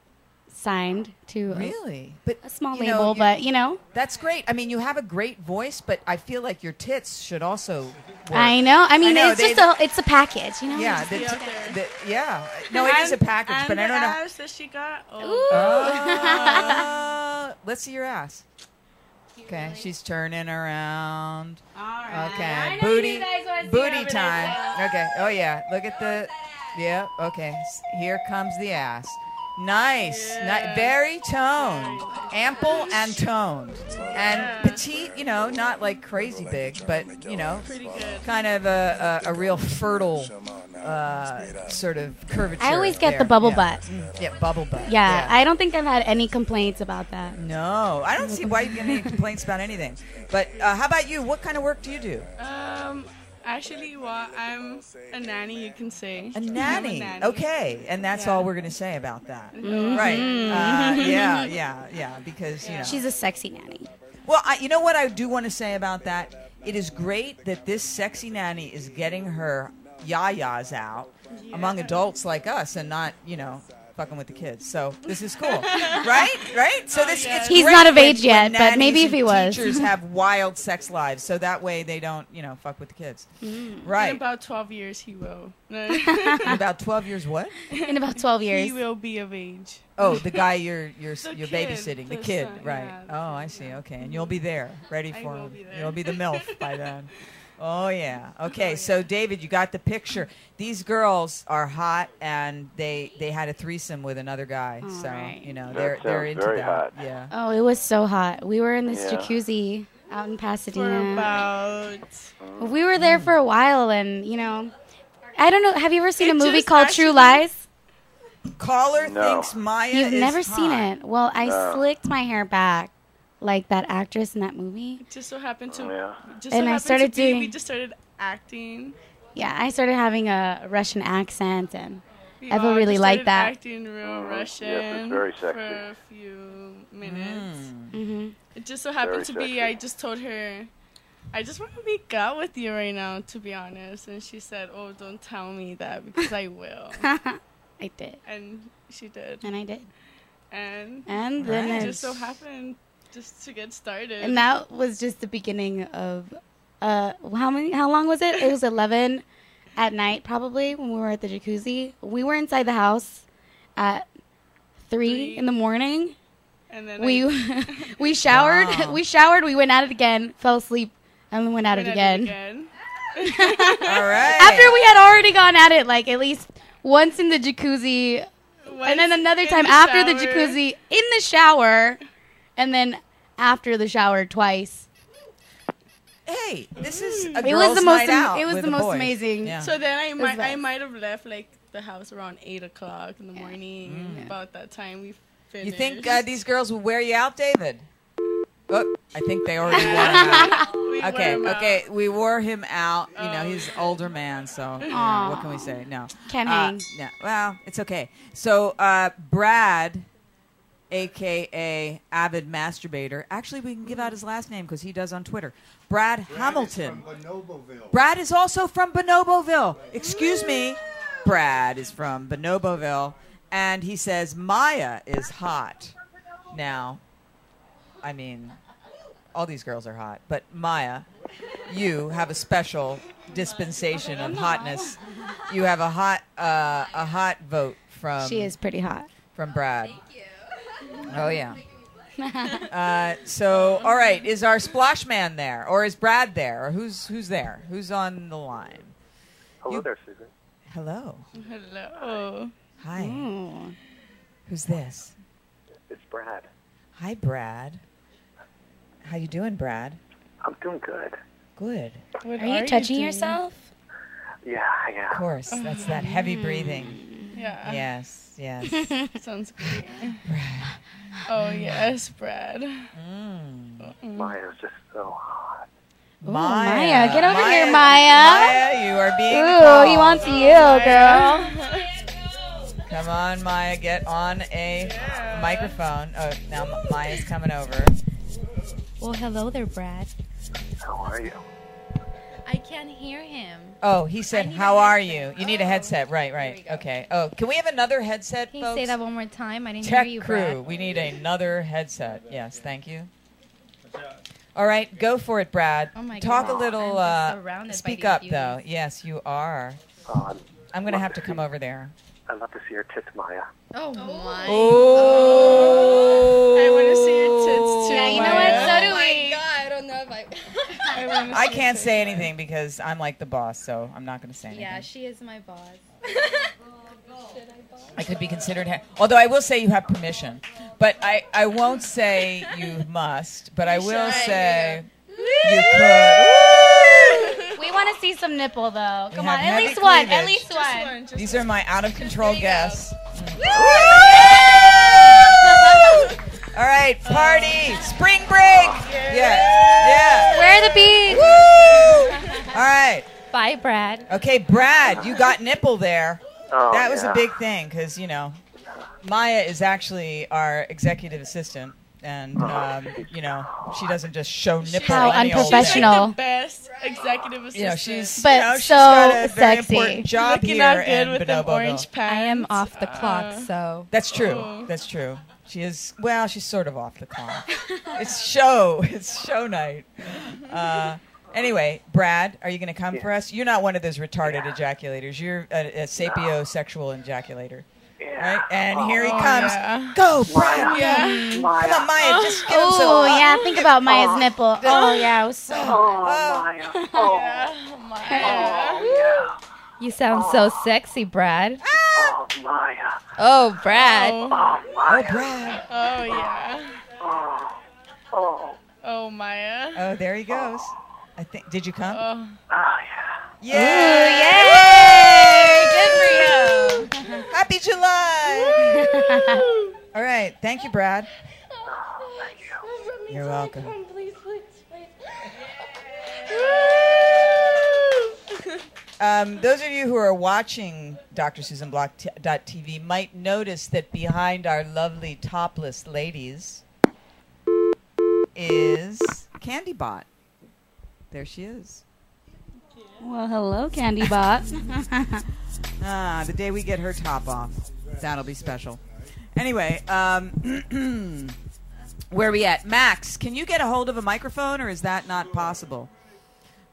[SPEAKER 8] signed to a-
[SPEAKER 3] Really? But
[SPEAKER 8] a, small
[SPEAKER 3] you know,
[SPEAKER 8] label,
[SPEAKER 3] you-
[SPEAKER 8] but you know,
[SPEAKER 3] That's great. I mean, you have a great voice, but I feel like your tits should also. Work.
[SPEAKER 8] I know. I mean,
[SPEAKER 3] know,
[SPEAKER 8] it's
[SPEAKER 3] they-
[SPEAKER 8] just a, it's a package, you know.
[SPEAKER 3] Yeah,
[SPEAKER 8] Just
[SPEAKER 3] the
[SPEAKER 8] a-
[SPEAKER 3] t- the- yeah. No, it is a package,
[SPEAKER 7] and
[SPEAKER 3] but I
[SPEAKER 7] the
[SPEAKER 3] don't know.
[SPEAKER 7] abs that she got. Oh.
[SPEAKER 3] Oh. let's see your ass. Okay, she's turning around. All right. Okay,
[SPEAKER 8] I know
[SPEAKER 3] booty,
[SPEAKER 8] you guys wanna see
[SPEAKER 3] booty
[SPEAKER 8] over
[SPEAKER 3] time.
[SPEAKER 8] there,
[SPEAKER 3] Okay. Oh yeah. Look at the. Yeah. Okay. S- Here comes the ass. Nice. Ni- very toned. Ample and toned. And petite, you know, not like crazy big, but, you know, kind of a, a, a real fertile uh, sort of curvature.
[SPEAKER 8] I always get
[SPEAKER 3] there.
[SPEAKER 8] the bubble
[SPEAKER 3] Yeah.
[SPEAKER 8] butt.
[SPEAKER 3] Mm, Yeah, bubble butt.
[SPEAKER 8] yeah, I don't think I've had any complaints about that.
[SPEAKER 3] No, I don't see why you get any complaints about anything. But uh, how about you? What kind of work do you do?
[SPEAKER 7] Um, actually, well, I'm a nanny. You can say
[SPEAKER 3] A
[SPEAKER 7] I'm
[SPEAKER 3] nanny. Okay, and that's all we're going to say about that.
[SPEAKER 8] Mhm.
[SPEAKER 3] Right. Uh,
[SPEAKER 8] Mm-hmm.
[SPEAKER 3] yeah, yeah, yeah, because, you know.
[SPEAKER 8] She's a sexy nanny.
[SPEAKER 3] Well, I, you know what I do want to say about that? It is great that this sexy nanny is getting her yayas out among adults like us and not, you know, fucking with the kids. So this is cool, right? Right? So this it's
[SPEAKER 8] Oh, He's
[SPEAKER 3] great
[SPEAKER 8] not of
[SPEAKER 3] when-
[SPEAKER 8] age
[SPEAKER 3] when
[SPEAKER 8] yet, but
[SPEAKER 3] nannies
[SPEAKER 8] maybe if
[SPEAKER 3] and
[SPEAKER 8] he was.
[SPEAKER 3] teachers have wild sex lives, so that way they don't, you know, fuck with the kids.
[SPEAKER 7] In
[SPEAKER 8] Mm.
[SPEAKER 3] Right?
[SPEAKER 7] about 12 years, he will. No.
[SPEAKER 3] In about twelve years, what?
[SPEAKER 8] In about 12 years.
[SPEAKER 7] He will be of age.
[SPEAKER 3] Oh, the guy you're you're
[SPEAKER 7] The
[SPEAKER 3] you're
[SPEAKER 7] kid,
[SPEAKER 3] babysitting, the
[SPEAKER 7] the
[SPEAKER 3] kid,
[SPEAKER 7] son,
[SPEAKER 3] right?
[SPEAKER 7] yeah,
[SPEAKER 3] oh, I see. Okay, and you'll be there, ready
[SPEAKER 7] I
[SPEAKER 3] for
[SPEAKER 7] will
[SPEAKER 3] him.
[SPEAKER 7] be there.
[SPEAKER 3] You'll be the milf by then. Oh yeah. Okay, so David, you got the picture. These girls are hot, and they they had a threesome with another guy.
[SPEAKER 8] All
[SPEAKER 3] so
[SPEAKER 8] right.
[SPEAKER 3] you know
[SPEAKER 15] That
[SPEAKER 3] they're they're
[SPEAKER 15] sounds
[SPEAKER 3] into
[SPEAKER 15] very
[SPEAKER 3] that.
[SPEAKER 15] hot.
[SPEAKER 3] Yeah.
[SPEAKER 8] Oh, it was so hot. We were in this
[SPEAKER 15] Yeah.
[SPEAKER 8] jacuzzi out in
[SPEAKER 7] For
[SPEAKER 8] Pasadena.
[SPEAKER 7] about.
[SPEAKER 8] We were there for a while, and you know, I don't know. Have you ever seen a
[SPEAKER 7] It
[SPEAKER 8] movie
[SPEAKER 7] just
[SPEAKER 8] called
[SPEAKER 7] actually-
[SPEAKER 8] True Lies?
[SPEAKER 3] Caller
[SPEAKER 15] No.
[SPEAKER 3] thinks Maya
[SPEAKER 8] You've
[SPEAKER 3] is
[SPEAKER 8] never seen
[SPEAKER 3] hot.
[SPEAKER 8] it. Well, I
[SPEAKER 15] No.
[SPEAKER 8] slicked my hair back like that actress in that movie.
[SPEAKER 7] Just so happened to. Just so
[SPEAKER 8] And I
[SPEAKER 7] happened
[SPEAKER 8] started
[SPEAKER 7] to be- We
[SPEAKER 8] doing-
[SPEAKER 7] just started acting.
[SPEAKER 8] Yeah, I started having a Russian accent, and
[SPEAKER 7] We all
[SPEAKER 8] Eva really
[SPEAKER 7] just
[SPEAKER 8] liked
[SPEAKER 7] started
[SPEAKER 8] that.
[SPEAKER 7] Acting real
[SPEAKER 15] Mhm. Yes, it's
[SPEAKER 7] Russian.
[SPEAKER 15] very sexy.
[SPEAKER 7] For a few minutes.
[SPEAKER 3] Mm-hmm.
[SPEAKER 8] hmm
[SPEAKER 7] It just so
[SPEAKER 15] Very
[SPEAKER 7] happened to be,
[SPEAKER 15] sexy.
[SPEAKER 7] I just told her, I just want to make out with you right now, to be honest. And she said, Oh, don't tell me that because I will.
[SPEAKER 8] I did,
[SPEAKER 7] and she did.
[SPEAKER 8] and I did,
[SPEAKER 7] And,
[SPEAKER 8] and then
[SPEAKER 7] it
[SPEAKER 8] I-
[SPEAKER 7] just so happened just to get started.
[SPEAKER 8] and that was just the beginning of. Uh, how many? How long was it? It was eleven at night, probably when we were at the jacuzzi. We were inside the house at three. in the morning.
[SPEAKER 7] And then
[SPEAKER 8] we
[SPEAKER 7] I
[SPEAKER 8] we showered
[SPEAKER 3] Wow.
[SPEAKER 8] we showered we went at it again fell asleep and then went at
[SPEAKER 7] went
[SPEAKER 8] it again,
[SPEAKER 7] again.
[SPEAKER 3] All right.
[SPEAKER 8] after we had already gone at it like at least once in the jacuzzi and then
[SPEAKER 7] Once
[SPEAKER 8] another
[SPEAKER 7] in
[SPEAKER 8] time
[SPEAKER 7] the
[SPEAKER 8] after the
[SPEAKER 7] shower.
[SPEAKER 8] jacuzzi in the shower and then after the shower twice
[SPEAKER 3] Hey, this is a
[SPEAKER 8] It was
[SPEAKER 3] girls'
[SPEAKER 8] the most
[SPEAKER 3] night
[SPEAKER 8] am-
[SPEAKER 3] out
[SPEAKER 8] it was
[SPEAKER 3] with
[SPEAKER 8] the
[SPEAKER 3] the
[SPEAKER 8] most
[SPEAKER 3] boys.
[SPEAKER 8] amazing.
[SPEAKER 3] Yeah.
[SPEAKER 7] So then I
[SPEAKER 8] was
[SPEAKER 7] might I
[SPEAKER 8] nice.
[SPEAKER 7] might have left like the house around eight o'clock in the
[SPEAKER 8] Mm.
[SPEAKER 7] morning. About that time we finished.
[SPEAKER 3] You think uh, these girls will wear you out, David? Oh, I think they already wore him
[SPEAKER 14] wore
[SPEAKER 3] out. okay,
[SPEAKER 14] him out.
[SPEAKER 3] okay, we wore him out. You know, he's an older man, so you know,
[SPEAKER 14] Aw.
[SPEAKER 3] what can we say? No,
[SPEAKER 14] Can't
[SPEAKER 3] Uh,
[SPEAKER 14] hang.
[SPEAKER 3] no, well, it's okay. So uh, Brad, aka Avid Masturbator, actually, we can give out his last name because he does on Twitter. Brad, Hamilton. Brad is also from Bonoboville. Excuse me. Brad is from Bonoboville. And he says, Maya is hot. Now, I mean, all these girls are hot, but Maya, you have a special dispensation of hotness. You have a hot, uh, a hot vote from.
[SPEAKER 8] She is pretty hot.
[SPEAKER 3] From Brad. Oh, yeah. Uh, so, all right, is our splash man there, or is Brad there, or who's who's there, who's on the line?
[SPEAKER 15] Hello there, Susan.
[SPEAKER 3] Hello,
[SPEAKER 7] Hello. Oh,
[SPEAKER 3] hi.
[SPEAKER 8] Hmm.
[SPEAKER 3] Who's this?
[SPEAKER 15] It's Brad.
[SPEAKER 3] Hi, Brad. How you doing, Brad?
[SPEAKER 15] I'm doing good.
[SPEAKER 3] Good.
[SPEAKER 7] What
[SPEAKER 8] Are you touching yourself?
[SPEAKER 15] Yeah, yeah.
[SPEAKER 3] Of course, that's that heavy breathing.
[SPEAKER 7] Yeah.
[SPEAKER 3] Yes, yes.
[SPEAKER 7] Sounds great. Oh yes, Brad.
[SPEAKER 3] Mm.
[SPEAKER 15] Maya's just so hot.
[SPEAKER 8] Ooh, Maya, get over here, Maya.
[SPEAKER 3] Maya, you are being.
[SPEAKER 8] Ooh, he
[SPEAKER 3] called.
[SPEAKER 8] wants you, girl.
[SPEAKER 3] Come on, Maya, get on a microphone. Oh, now Ma- Maya's coming over.
[SPEAKER 17] Well, hello there, Brad.
[SPEAKER 15] How are you?
[SPEAKER 17] I can't hear him.
[SPEAKER 3] Oh, he said, "How are you? You need a headset, right? Right. Okay. Oh, can we have another headset,
[SPEAKER 17] Can you
[SPEAKER 3] folks?
[SPEAKER 17] say that one more time? I didn't
[SPEAKER 3] Tech
[SPEAKER 17] hear you,
[SPEAKER 3] crew,
[SPEAKER 17] Brad.
[SPEAKER 3] we need another headset. Yes, thank you. All right, go for it, Brad.
[SPEAKER 17] Oh my
[SPEAKER 3] Talk
[SPEAKER 17] God,
[SPEAKER 3] a
[SPEAKER 17] I'm
[SPEAKER 3] little.
[SPEAKER 17] just
[SPEAKER 3] uh,
[SPEAKER 17] surrounded by
[SPEAKER 3] speak
[SPEAKER 17] these
[SPEAKER 3] up,
[SPEAKER 17] beauties.
[SPEAKER 3] though. Yes, you are.
[SPEAKER 15] Oh,
[SPEAKER 3] I'm gonna have to come over there.
[SPEAKER 15] I'd love to see your tits, Maya.
[SPEAKER 17] Oh, my.
[SPEAKER 3] Oh.
[SPEAKER 7] I want to see your tits too.
[SPEAKER 17] Yeah, you know
[SPEAKER 7] Maya.
[SPEAKER 17] what? So do
[SPEAKER 16] Oh
[SPEAKER 17] we.
[SPEAKER 16] my god, I don't know if I.
[SPEAKER 7] wanna
[SPEAKER 3] I
[SPEAKER 7] see
[SPEAKER 3] can't
[SPEAKER 7] your
[SPEAKER 3] say anything because I'm like the boss, so I'm not gonna say anything.
[SPEAKER 17] Yeah, she is my boss.
[SPEAKER 3] I could be considered. Ha- Although I will say you have permission, but I, I won't say you must. But I will say you could.
[SPEAKER 8] We want to see some nipple, though. Come on,
[SPEAKER 3] have
[SPEAKER 8] at
[SPEAKER 3] heavy
[SPEAKER 8] least one. At
[SPEAKER 3] cleavage.
[SPEAKER 8] least
[SPEAKER 3] Just
[SPEAKER 8] one.
[SPEAKER 3] These are my out of control guests. All right,
[SPEAKER 17] Oh.
[SPEAKER 3] party, spring break. Yeah, yeah.
[SPEAKER 17] Where are the bees?
[SPEAKER 3] Woo! All right.
[SPEAKER 17] Bye, Brad.
[SPEAKER 3] Okay, Brad, you got nipple there.
[SPEAKER 15] Oh,
[SPEAKER 3] that was
[SPEAKER 15] yeah.
[SPEAKER 3] a big thing because you know, Maya is actually our executive assistant, and
[SPEAKER 15] Uh-huh.
[SPEAKER 3] um, you know she doesn't just show nipple.
[SPEAKER 8] How
[SPEAKER 3] any old thing.
[SPEAKER 8] unprofessional.
[SPEAKER 7] The best executive assistant.
[SPEAKER 3] You know, she's
[SPEAKER 8] But
[SPEAKER 3] you know, she's
[SPEAKER 8] so
[SPEAKER 3] got a very
[SPEAKER 8] sexy.
[SPEAKER 3] important job
[SPEAKER 8] Looking
[SPEAKER 3] here
[SPEAKER 8] all good
[SPEAKER 3] in
[SPEAKER 8] with them
[SPEAKER 3] Bonoboville.
[SPEAKER 8] orange
[SPEAKER 7] pants.
[SPEAKER 17] I am off the clock, so.
[SPEAKER 3] That's true. That's true. She is well. She's sort of off the clock. it's show. It's show night. Uh, anyway, Brad, are you going to come for us? You're not one of those retarded ejaculators. You're a, a sapiosexual ejaculator. Right? And here he
[SPEAKER 8] Oh,
[SPEAKER 3] comes.
[SPEAKER 8] yeah.
[SPEAKER 3] Go, Brad.
[SPEAKER 8] Yeah.
[SPEAKER 3] Come on, Maya. Just give him some.
[SPEAKER 8] Oh yeah, think about Maya's nipple. Oh yeah, it was so.
[SPEAKER 15] Maya. Oh.
[SPEAKER 17] You sound so sexy, Brad.
[SPEAKER 15] Oh, Maya.
[SPEAKER 17] Oh, Brad.
[SPEAKER 3] Oh, Brad.
[SPEAKER 7] Oh yeah.
[SPEAKER 15] Oh.
[SPEAKER 7] Oh Maya.
[SPEAKER 3] Oh, there he goes. I think. Did you come?
[SPEAKER 7] Oh.
[SPEAKER 3] yeah.
[SPEAKER 7] Yay!
[SPEAKER 3] Good for you. Happy July. All right. Thank you, Brad. You're welcome. Um, those of you who are watching drsusanblock.tv might notice that behind our lovely topless ladies is Candy Bot. There she is.
[SPEAKER 8] Well, hello, Candy Bot.
[SPEAKER 3] Ah, the day we get her top off. That'll be special. Anyway, um, where are we at? Max, can you get a hold of a microphone or is that not possible?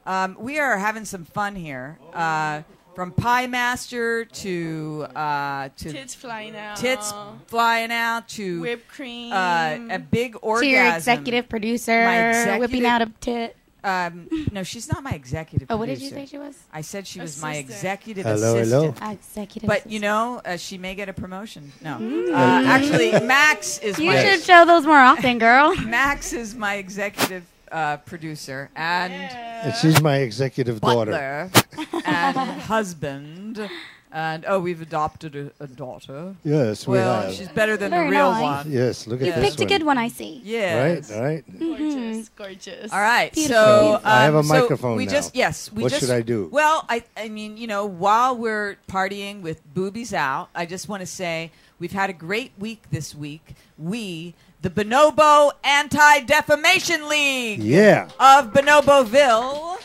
[SPEAKER 3] Um, we are having some fun here. Uh, from Pie Master to uh, to
[SPEAKER 7] Tits flying out.
[SPEAKER 3] tits flying out to
[SPEAKER 7] Whipped cream.
[SPEAKER 3] uh, a big
[SPEAKER 8] to
[SPEAKER 3] orgasm.
[SPEAKER 8] your executive producer,
[SPEAKER 3] My executive-
[SPEAKER 8] whipping out a tit.
[SPEAKER 3] Um, no, she's not my executive.
[SPEAKER 8] Oh, what did you
[SPEAKER 3] producer.
[SPEAKER 8] say she was?
[SPEAKER 3] I said she was my
[SPEAKER 8] Assistant.
[SPEAKER 3] executive
[SPEAKER 8] Hello, hello.
[SPEAKER 3] assistant.
[SPEAKER 8] Ah, executive
[SPEAKER 3] But you know, uh, she may get a promotion. No,
[SPEAKER 8] Mm.
[SPEAKER 3] uh, actually, Max is
[SPEAKER 8] You
[SPEAKER 3] my.
[SPEAKER 8] should show those more often, girl.
[SPEAKER 3] Max is my executive uh, producer and
[SPEAKER 2] And she's my executive daughter.
[SPEAKER 3] butler and husband And oh, we've adopted a, a daughter.
[SPEAKER 2] Yes, we
[SPEAKER 3] well,
[SPEAKER 2] have.
[SPEAKER 3] she's better than
[SPEAKER 8] Very
[SPEAKER 3] the real
[SPEAKER 8] nice.
[SPEAKER 3] one.
[SPEAKER 2] Yes, look at
[SPEAKER 8] You
[SPEAKER 2] this
[SPEAKER 8] picked a
[SPEAKER 2] one.
[SPEAKER 8] good one, I see.
[SPEAKER 3] Yes.
[SPEAKER 2] Right, right.
[SPEAKER 8] Gorgeous,
[SPEAKER 7] gorgeous.
[SPEAKER 3] All right.
[SPEAKER 8] Beautiful.
[SPEAKER 3] So um,
[SPEAKER 2] I have a
[SPEAKER 3] so
[SPEAKER 2] microphone
[SPEAKER 3] we
[SPEAKER 2] now.
[SPEAKER 3] just yes. We
[SPEAKER 2] What
[SPEAKER 3] just,
[SPEAKER 2] should I do?
[SPEAKER 3] Well, I I mean you know while we're partying with boobies out, I just want to say we've had a great week this week. We the Bonobo Anti Defamation League
[SPEAKER 2] Yeah.
[SPEAKER 3] of Bonoboville,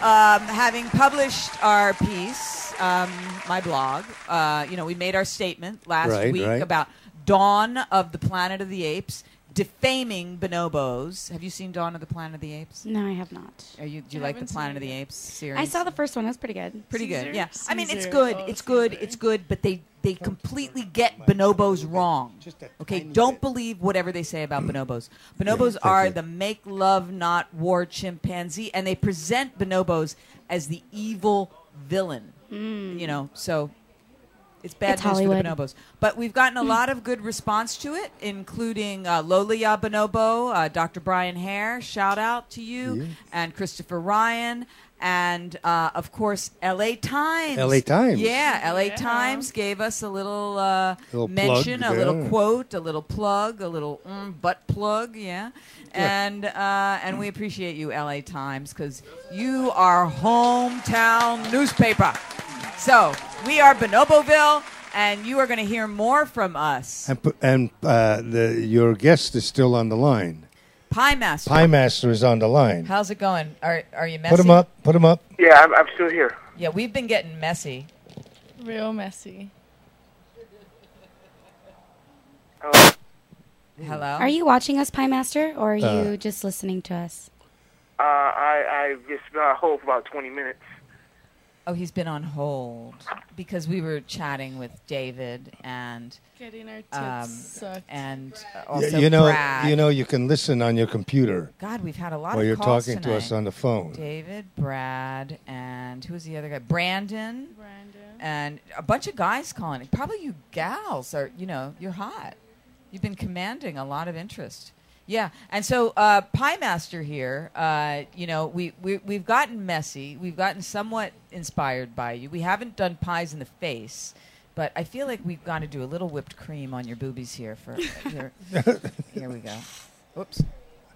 [SPEAKER 3] um, having published our piece, um, my blog. Uh, you know we made our statement last
[SPEAKER 2] Right,
[SPEAKER 3] week
[SPEAKER 2] right.
[SPEAKER 3] about Dawn of the Planet of the Apes. Defaming bonobos. Have you seen Dawn of the Planet of the Apes?
[SPEAKER 8] No, I have not.
[SPEAKER 3] Are you, do
[SPEAKER 8] I
[SPEAKER 3] you like the
[SPEAKER 8] haven't
[SPEAKER 3] Planet of the Apes series?
[SPEAKER 8] I saw the first one. It was pretty good.
[SPEAKER 3] Pretty good, yeah. I mean, it's
[SPEAKER 8] Caesar.
[SPEAKER 3] good.
[SPEAKER 8] Oh,
[SPEAKER 3] It's good. It's good. But they they completely get bonobos wrong. Okay, don't believe whatever they say about bonobos. Bonobos are the make love not war chimpanzee, and they present bonobos as the evil villain.
[SPEAKER 8] Hmm.
[SPEAKER 3] You know, so it's bad
[SPEAKER 8] It's
[SPEAKER 3] news
[SPEAKER 8] Hollywood. Mm.
[SPEAKER 3] for the bonobos. But we've gotten a lot of good response to it, including uh, Lolia Bonobo, uh, Dr. Brian Hare, shout out to you, and Christopher Ryan, and uh, of course, LA Times.
[SPEAKER 2] LA Times.
[SPEAKER 3] Yeah, LA Times gave us a little, uh,
[SPEAKER 2] Little plug
[SPEAKER 3] mention, a little
[SPEAKER 2] there.
[SPEAKER 3] quote, a little plug, a little mm, butt plug, yeah. And uh, and we appreciate you, LA Times, because you are hometown newspaper. So we are Bonoboville, and you are going to hear more from us.
[SPEAKER 2] And, pu- and uh, the, your guest is still on the line.
[SPEAKER 3] Pie Master.
[SPEAKER 2] Pie Master is on the line.
[SPEAKER 3] How's it going? Are, are you messy?
[SPEAKER 2] Put him up. Put him up.
[SPEAKER 5] Yeah, I'm, I'm still here.
[SPEAKER 3] Yeah, we've been getting messy.
[SPEAKER 7] Real messy.
[SPEAKER 3] Hello.
[SPEAKER 8] Are you watching us, Pie Master, or are
[SPEAKER 2] Uh.
[SPEAKER 8] you just listening to us?
[SPEAKER 5] Uh, I I've just been on hold for about 20 minutes.
[SPEAKER 3] Oh, he's been on hold because we were chatting with David and
[SPEAKER 7] Getting our tits
[SPEAKER 3] um,
[SPEAKER 7] sucked.
[SPEAKER 3] and
[SPEAKER 2] Y-
[SPEAKER 3] also
[SPEAKER 2] you know,
[SPEAKER 3] Brad.
[SPEAKER 2] you know, you can listen on your computer.
[SPEAKER 3] God, we've had a lot
[SPEAKER 2] while
[SPEAKER 3] of
[SPEAKER 2] you're
[SPEAKER 3] calls
[SPEAKER 2] talking to
[SPEAKER 3] tonight.
[SPEAKER 2] us on the phone.
[SPEAKER 3] David, Brad, and who was the other guy? Brandon. Brandon. And a bunch of guys calling. it. Probably you gals are, you know, you're hot. You've been commanding a lot of interest. Yeah, and so uh, Pie Master here, uh, you know, we, we we've gotten messy. We've gotten somewhat inspired by you. We haven't done pies in the face, but I feel like we've got to do a little whipped cream on your boobies here. For here, here we go. Oops.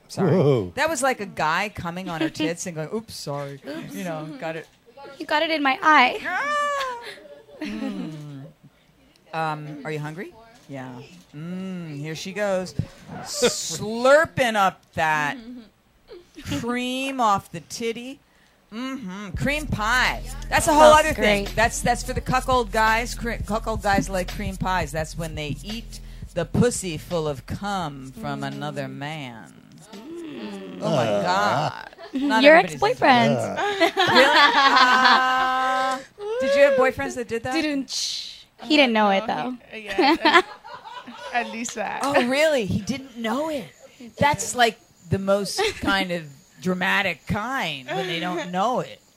[SPEAKER 3] Sorry.
[SPEAKER 2] Whoa.
[SPEAKER 3] That was like a guy coming on her tits and going, "Oops, sorry." You know, got it.
[SPEAKER 8] You got it in my eye.
[SPEAKER 3] Um, are you hungry? Yeah. Mm, here she goes, slurping up that cream off the titty. Mm-hmm. Cream pie. That's a whole
[SPEAKER 18] Sounds
[SPEAKER 3] other thing.
[SPEAKER 18] great.
[SPEAKER 3] That's that's for the cuckold guys. Cre- cuckold guys like cream pies. That's when they eat the pussy full of cum from another man. Oh my
[SPEAKER 18] Uh.
[SPEAKER 3] god. Not
[SPEAKER 8] Your
[SPEAKER 3] everybody's into that.
[SPEAKER 8] ex-boyfriend.
[SPEAKER 7] Ah.
[SPEAKER 3] Really? Uh, did you have boyfriends that did that?
[SPEAKER 8] He didn't know it though.
[SPEAKER 7] Uh, yeah, At least that.
[SPEAKER 3] Oh, really? He didn't know it. That's like the most kind of dramatic kind when they don't know it.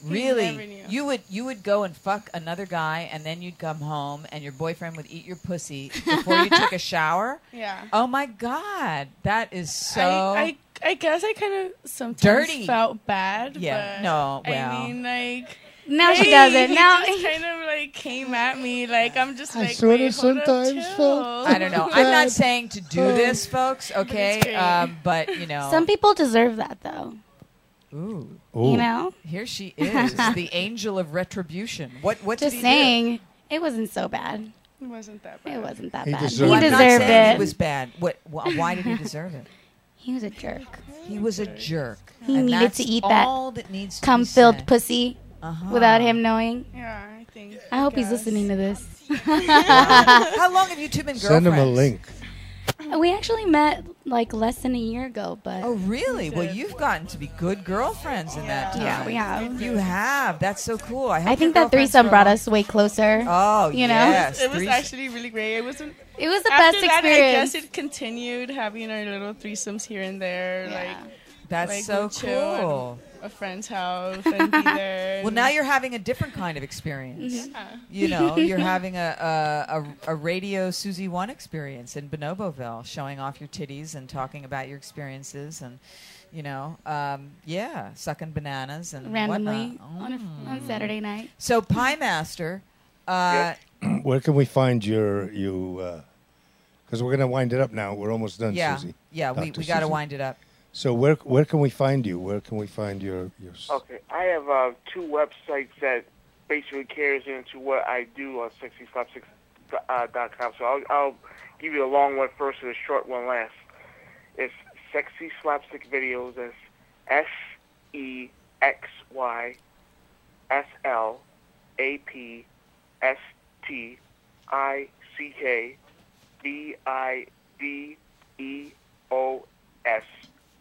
[SPEAKER 7] He never
[SPEAKER 3] Really,
[SPEAKER 7] knew.
[SPEAKER 3] you would you would go and fuck another guy, and then you'd come home, and your boyfriend would eat your pussy before you took a shower.
[SPEAKER 7] Yeah.
[SPEAKER 3] Oh my god, that is so.
[SPEAKER 7] I, I, I guess I kind of sometimes
[SPEAKER 3] Dirty.
[SPEAKER 7] felt bad.
[SPEAKER 3] Yeah,
[SPEAKER 7] but
[SPEAKER 3] no, well.
[SPEAKER 7] I mean, like.
[SPEAKER 8] Now she
[SPEAKER 7] hey,
[SPEAKER 8] does it.
[SPEAKER 7] he
[SPEAKER 8] Now-
[SPEAKER 7] just kind of like came at me. Like I'm just
[SPEAKER 2] I
[SPEAKER 7] like.
[SPEAKER 2] sort of
[SPEAKER 7] wait, hold up,
[SPEAKER 2] sometimes
[SPEAKER 7] chill.
[SPEAKER 2] felt-
[SPEAKER 3] I don't know. I'm not
[SPEAKER 2] God.
[SPEAKER 3] saying to do
[SPEAKER 2] Oh.
[SPEAKER 3] this, folks. Okay,
[SPEAKER 7] great.
[SPEAKER 3] um, but you know,
[SPEAKER 8] Some people deserve that though.
[SPEAKER 3] Ooh.
[SPEAKER 8] You know?
[SPEAKER 3] here she is, the angel of retribution. What? What?
[SPEAKER 8] Just
[SPEAKER 3] did he do?
[SPEAKER 8] saying, it wasn't so bad.
[SPEAKER 7] It wasn't that bad.
[SPEAKER 8] It wasn't that
[SPEAKER 3] He
[SPEAKER 8] bad.
[SPEAKER 3] deserved
[SPEAKER 8] he
[SPEAKER 3] it. I'm not
[SPEAKER 8] deserved
[SPEAKER 3] saying
[SPEAKER 8] it.
[SPEAKER 3] he was bad. What? wh- why did he deserve it?
[SPEAKER 8] He was a jerk.
[SPEAKER 3] He was a jerk.
[SPEAKER 8] He
[SPEAKER 3] And
[SPEAKER 8] needed to
[SPEAKER 3] that's
[SPEAKER 8] eat
[SPEAKER 3] all
[SPEAKER 8] that,
[SPEAKER 3] that needs to be
[SPEAKER 8] cum-filled
[SPEAKER 3] said.
[SPEAKER 8] pussy
[SPEAKER 3] Uh-huh.
[SPEAKER 8] without him knowing.
[SPEAKER 7] Yeah, I think.
[SPEAKER 8] I hope he's listening to this.
[SPEAKER 3] How long have you two been girlfriends?
[SPEAKER 2] Send him a link.
[SPEAKER 8] we actually met like less than a year ago, but
[SPEAKER 3] Oh, really? Well, you've gotten to be good girlfriends in that time.
[SPEAKER 8] Yeah, we have.
[SPEAKER 3] You have. That's so cool. I, hope
[SPEAKER 8] I think
[SPEAKER 3] your
[SPEAKER 8] that
[SPEAKER 3] girlfriends
[SPEAKER 8] threesome
[SPEAKER 3] for a
[SPEAKER 8] brought
[SPEAKER 3] long-
[SPEAKER 8] us way closer.
[SPEAKER 3] Oh,
[SPEAKER 8] you know?
[SPEAKER 3] yes.
[SPEAKER 7] It was
[SPEAKER 3] threes-
[SPEAKER 7] actually really great. It wasn't.
[SPEAKER 8] It was the
[SPEAKER 7] after
[SPEAKER 8] best
[SPEAKER 7] that, I
[SPEAKER 8] experience.
[SPEAKER 7] guess it continued having our little threesomes here and there. Like
[SPEAKER 3] That's
[SPEAKER 7] like,
[SPEAKER 3] so
[SPEAKER 7] we'd chill at
[SPEAKER 3] cool.
[SPEAKER 7] A friend's house and be there.
[SPEAKER 3] Well, now you're having a different kind of
[SPEAKER 8] Mm-hmm.
[SPEAKER 3] experience.
[SPEAKER 7] Yeah.
[SPEAKER 3] You know, you're having a, a, a, a radio Susie One experience in Bonoboville, showing off your titties and talking about your experiences and, you know, um, yeah, sucking bananas and
[SPEAKER 8] randomly
[SPEAKER 3] whatnot.
[SPEAKER 8] on, a, on Saturday night.
[SPEAKER 3] So Pie Master, Uh,
[SPEAKER 2] Where can we find your you? Because we're gonna wind it up now. We're almost done,
[SPEAKER 3] yeah,
[SPEAKER 2] Susie.
[SPEAKER 3] yeah, we,
[SPEAKER 2] Dr.
[SPEAKER 3] we got to
[SPEAKER 2] Susie.
[SPEAKER 3] wind it up.
[SPEAKER 2] So where where can we find you? Where can we find your your? s-
[SPEAKER 5] Okay, I have uh, two websites that basically carries into what I do on 656.com, uh, dot com. so I'll, I'll give you a long one first and a short one last. It's Sexy Slapstick Videos, that's E E S-E-X-Y-S-L-A-P-S-T-I-C-K-B-I-D-E-O-S.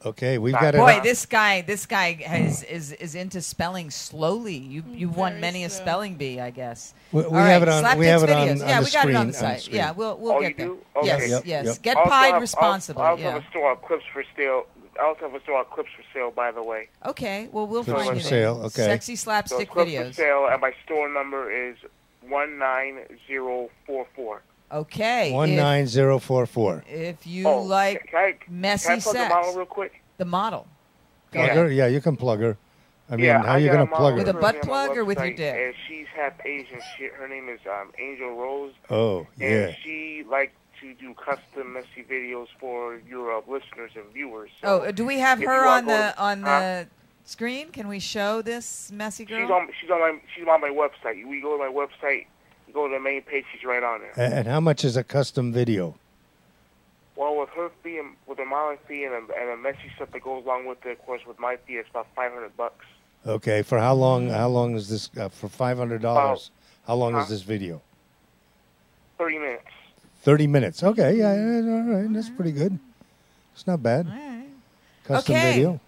[SPEAKER 2] Okay, we've
[SPEAKER 3] Boy,
[SPEAKER 2] got it. up.
[SPEAKER 3] this guy, this guy has, is is into spelling slowly. You you've won many a spelling bee, I guess.
[SPEAKER 2] We- we
[SPEAKER 3] All
[SPEAKER 2] have it on-
[SPEAKER 3] Slapdick's
[SPEAKER 2] we have it on-
[SPEAKER 3] videos.
[SPEAKER 2] on
[SPEAKER 3] yeah,
[SPEAKER 2] the
[SPEAKER 3] we got it
[SPEAKER 2] screen,
[SPEAKER 3] on
[SPEAKER 2] on
[SPEAKER 3] the
[SPEAKER 2] the
[SPEAKER 3] site.
[SPEAKER 2] screen.
[SPEAKER 3] yeah, we'll we'll
[SPEAKER 5] Oh,
[SPEAKER 3] get
[SPEAKER 5] you
[SPEAKER 3] there.
[SPEAKER 5] do? Okay.
[SPEAKER 3] Yes, yes. Get
[SPEAKER 5] Also, I-
[SPEAKER 3] pied
[SPEAKER 5] I-
[SPEAKER 3] responsibly.
[SPEAKER 5] I also
[SPEAKER 3] yeah.
[SPEAKER 5] have a store on clips for sale. I also have a store on clips for sale, by the way.
[SPEAKER 3] Okay, well we'll
[SPEAKER 2] Clips
[SPEAKER 3] find
[SPEAKER 2] for
[SPEAKER 3] you there.
[SPEAKER 2] sale, okay.
[SPEAKER 3] Sexy slapstick
[SPEAKER 5] so clips
[SPEAKER 3] videos.
[SPEAKER 5] for sale, and my store number is one nine zero four four.
[SPEAKER 3] Okay.
[SPEAKER 2] One
[SPEAKER 3] if-
[SPEAKER 2] nine zero four four.
[SPEAKER 3] If you like messy
[SPEAKER 5] Oh, can I plug the
[SPEAKER 3] sex,
[SPEAKER 5] model real quick?
[SPEAKER 3] The model. Go
[SPEAKER 2] Plug
[SPEAKER 3] ahead.
[SPEAKER 2] her? Yeah, you can plug her. I mean,
[SPEAKER 5] yeah,
[SPEAKER 2] how
[SPEAKER 5] I
[SPEAKER 2] you
[SPEAKER 5] got
[SPEAKER 2] gonna
[SPEAKER 5] a model
[SPEAKER 2] plug her?
[SPEAKER 3] With a butt
[SPEAKER 5] currently on my
[SPEAKER 3] plug or with your
[SPEAKER 5] website,
[SPEAKER 3] dick?
[SPEAKER 5] And she's half Asian. She, her name is um, Angel Rose.
[SPEAKER 2] Oh,
[SPEAKER 5] and
[SPEAKER 2] yeah.
[SPEAKER 5] she likes to do custom messy videos for your uh, listeners and viewers. So
[SPEAKER 3] Oh, do we have
[SPEAKER 5] if you
[SPEAKER 3] her
[SPEAKER 5] wanna
[SPEAKER 3] on
[SPEAKER 5] go-
[SPEAKER 3] the on
[SPEAKER 5] Huh?
[SPEAKER 3] the screen? Can we show this messy girl?
[SPEAKER 5] She's on. She's on my. She's on my website. You we go to my website. You go to the main page. She's right on there.
[SPEAKER 2] A- And how much is a custom video?
[SPEAKER 5] Well, with her fee and with the modeling fee and a, and a messy stuff that goes along with it, of course, with my fee, it's about five hundred bucks.
[SPEAKER 2] Okay, for how long? How long is this? Uh, for five hundred dollars? How long
[SPEAKER 5] Mm. Oh. huh?
[SPEAKER 2] is this video?
[SPEAKER 5] Thirty minutes.
[SPEAKER 2] Thirty minutes. Okay, yeah, yeah, yeah, all right, that's pretty good. It's not bad. Custom
[SPEAKER 3] okay.
[SPEAKER 2] video.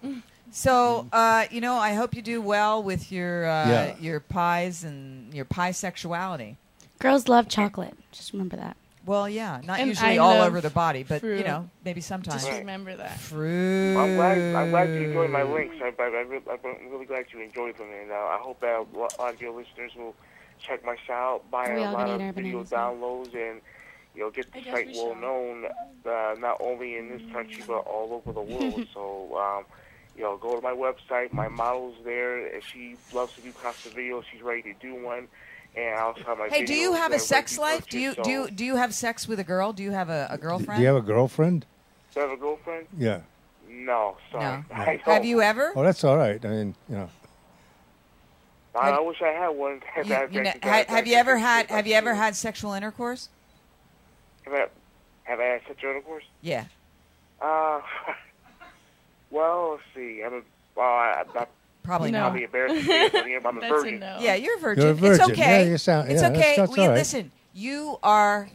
[SPEAKER 3] So uh, you know, I hope you do well with your uh,
[SPEAKER 2] Yeah.
[SPEAKER 3] your pies and your pie sexuality.
[SPEAKER 8] Girls love chocolate. Just remember that.
[SPEAKER 3] Well, yeah, not
[SPEAKER 8] And
[SPEAKER 3] usually
[SPEAKER 8] I
[SPEAKER 3] all
[SPEAKER 8] love
[SPEAKER 3] over the body, but you
[SPEAKER 8] fruit.
[SPEAKER 3] know, maybe sometimes.
[SPEAKER 7] Just remember that.
[SPEAKER 3] Fruit.
[SPEAKER 5] I'm glad. I'm glad you enjoyed
[SPEAKER 3] Mm.
[SPEAKER 5] my links. I, I, I re- I'm really glad you enjoyed them, and uh, I hope that a lot- a lot of your listeners will check my site out, buy
[SPEAKER 8] We
[SPEAKER 5] a
[SPEAKER 8] all
[SPEAKER 5] lot
[SPEAKER 8] gonna
[SPEAKER 5] of
[SPEAKER 8] eat our
[SPEAKER 5] video
[SPEAKER 8] bananas
[SPEAKER 5] downloads, and you know get the site well known, uh, not only in this country but all over the world. so. Um, you know, go to my website. My model's there. If she loves to do custom videos, she's ready to do one. And I also have my
[SPEAKER 3] Hey, do you
[SPEAKER 5] videos
[SPEAKER 3] have
[SPEAKER 5] that are
[SPEAKER 3] a sex
[SPEAKER 5] ready to
[SPEAKER 3] life? Do you
[SPEAKER 5] purchase,
[SPEAKER 3] do
[SPEAKER 5] so-
[SPEAKER 3] you, do you have sex with a girl? Do you have a, a girlfriend?
[SPEAKER 2] Do you have a girlfriend?
[SPEAKER 5] Do I have a girlfriend?
[SPEAKER 2] Yeah.
[SPEAKER 5] No, sorry.
[SPEAKER 3] No.
[SPEAKER 5] I
[SPEAKER 3] Have
[SPEAKER 5] don't.
[SPEAKER 3] you ever?
[SPEAKER 2] Oh, that's all right. I mean, you know.
[SPEAKER 5] I, I wish I had one. Have
[SPEAKER 3] You- you know, ha- have you ever had Have you ever had sexual intercourse?
[SPEAKER 5] I, have I had sexual intercourse?
[SPEAKER 3] Yeah.
[SPEAKER 5] Uh, well, let's see. I'm a, well, I, I, I,
[SPEAKER 3] Probably
[SPEAKER 5] I'll
[SPEAKER 3] not.
[SPEAKER 5] be embarrassed. to admit it, but I'm a
[SPEAKER 3] That's a
[SPEAKER 5] virgin.
[SPEAKER 3] no. Yeah, you're a virgin.
[SPEAKER 2] You're a virgin.
[SPEAKER 3] It's okay.
[SPEAKER 2] Yeah, you sound-
[SPEAKER 3] it's
[SPEAKER 2] yeah,
[SPEAKER 3] okay.
[SPEAKER 2] that's- that's
[SPEAKER 3] We-
[SPEAKER 2] all right.
[SPEAKER 3] Listen, you are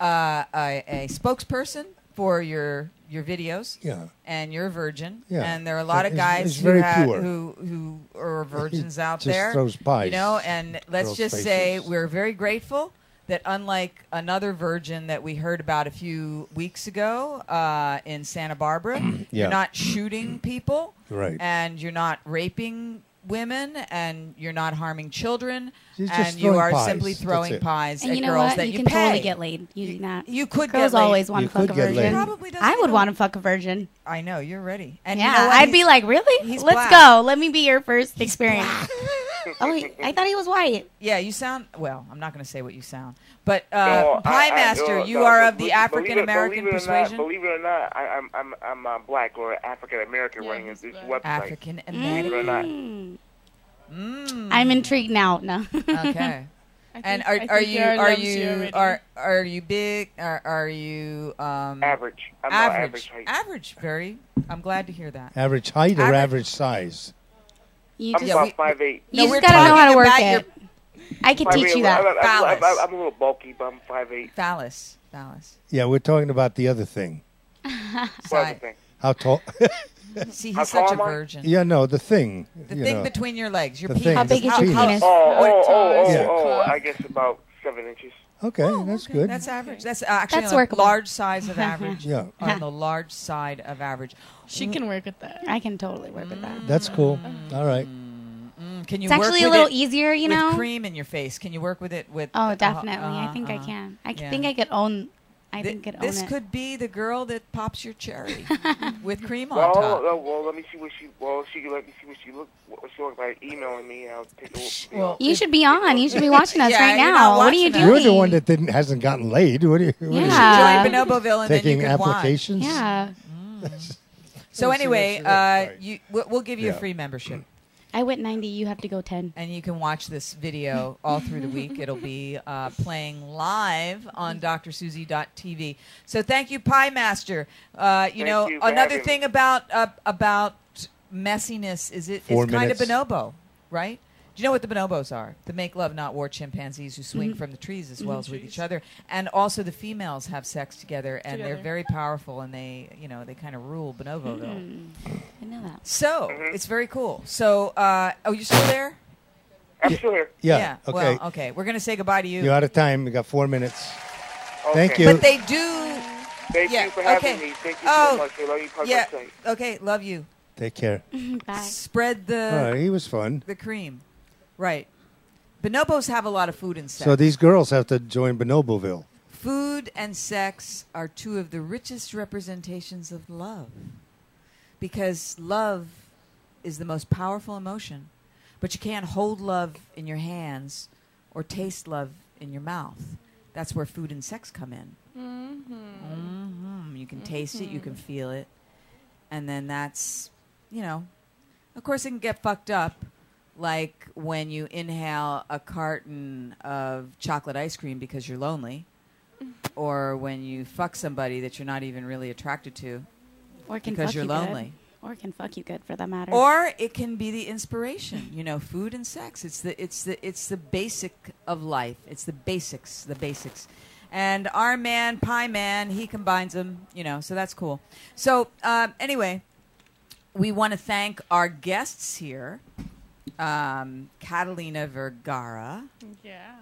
[SPEAKER 3] uh, a, a spokesperson for your your videos.
[SPEAKER 2] Yeah.
[SPEAKER 3] And you're a virgin.
[SPEAKER 2] Yeah.
[SPEAKER 3] And there are a lot of
[SPEAKER 2] It's-
[SPEAKER 3] guys
[SPEAKER 2] it's
[SPEAKER 3] who,
[SPEAKER 2] very
[SPEAKER 3] have,
[SPEAKER 2] pure.
[SPEAKER 3] who who are virgins out
[SPEAKER 2] just
[SPEAKER 3] there.
[SPEAKER 2] throws pies
[SPEAKER 3] You know, and let's
[SPEAKER 2] girls'
[SPEAKER 3] just say
[SPEAKER 2] faces.
[SPEAKER 3] we're very grateful that unlike another virgin that we heard about a few weeks ago uh, in Santa Barbara,
[SPEAKER 2] Yeah.
[SPEAKER 3] you're not shooting people
[SPEAKER 2] Right.
[SPEAKER 3] and you're not raping women and you're not harming children
[SPEAKER 8] She's just
[SPEAKER 3] and you
[SPEAKER 8] throwing
[SPEAKER 3] are
[SPEAKER 8] pies.
[SPEAKER 3] simply
[SPEAKER 8] That's
[SPEAKER 3] throwing
[SPEAKER 8] it.
[SPEAKER 3] pies
[SPEAKER 8] And
[SPEAKER 3] at
[SPEAKER 8] you know
[SPEAKER 3] girls
[SPEAKER 8] what?
[SPEAKER 3] that
[SPEAKER 8] you
[SPEAKER 3] you,
[SPEAKER 8] can
[SPEAKER 3] pay.
[SPEAKER 8] totally get laid. You, not.
[SPEAKER 3] you could
[SPEAKER 8] Girls
[SPEAKER 3] get laid.
[SPEAKER 8] always want
[SPEAKER 3] You
[SPEAKER 8] to fuck
[SPEAKER 3] could
[SPEAKER 8] a
[SPEAKER 3] get laid.
[SPEAKER 8] virgin.
[SPEAKER 3] Probably doesn't
[SPEAKER 8] I would
[SPEAKER 3] know.
[SPEAKER 8] want to fuck a virgin.
[SPEAKER 3] I know you're ready. And you
[SPEAKER 8] yeah,
[SPEAKER 3] know what?
[SPEAKER 8] I'd
[SPEAKER 3] He's-
[SPEAKER 8] be like, really?
[SPEAKER 3] he's
[SPEAKER 8] Let's
[SPEAKER 3] black.
[SPEAKER 8] go. Let me be your first experience. oh, he- I thought he was white.
[SPEAKER 3] Yeah, you sound well. I'm not going to say what you sound, but uh,
[SPEAKER 5] No, I-
[SPEAKER 3] Pie
[SPEAKER 5] I-
[SPEAKER 3] Master,
[SPEAKER 5] no,
[SPEAKER 3] you
[SPEAKER 5] no,
[SPEAKER 3] are
[SPEAKER 5] but
[SPEAKER 3] of the
[SPEAKER 5] believe-
[SPEAKER 3] African American
[SPEAKER 5] believe it or not-
[SPEAKER 3] persuasion.
[SPEAKER 5] Believe it or not, I, I'm I'm I'm uh, black or African American running this website.
[SPEAKER 3] African Mm.
[SPEAKER 5] Believe it or not.
[SPEAKER 8] American. Mm. I'm intrigued now. No.
[SPEAKER 3] okay. and are, are you are you are are you big? Are are you um,
[SPEAKER 5] average?
[SPEAKER 8] I'm about
[SPEAKER 3] average.
[SPEAKER 8] average height.
[SPEAKER 3] Average. Very. I'm glad to hear that.
[SPEAKER 2] Average height or
[SPEAKER 3] Average-
[SPEAKER 2] average size?
[SPEAKER 8] You
[SPEAKER 5] I'm
[SPEAKER 8] just-
[SPEAKER 5] about five eight.
[SPEAKER 8] You just gotta know how to work it. I could
[SPEAKER 5] Five
[SPEAKER 8] teach
[SPEAKER 5] eight,
[SPEAKER 8] you that.
[SPEAKER 5] I'm, I'm, I'm,
[SPEAKER 3] Phallus.
[SPEAKER 5] I'm a little bulky, but I'm five eight.
[SPEAKER 3] Phallus. Phallus.
[SPEAKER 2] Yeah, we're talking about the other thing. How tall?
[SPEAKER 3] See,
[SPEAKER 5] How
[SPEAKER 3] he's such a
[SPEAKER 5] tall am I?
[SPEAKER 3] virgin.
[SPEAKER 2] yeah, no, the thing.
[SPEAKER 3] The
[SPEAKER 2] you
[SPEAKER 3] thing
[SPEAKER 2] know.
[SPEAKER 3] between your legs, your
[SPEAKER 2] The
[SPEAKER 3] penis.
[SPEAKER 2] thing, How big the is your penis?
[SPEAKER 5] Oh, oh, oh, oh,
[SPEAKER 2] Yeah.
[SPEAKER 5] oh, I guess about seven inches.
[SPEAKER 2] Okay, that's good.
[SPEAKER 3] Oh, That's average. That's uh, actually
[SPEAKER 8] That's
[SPEAKER 3] on the
[SPEAKER 8] workable.
[SPEAKER 3] large size of average.
[SPEAKER 2] Yeah.
[SPEAKER 3] On the large side of average.
[SPEAKER 7] She can work with that.
[SPEAKER 8] I can totally work with that.
[SPEAKER 2] That's cool. All right.
[SPEAKER 3] Mm, Can you
[SPEAKER 8] It's
[SPEAKER 3] work
[SPEAKER 8] actually a
[SPEAKER 3] with
[SPEAKER 8] little
[SPEAKER 3] it
[SPEAKER 8] easier, you
[SPEAKER 3] with
[SPEAKER 8] know?
[SPEAKER 3] cream in your face. Can you work with it with?
[SPEAKER 8] Oh,
[SPEAKER 3] uh,
[SPEAKER 8] definitely.
[SPEAKER 3] uh,
[SPEAKER 8] I think I
[SPEAKER 3] uh,
[SPEAKER 8] can. I c-
[SPEAKER 3] yeah.
[SPEAKER 8] think I could own I
[SPEAKER 3] Th-
[SPEAKER 8] think could own
[SPEAKER 3] this
[SPEAKER 8] it.
[SPEAKER 3] could be the girl that pops your cherry with cream on
[SPEAKER 5] Well,
[SPEAKER 3] top.
[SPEAKER 5] uh, well, let me see what she. Well, she let me see what she look. What she looked like emailing me. I'll take a look.
[SPEAKER 8] Well, you should be on. You should be watching us
[SPEAKER 3] Yeah,
[SPEAKER 8] right
[SPEAKER 3] you're
[SPEAKER 8] now.
[SPEAKER 3] not
[SPEAKER 8] What are you
[SPEAKER 3] watching
[SPEAKER 8] doing?
[SPEAKER 2] You're the one that didn't hasn't gotten laid. What do you? What
[SPEAKER 8] Yeah.
[SPEAKER 2] Are you
[SPEAKER 8] Join Bonoboville
[SPEAKER 3] and then you
[SPEAKER 2] taking
[SPEAKER 3] can watch.
[SPEAKER 2] applications.
[SPEAKER 8] Yeah.
[SPEAKER 3] So
[SPEAKER 8] Let's see what
[SPEAKER 3] anyway,
[SPEAKER 8] she looks
[SPEAKER 3] uh, you we'll, we'll give you a
[SPEAKER 8] Yeah.
[SPEAKER 3] free membership,
[SPEAKER 8] I went 90. You have to go 10.
[SPEAKER 3] and you can watch this video all through the week. It'll be uh, playing live on drsuzy.tv. So thank you, Pie Master. Uh, you
[SPEAKER 19] Thank
[SPEAKER 3] know,
[SPEAKER 19] you for
[SPEAKER 3] another
[SPEAKER 19] having
[SPEAKER 3] thing about uh, about messiness is it,
[SPEAKER 19] Four
[SPEAKER 3] it's kind of
[SPEAKER 19] minutes.
[SPEAKER 3] bonobo, right? Do you know what the bonobos are? The make love, not war chimpanzees who swing from the trees as well
[SPEAKER 19] Mhm.
[SPEAKER 3] as with each other, and also the females have sex together, and they're
[SPEAKER 19] Together.
[SPEAKER 3] very powerful, and they you know they kind of rule bonobo
[SPEAKER 8] I know that.
[SPEAKER 3] so
[SPEAKER 19] Mm-hmm.
[SPEAKER 3] it's very cool. So, uh, oh, you still there?
[SPEAKER 5] I'm still here.
[SPEAKER 2] Yeah, okay.
[SPEAKER 3] Well, okay. We're gonna say goodbye to you.
[SPEAKER 2] You're out of time. We got four minutes.
[SPEAKER 5] Okay.
[SPEAKER 2] Thank you.
[SPEAKER 3] But they do.
[SPEAKER 5] Thank
[SPEAKER 3] yeah,
[SPEAKER 5] you for having
[SPEAKER 3] okay.
[SPEAKER 5] me. Thank you
[SPEAKER 3] oh,
[SPEAKER 5] so much. I love you. Have a
[SPEAKER 3] yeah.
[SPEAKER 5] good night.
[SPEAKER 3] Okay. Love you.
[SPEAKER 2] Take care.
[SPEAKER 3] Spread the.
[SPEAKER 2] All right, he was fun.
[SPEAKER 3] The cream, right? Bonobos have a lot of food and sex.
[SPEAKER 2] So these girls have to join Bonoboville.
[SPEAKER 3] Food and sex are two of the richest representations of love. Because love is the most powerful emotion, but you can't hold love in your hands or taste love in your mouth. That's where food and sex come in. hmm You can taste it, you can feel it. And then that's, you know, of course, it can get fucked up, like when you inhale a carton of chocolate ice cream because you're lonely, or when you fuck somebody that you're not even really attracted to
[SPEAKER 8] Or can
[SPEAKER 3] because
[SPEAKER 8] fuck
[SPEAKER 3] you're
[SPEAKER 8] you
[SPEAKER 3] lonely.
[SPEAKER 8] Good. Or can fuck you good for that matter.
[SPEAKER 3] Or it can be the inspiration, you know, food and sex. It's the it's the it's the basic of life. It's the basics, the basics. And our man, Pie Man, he combines them, you know, so that's cool. So um, anyway, we want to thank our guests here, um, Catalina Vergara
[SPEAKER 7] Yeah.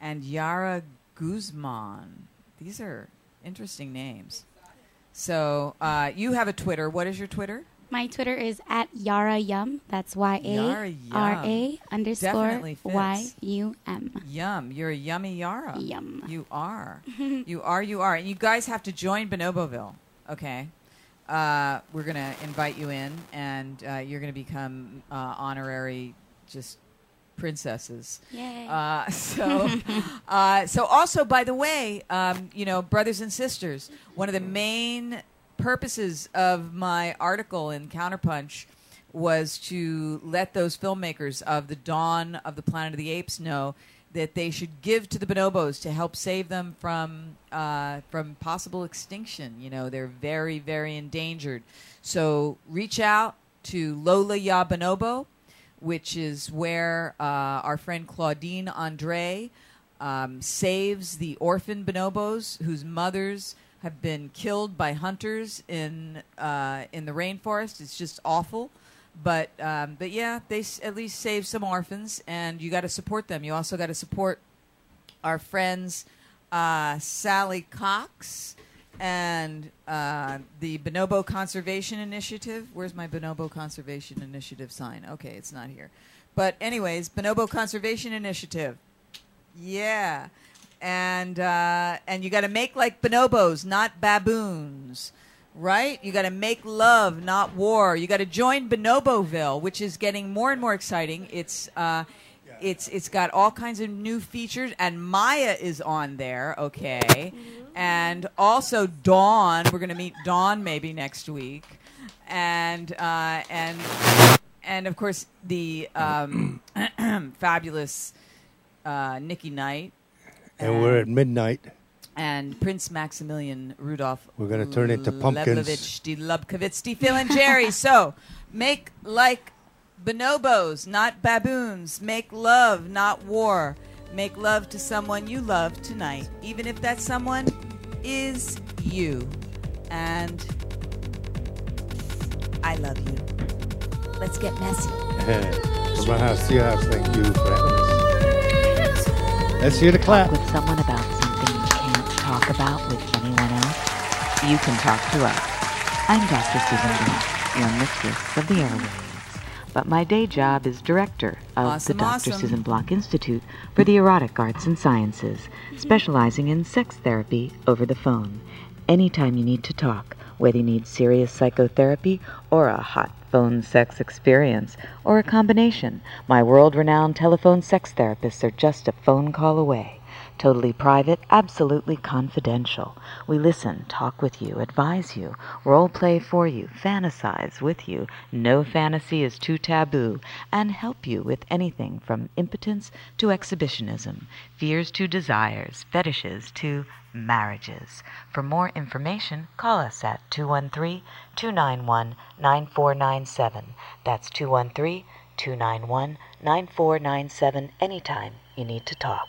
[SPEAKER 3] and Yara Guzman. These are interesting names. So uh, you have a Twitter. What is your Twitter?
[SPEAKER 8] My Twitter is at Yara Yum. That's Y
[SPEAKER 3] Yara
[SPEAKER 8] A
[SPEAKER 3] Yum.
[SPEAKER 8] R A underscore
[SPEAKER 3] Definitely fits.
[SPEAKER 8] Y U M.
[SPEAKER 3] Yum. You're a yummy Yara.
[SPEAKER 8] Yum.
[SPEAKER 3] You are. you are, you are. And you guys have to join Bonoboville, okay? Uh, we're going to invite you in, and uh, you're going to become uh, honorary just princesses.
[SPEAKER 8] Yay.
[SPEAKER 3] Uh, so, uh, so also, by the way, um, you know, brothers and sisters, one of the main purposes of my article in Counterpunch was to let those filmmakers of the dawn of the Planet of the Apes know that they should give to the bonobos to help save them from uh, from possible extinction. You know, they're very, very endangered. So reach out to Lola Ya Bonobo, which is where uh, our friend Claudine Andre um, saves the orphan bonobos whose mothers have been killed by hunters in uh, in the rainforest. It's just awful. But um, but yeah, they s- at least save some orphans, and you got to support them. You also got to support our friends uh, Sally Cox and uh, the Bonobo Conservation Initiative. Where's my Bonobo Conservation Initiative sign? Okay, it's not here. But, anyways, Bonobo Conservation Initiative. Yeah. And uh, and you got to make like bonobos, not baboons, right? You got to make love, not war. You got to join Bonoboville, which is getting more and more exciting. It's uh, it's it's got all kinds of new features, and Maya is on there. Okay, and also Dawn. We're gonna meet Dawn maybe next week, and uh, and and of course the um, fabulous uh, Nikki Knight
[SPEAKER 2] And we're at midnight.
[SPEAKER 3] and Prince Maximilian Rudolph.
[SPEAKER 2] We're gonna turn into pumpkins.
[SPEAKER 3] Leblovich, de Lubkovitz, de Phil and Jerry. so make like bonobos, not baboons. Make love, not war. Make love to someone you love tonight, even if that someone is you. And I love you. Let's get messy.
[SPEAKER 2] From my house to your house. Thank you for having us. Let's hear the clap.
[SPEAKER 1] Talk with someone about something you can't talk about with anyone else. You can talk to us. I'm Dr. Susan Block, your mistress of the airwaves. but my day job is director of
[SPEAKER 14] Awesome,
[SPEAKER 1] the Dr.
[SPEAKER 14] awesome.
[SPEAKER 1] Susan Block Institute for the Erotic Arts and Sciences, specializing in sex therapy over the phone. Anytime you need to talk, whether you need serious psychotherapy or a hot phone sex experience or a combination, my world renowned telephone sex therapists are just a phone call away. Totally private, absolutely confidential. We listen, talk with you, advise you, role play for you, fantasize with you. No fantasy is too taboo, and help you with anything from impotence to exhibitionism, fears to desires, fetishes to marriages. For more information, call us at 213 291 9497. That's 213 291 9497 anytime you need to talk.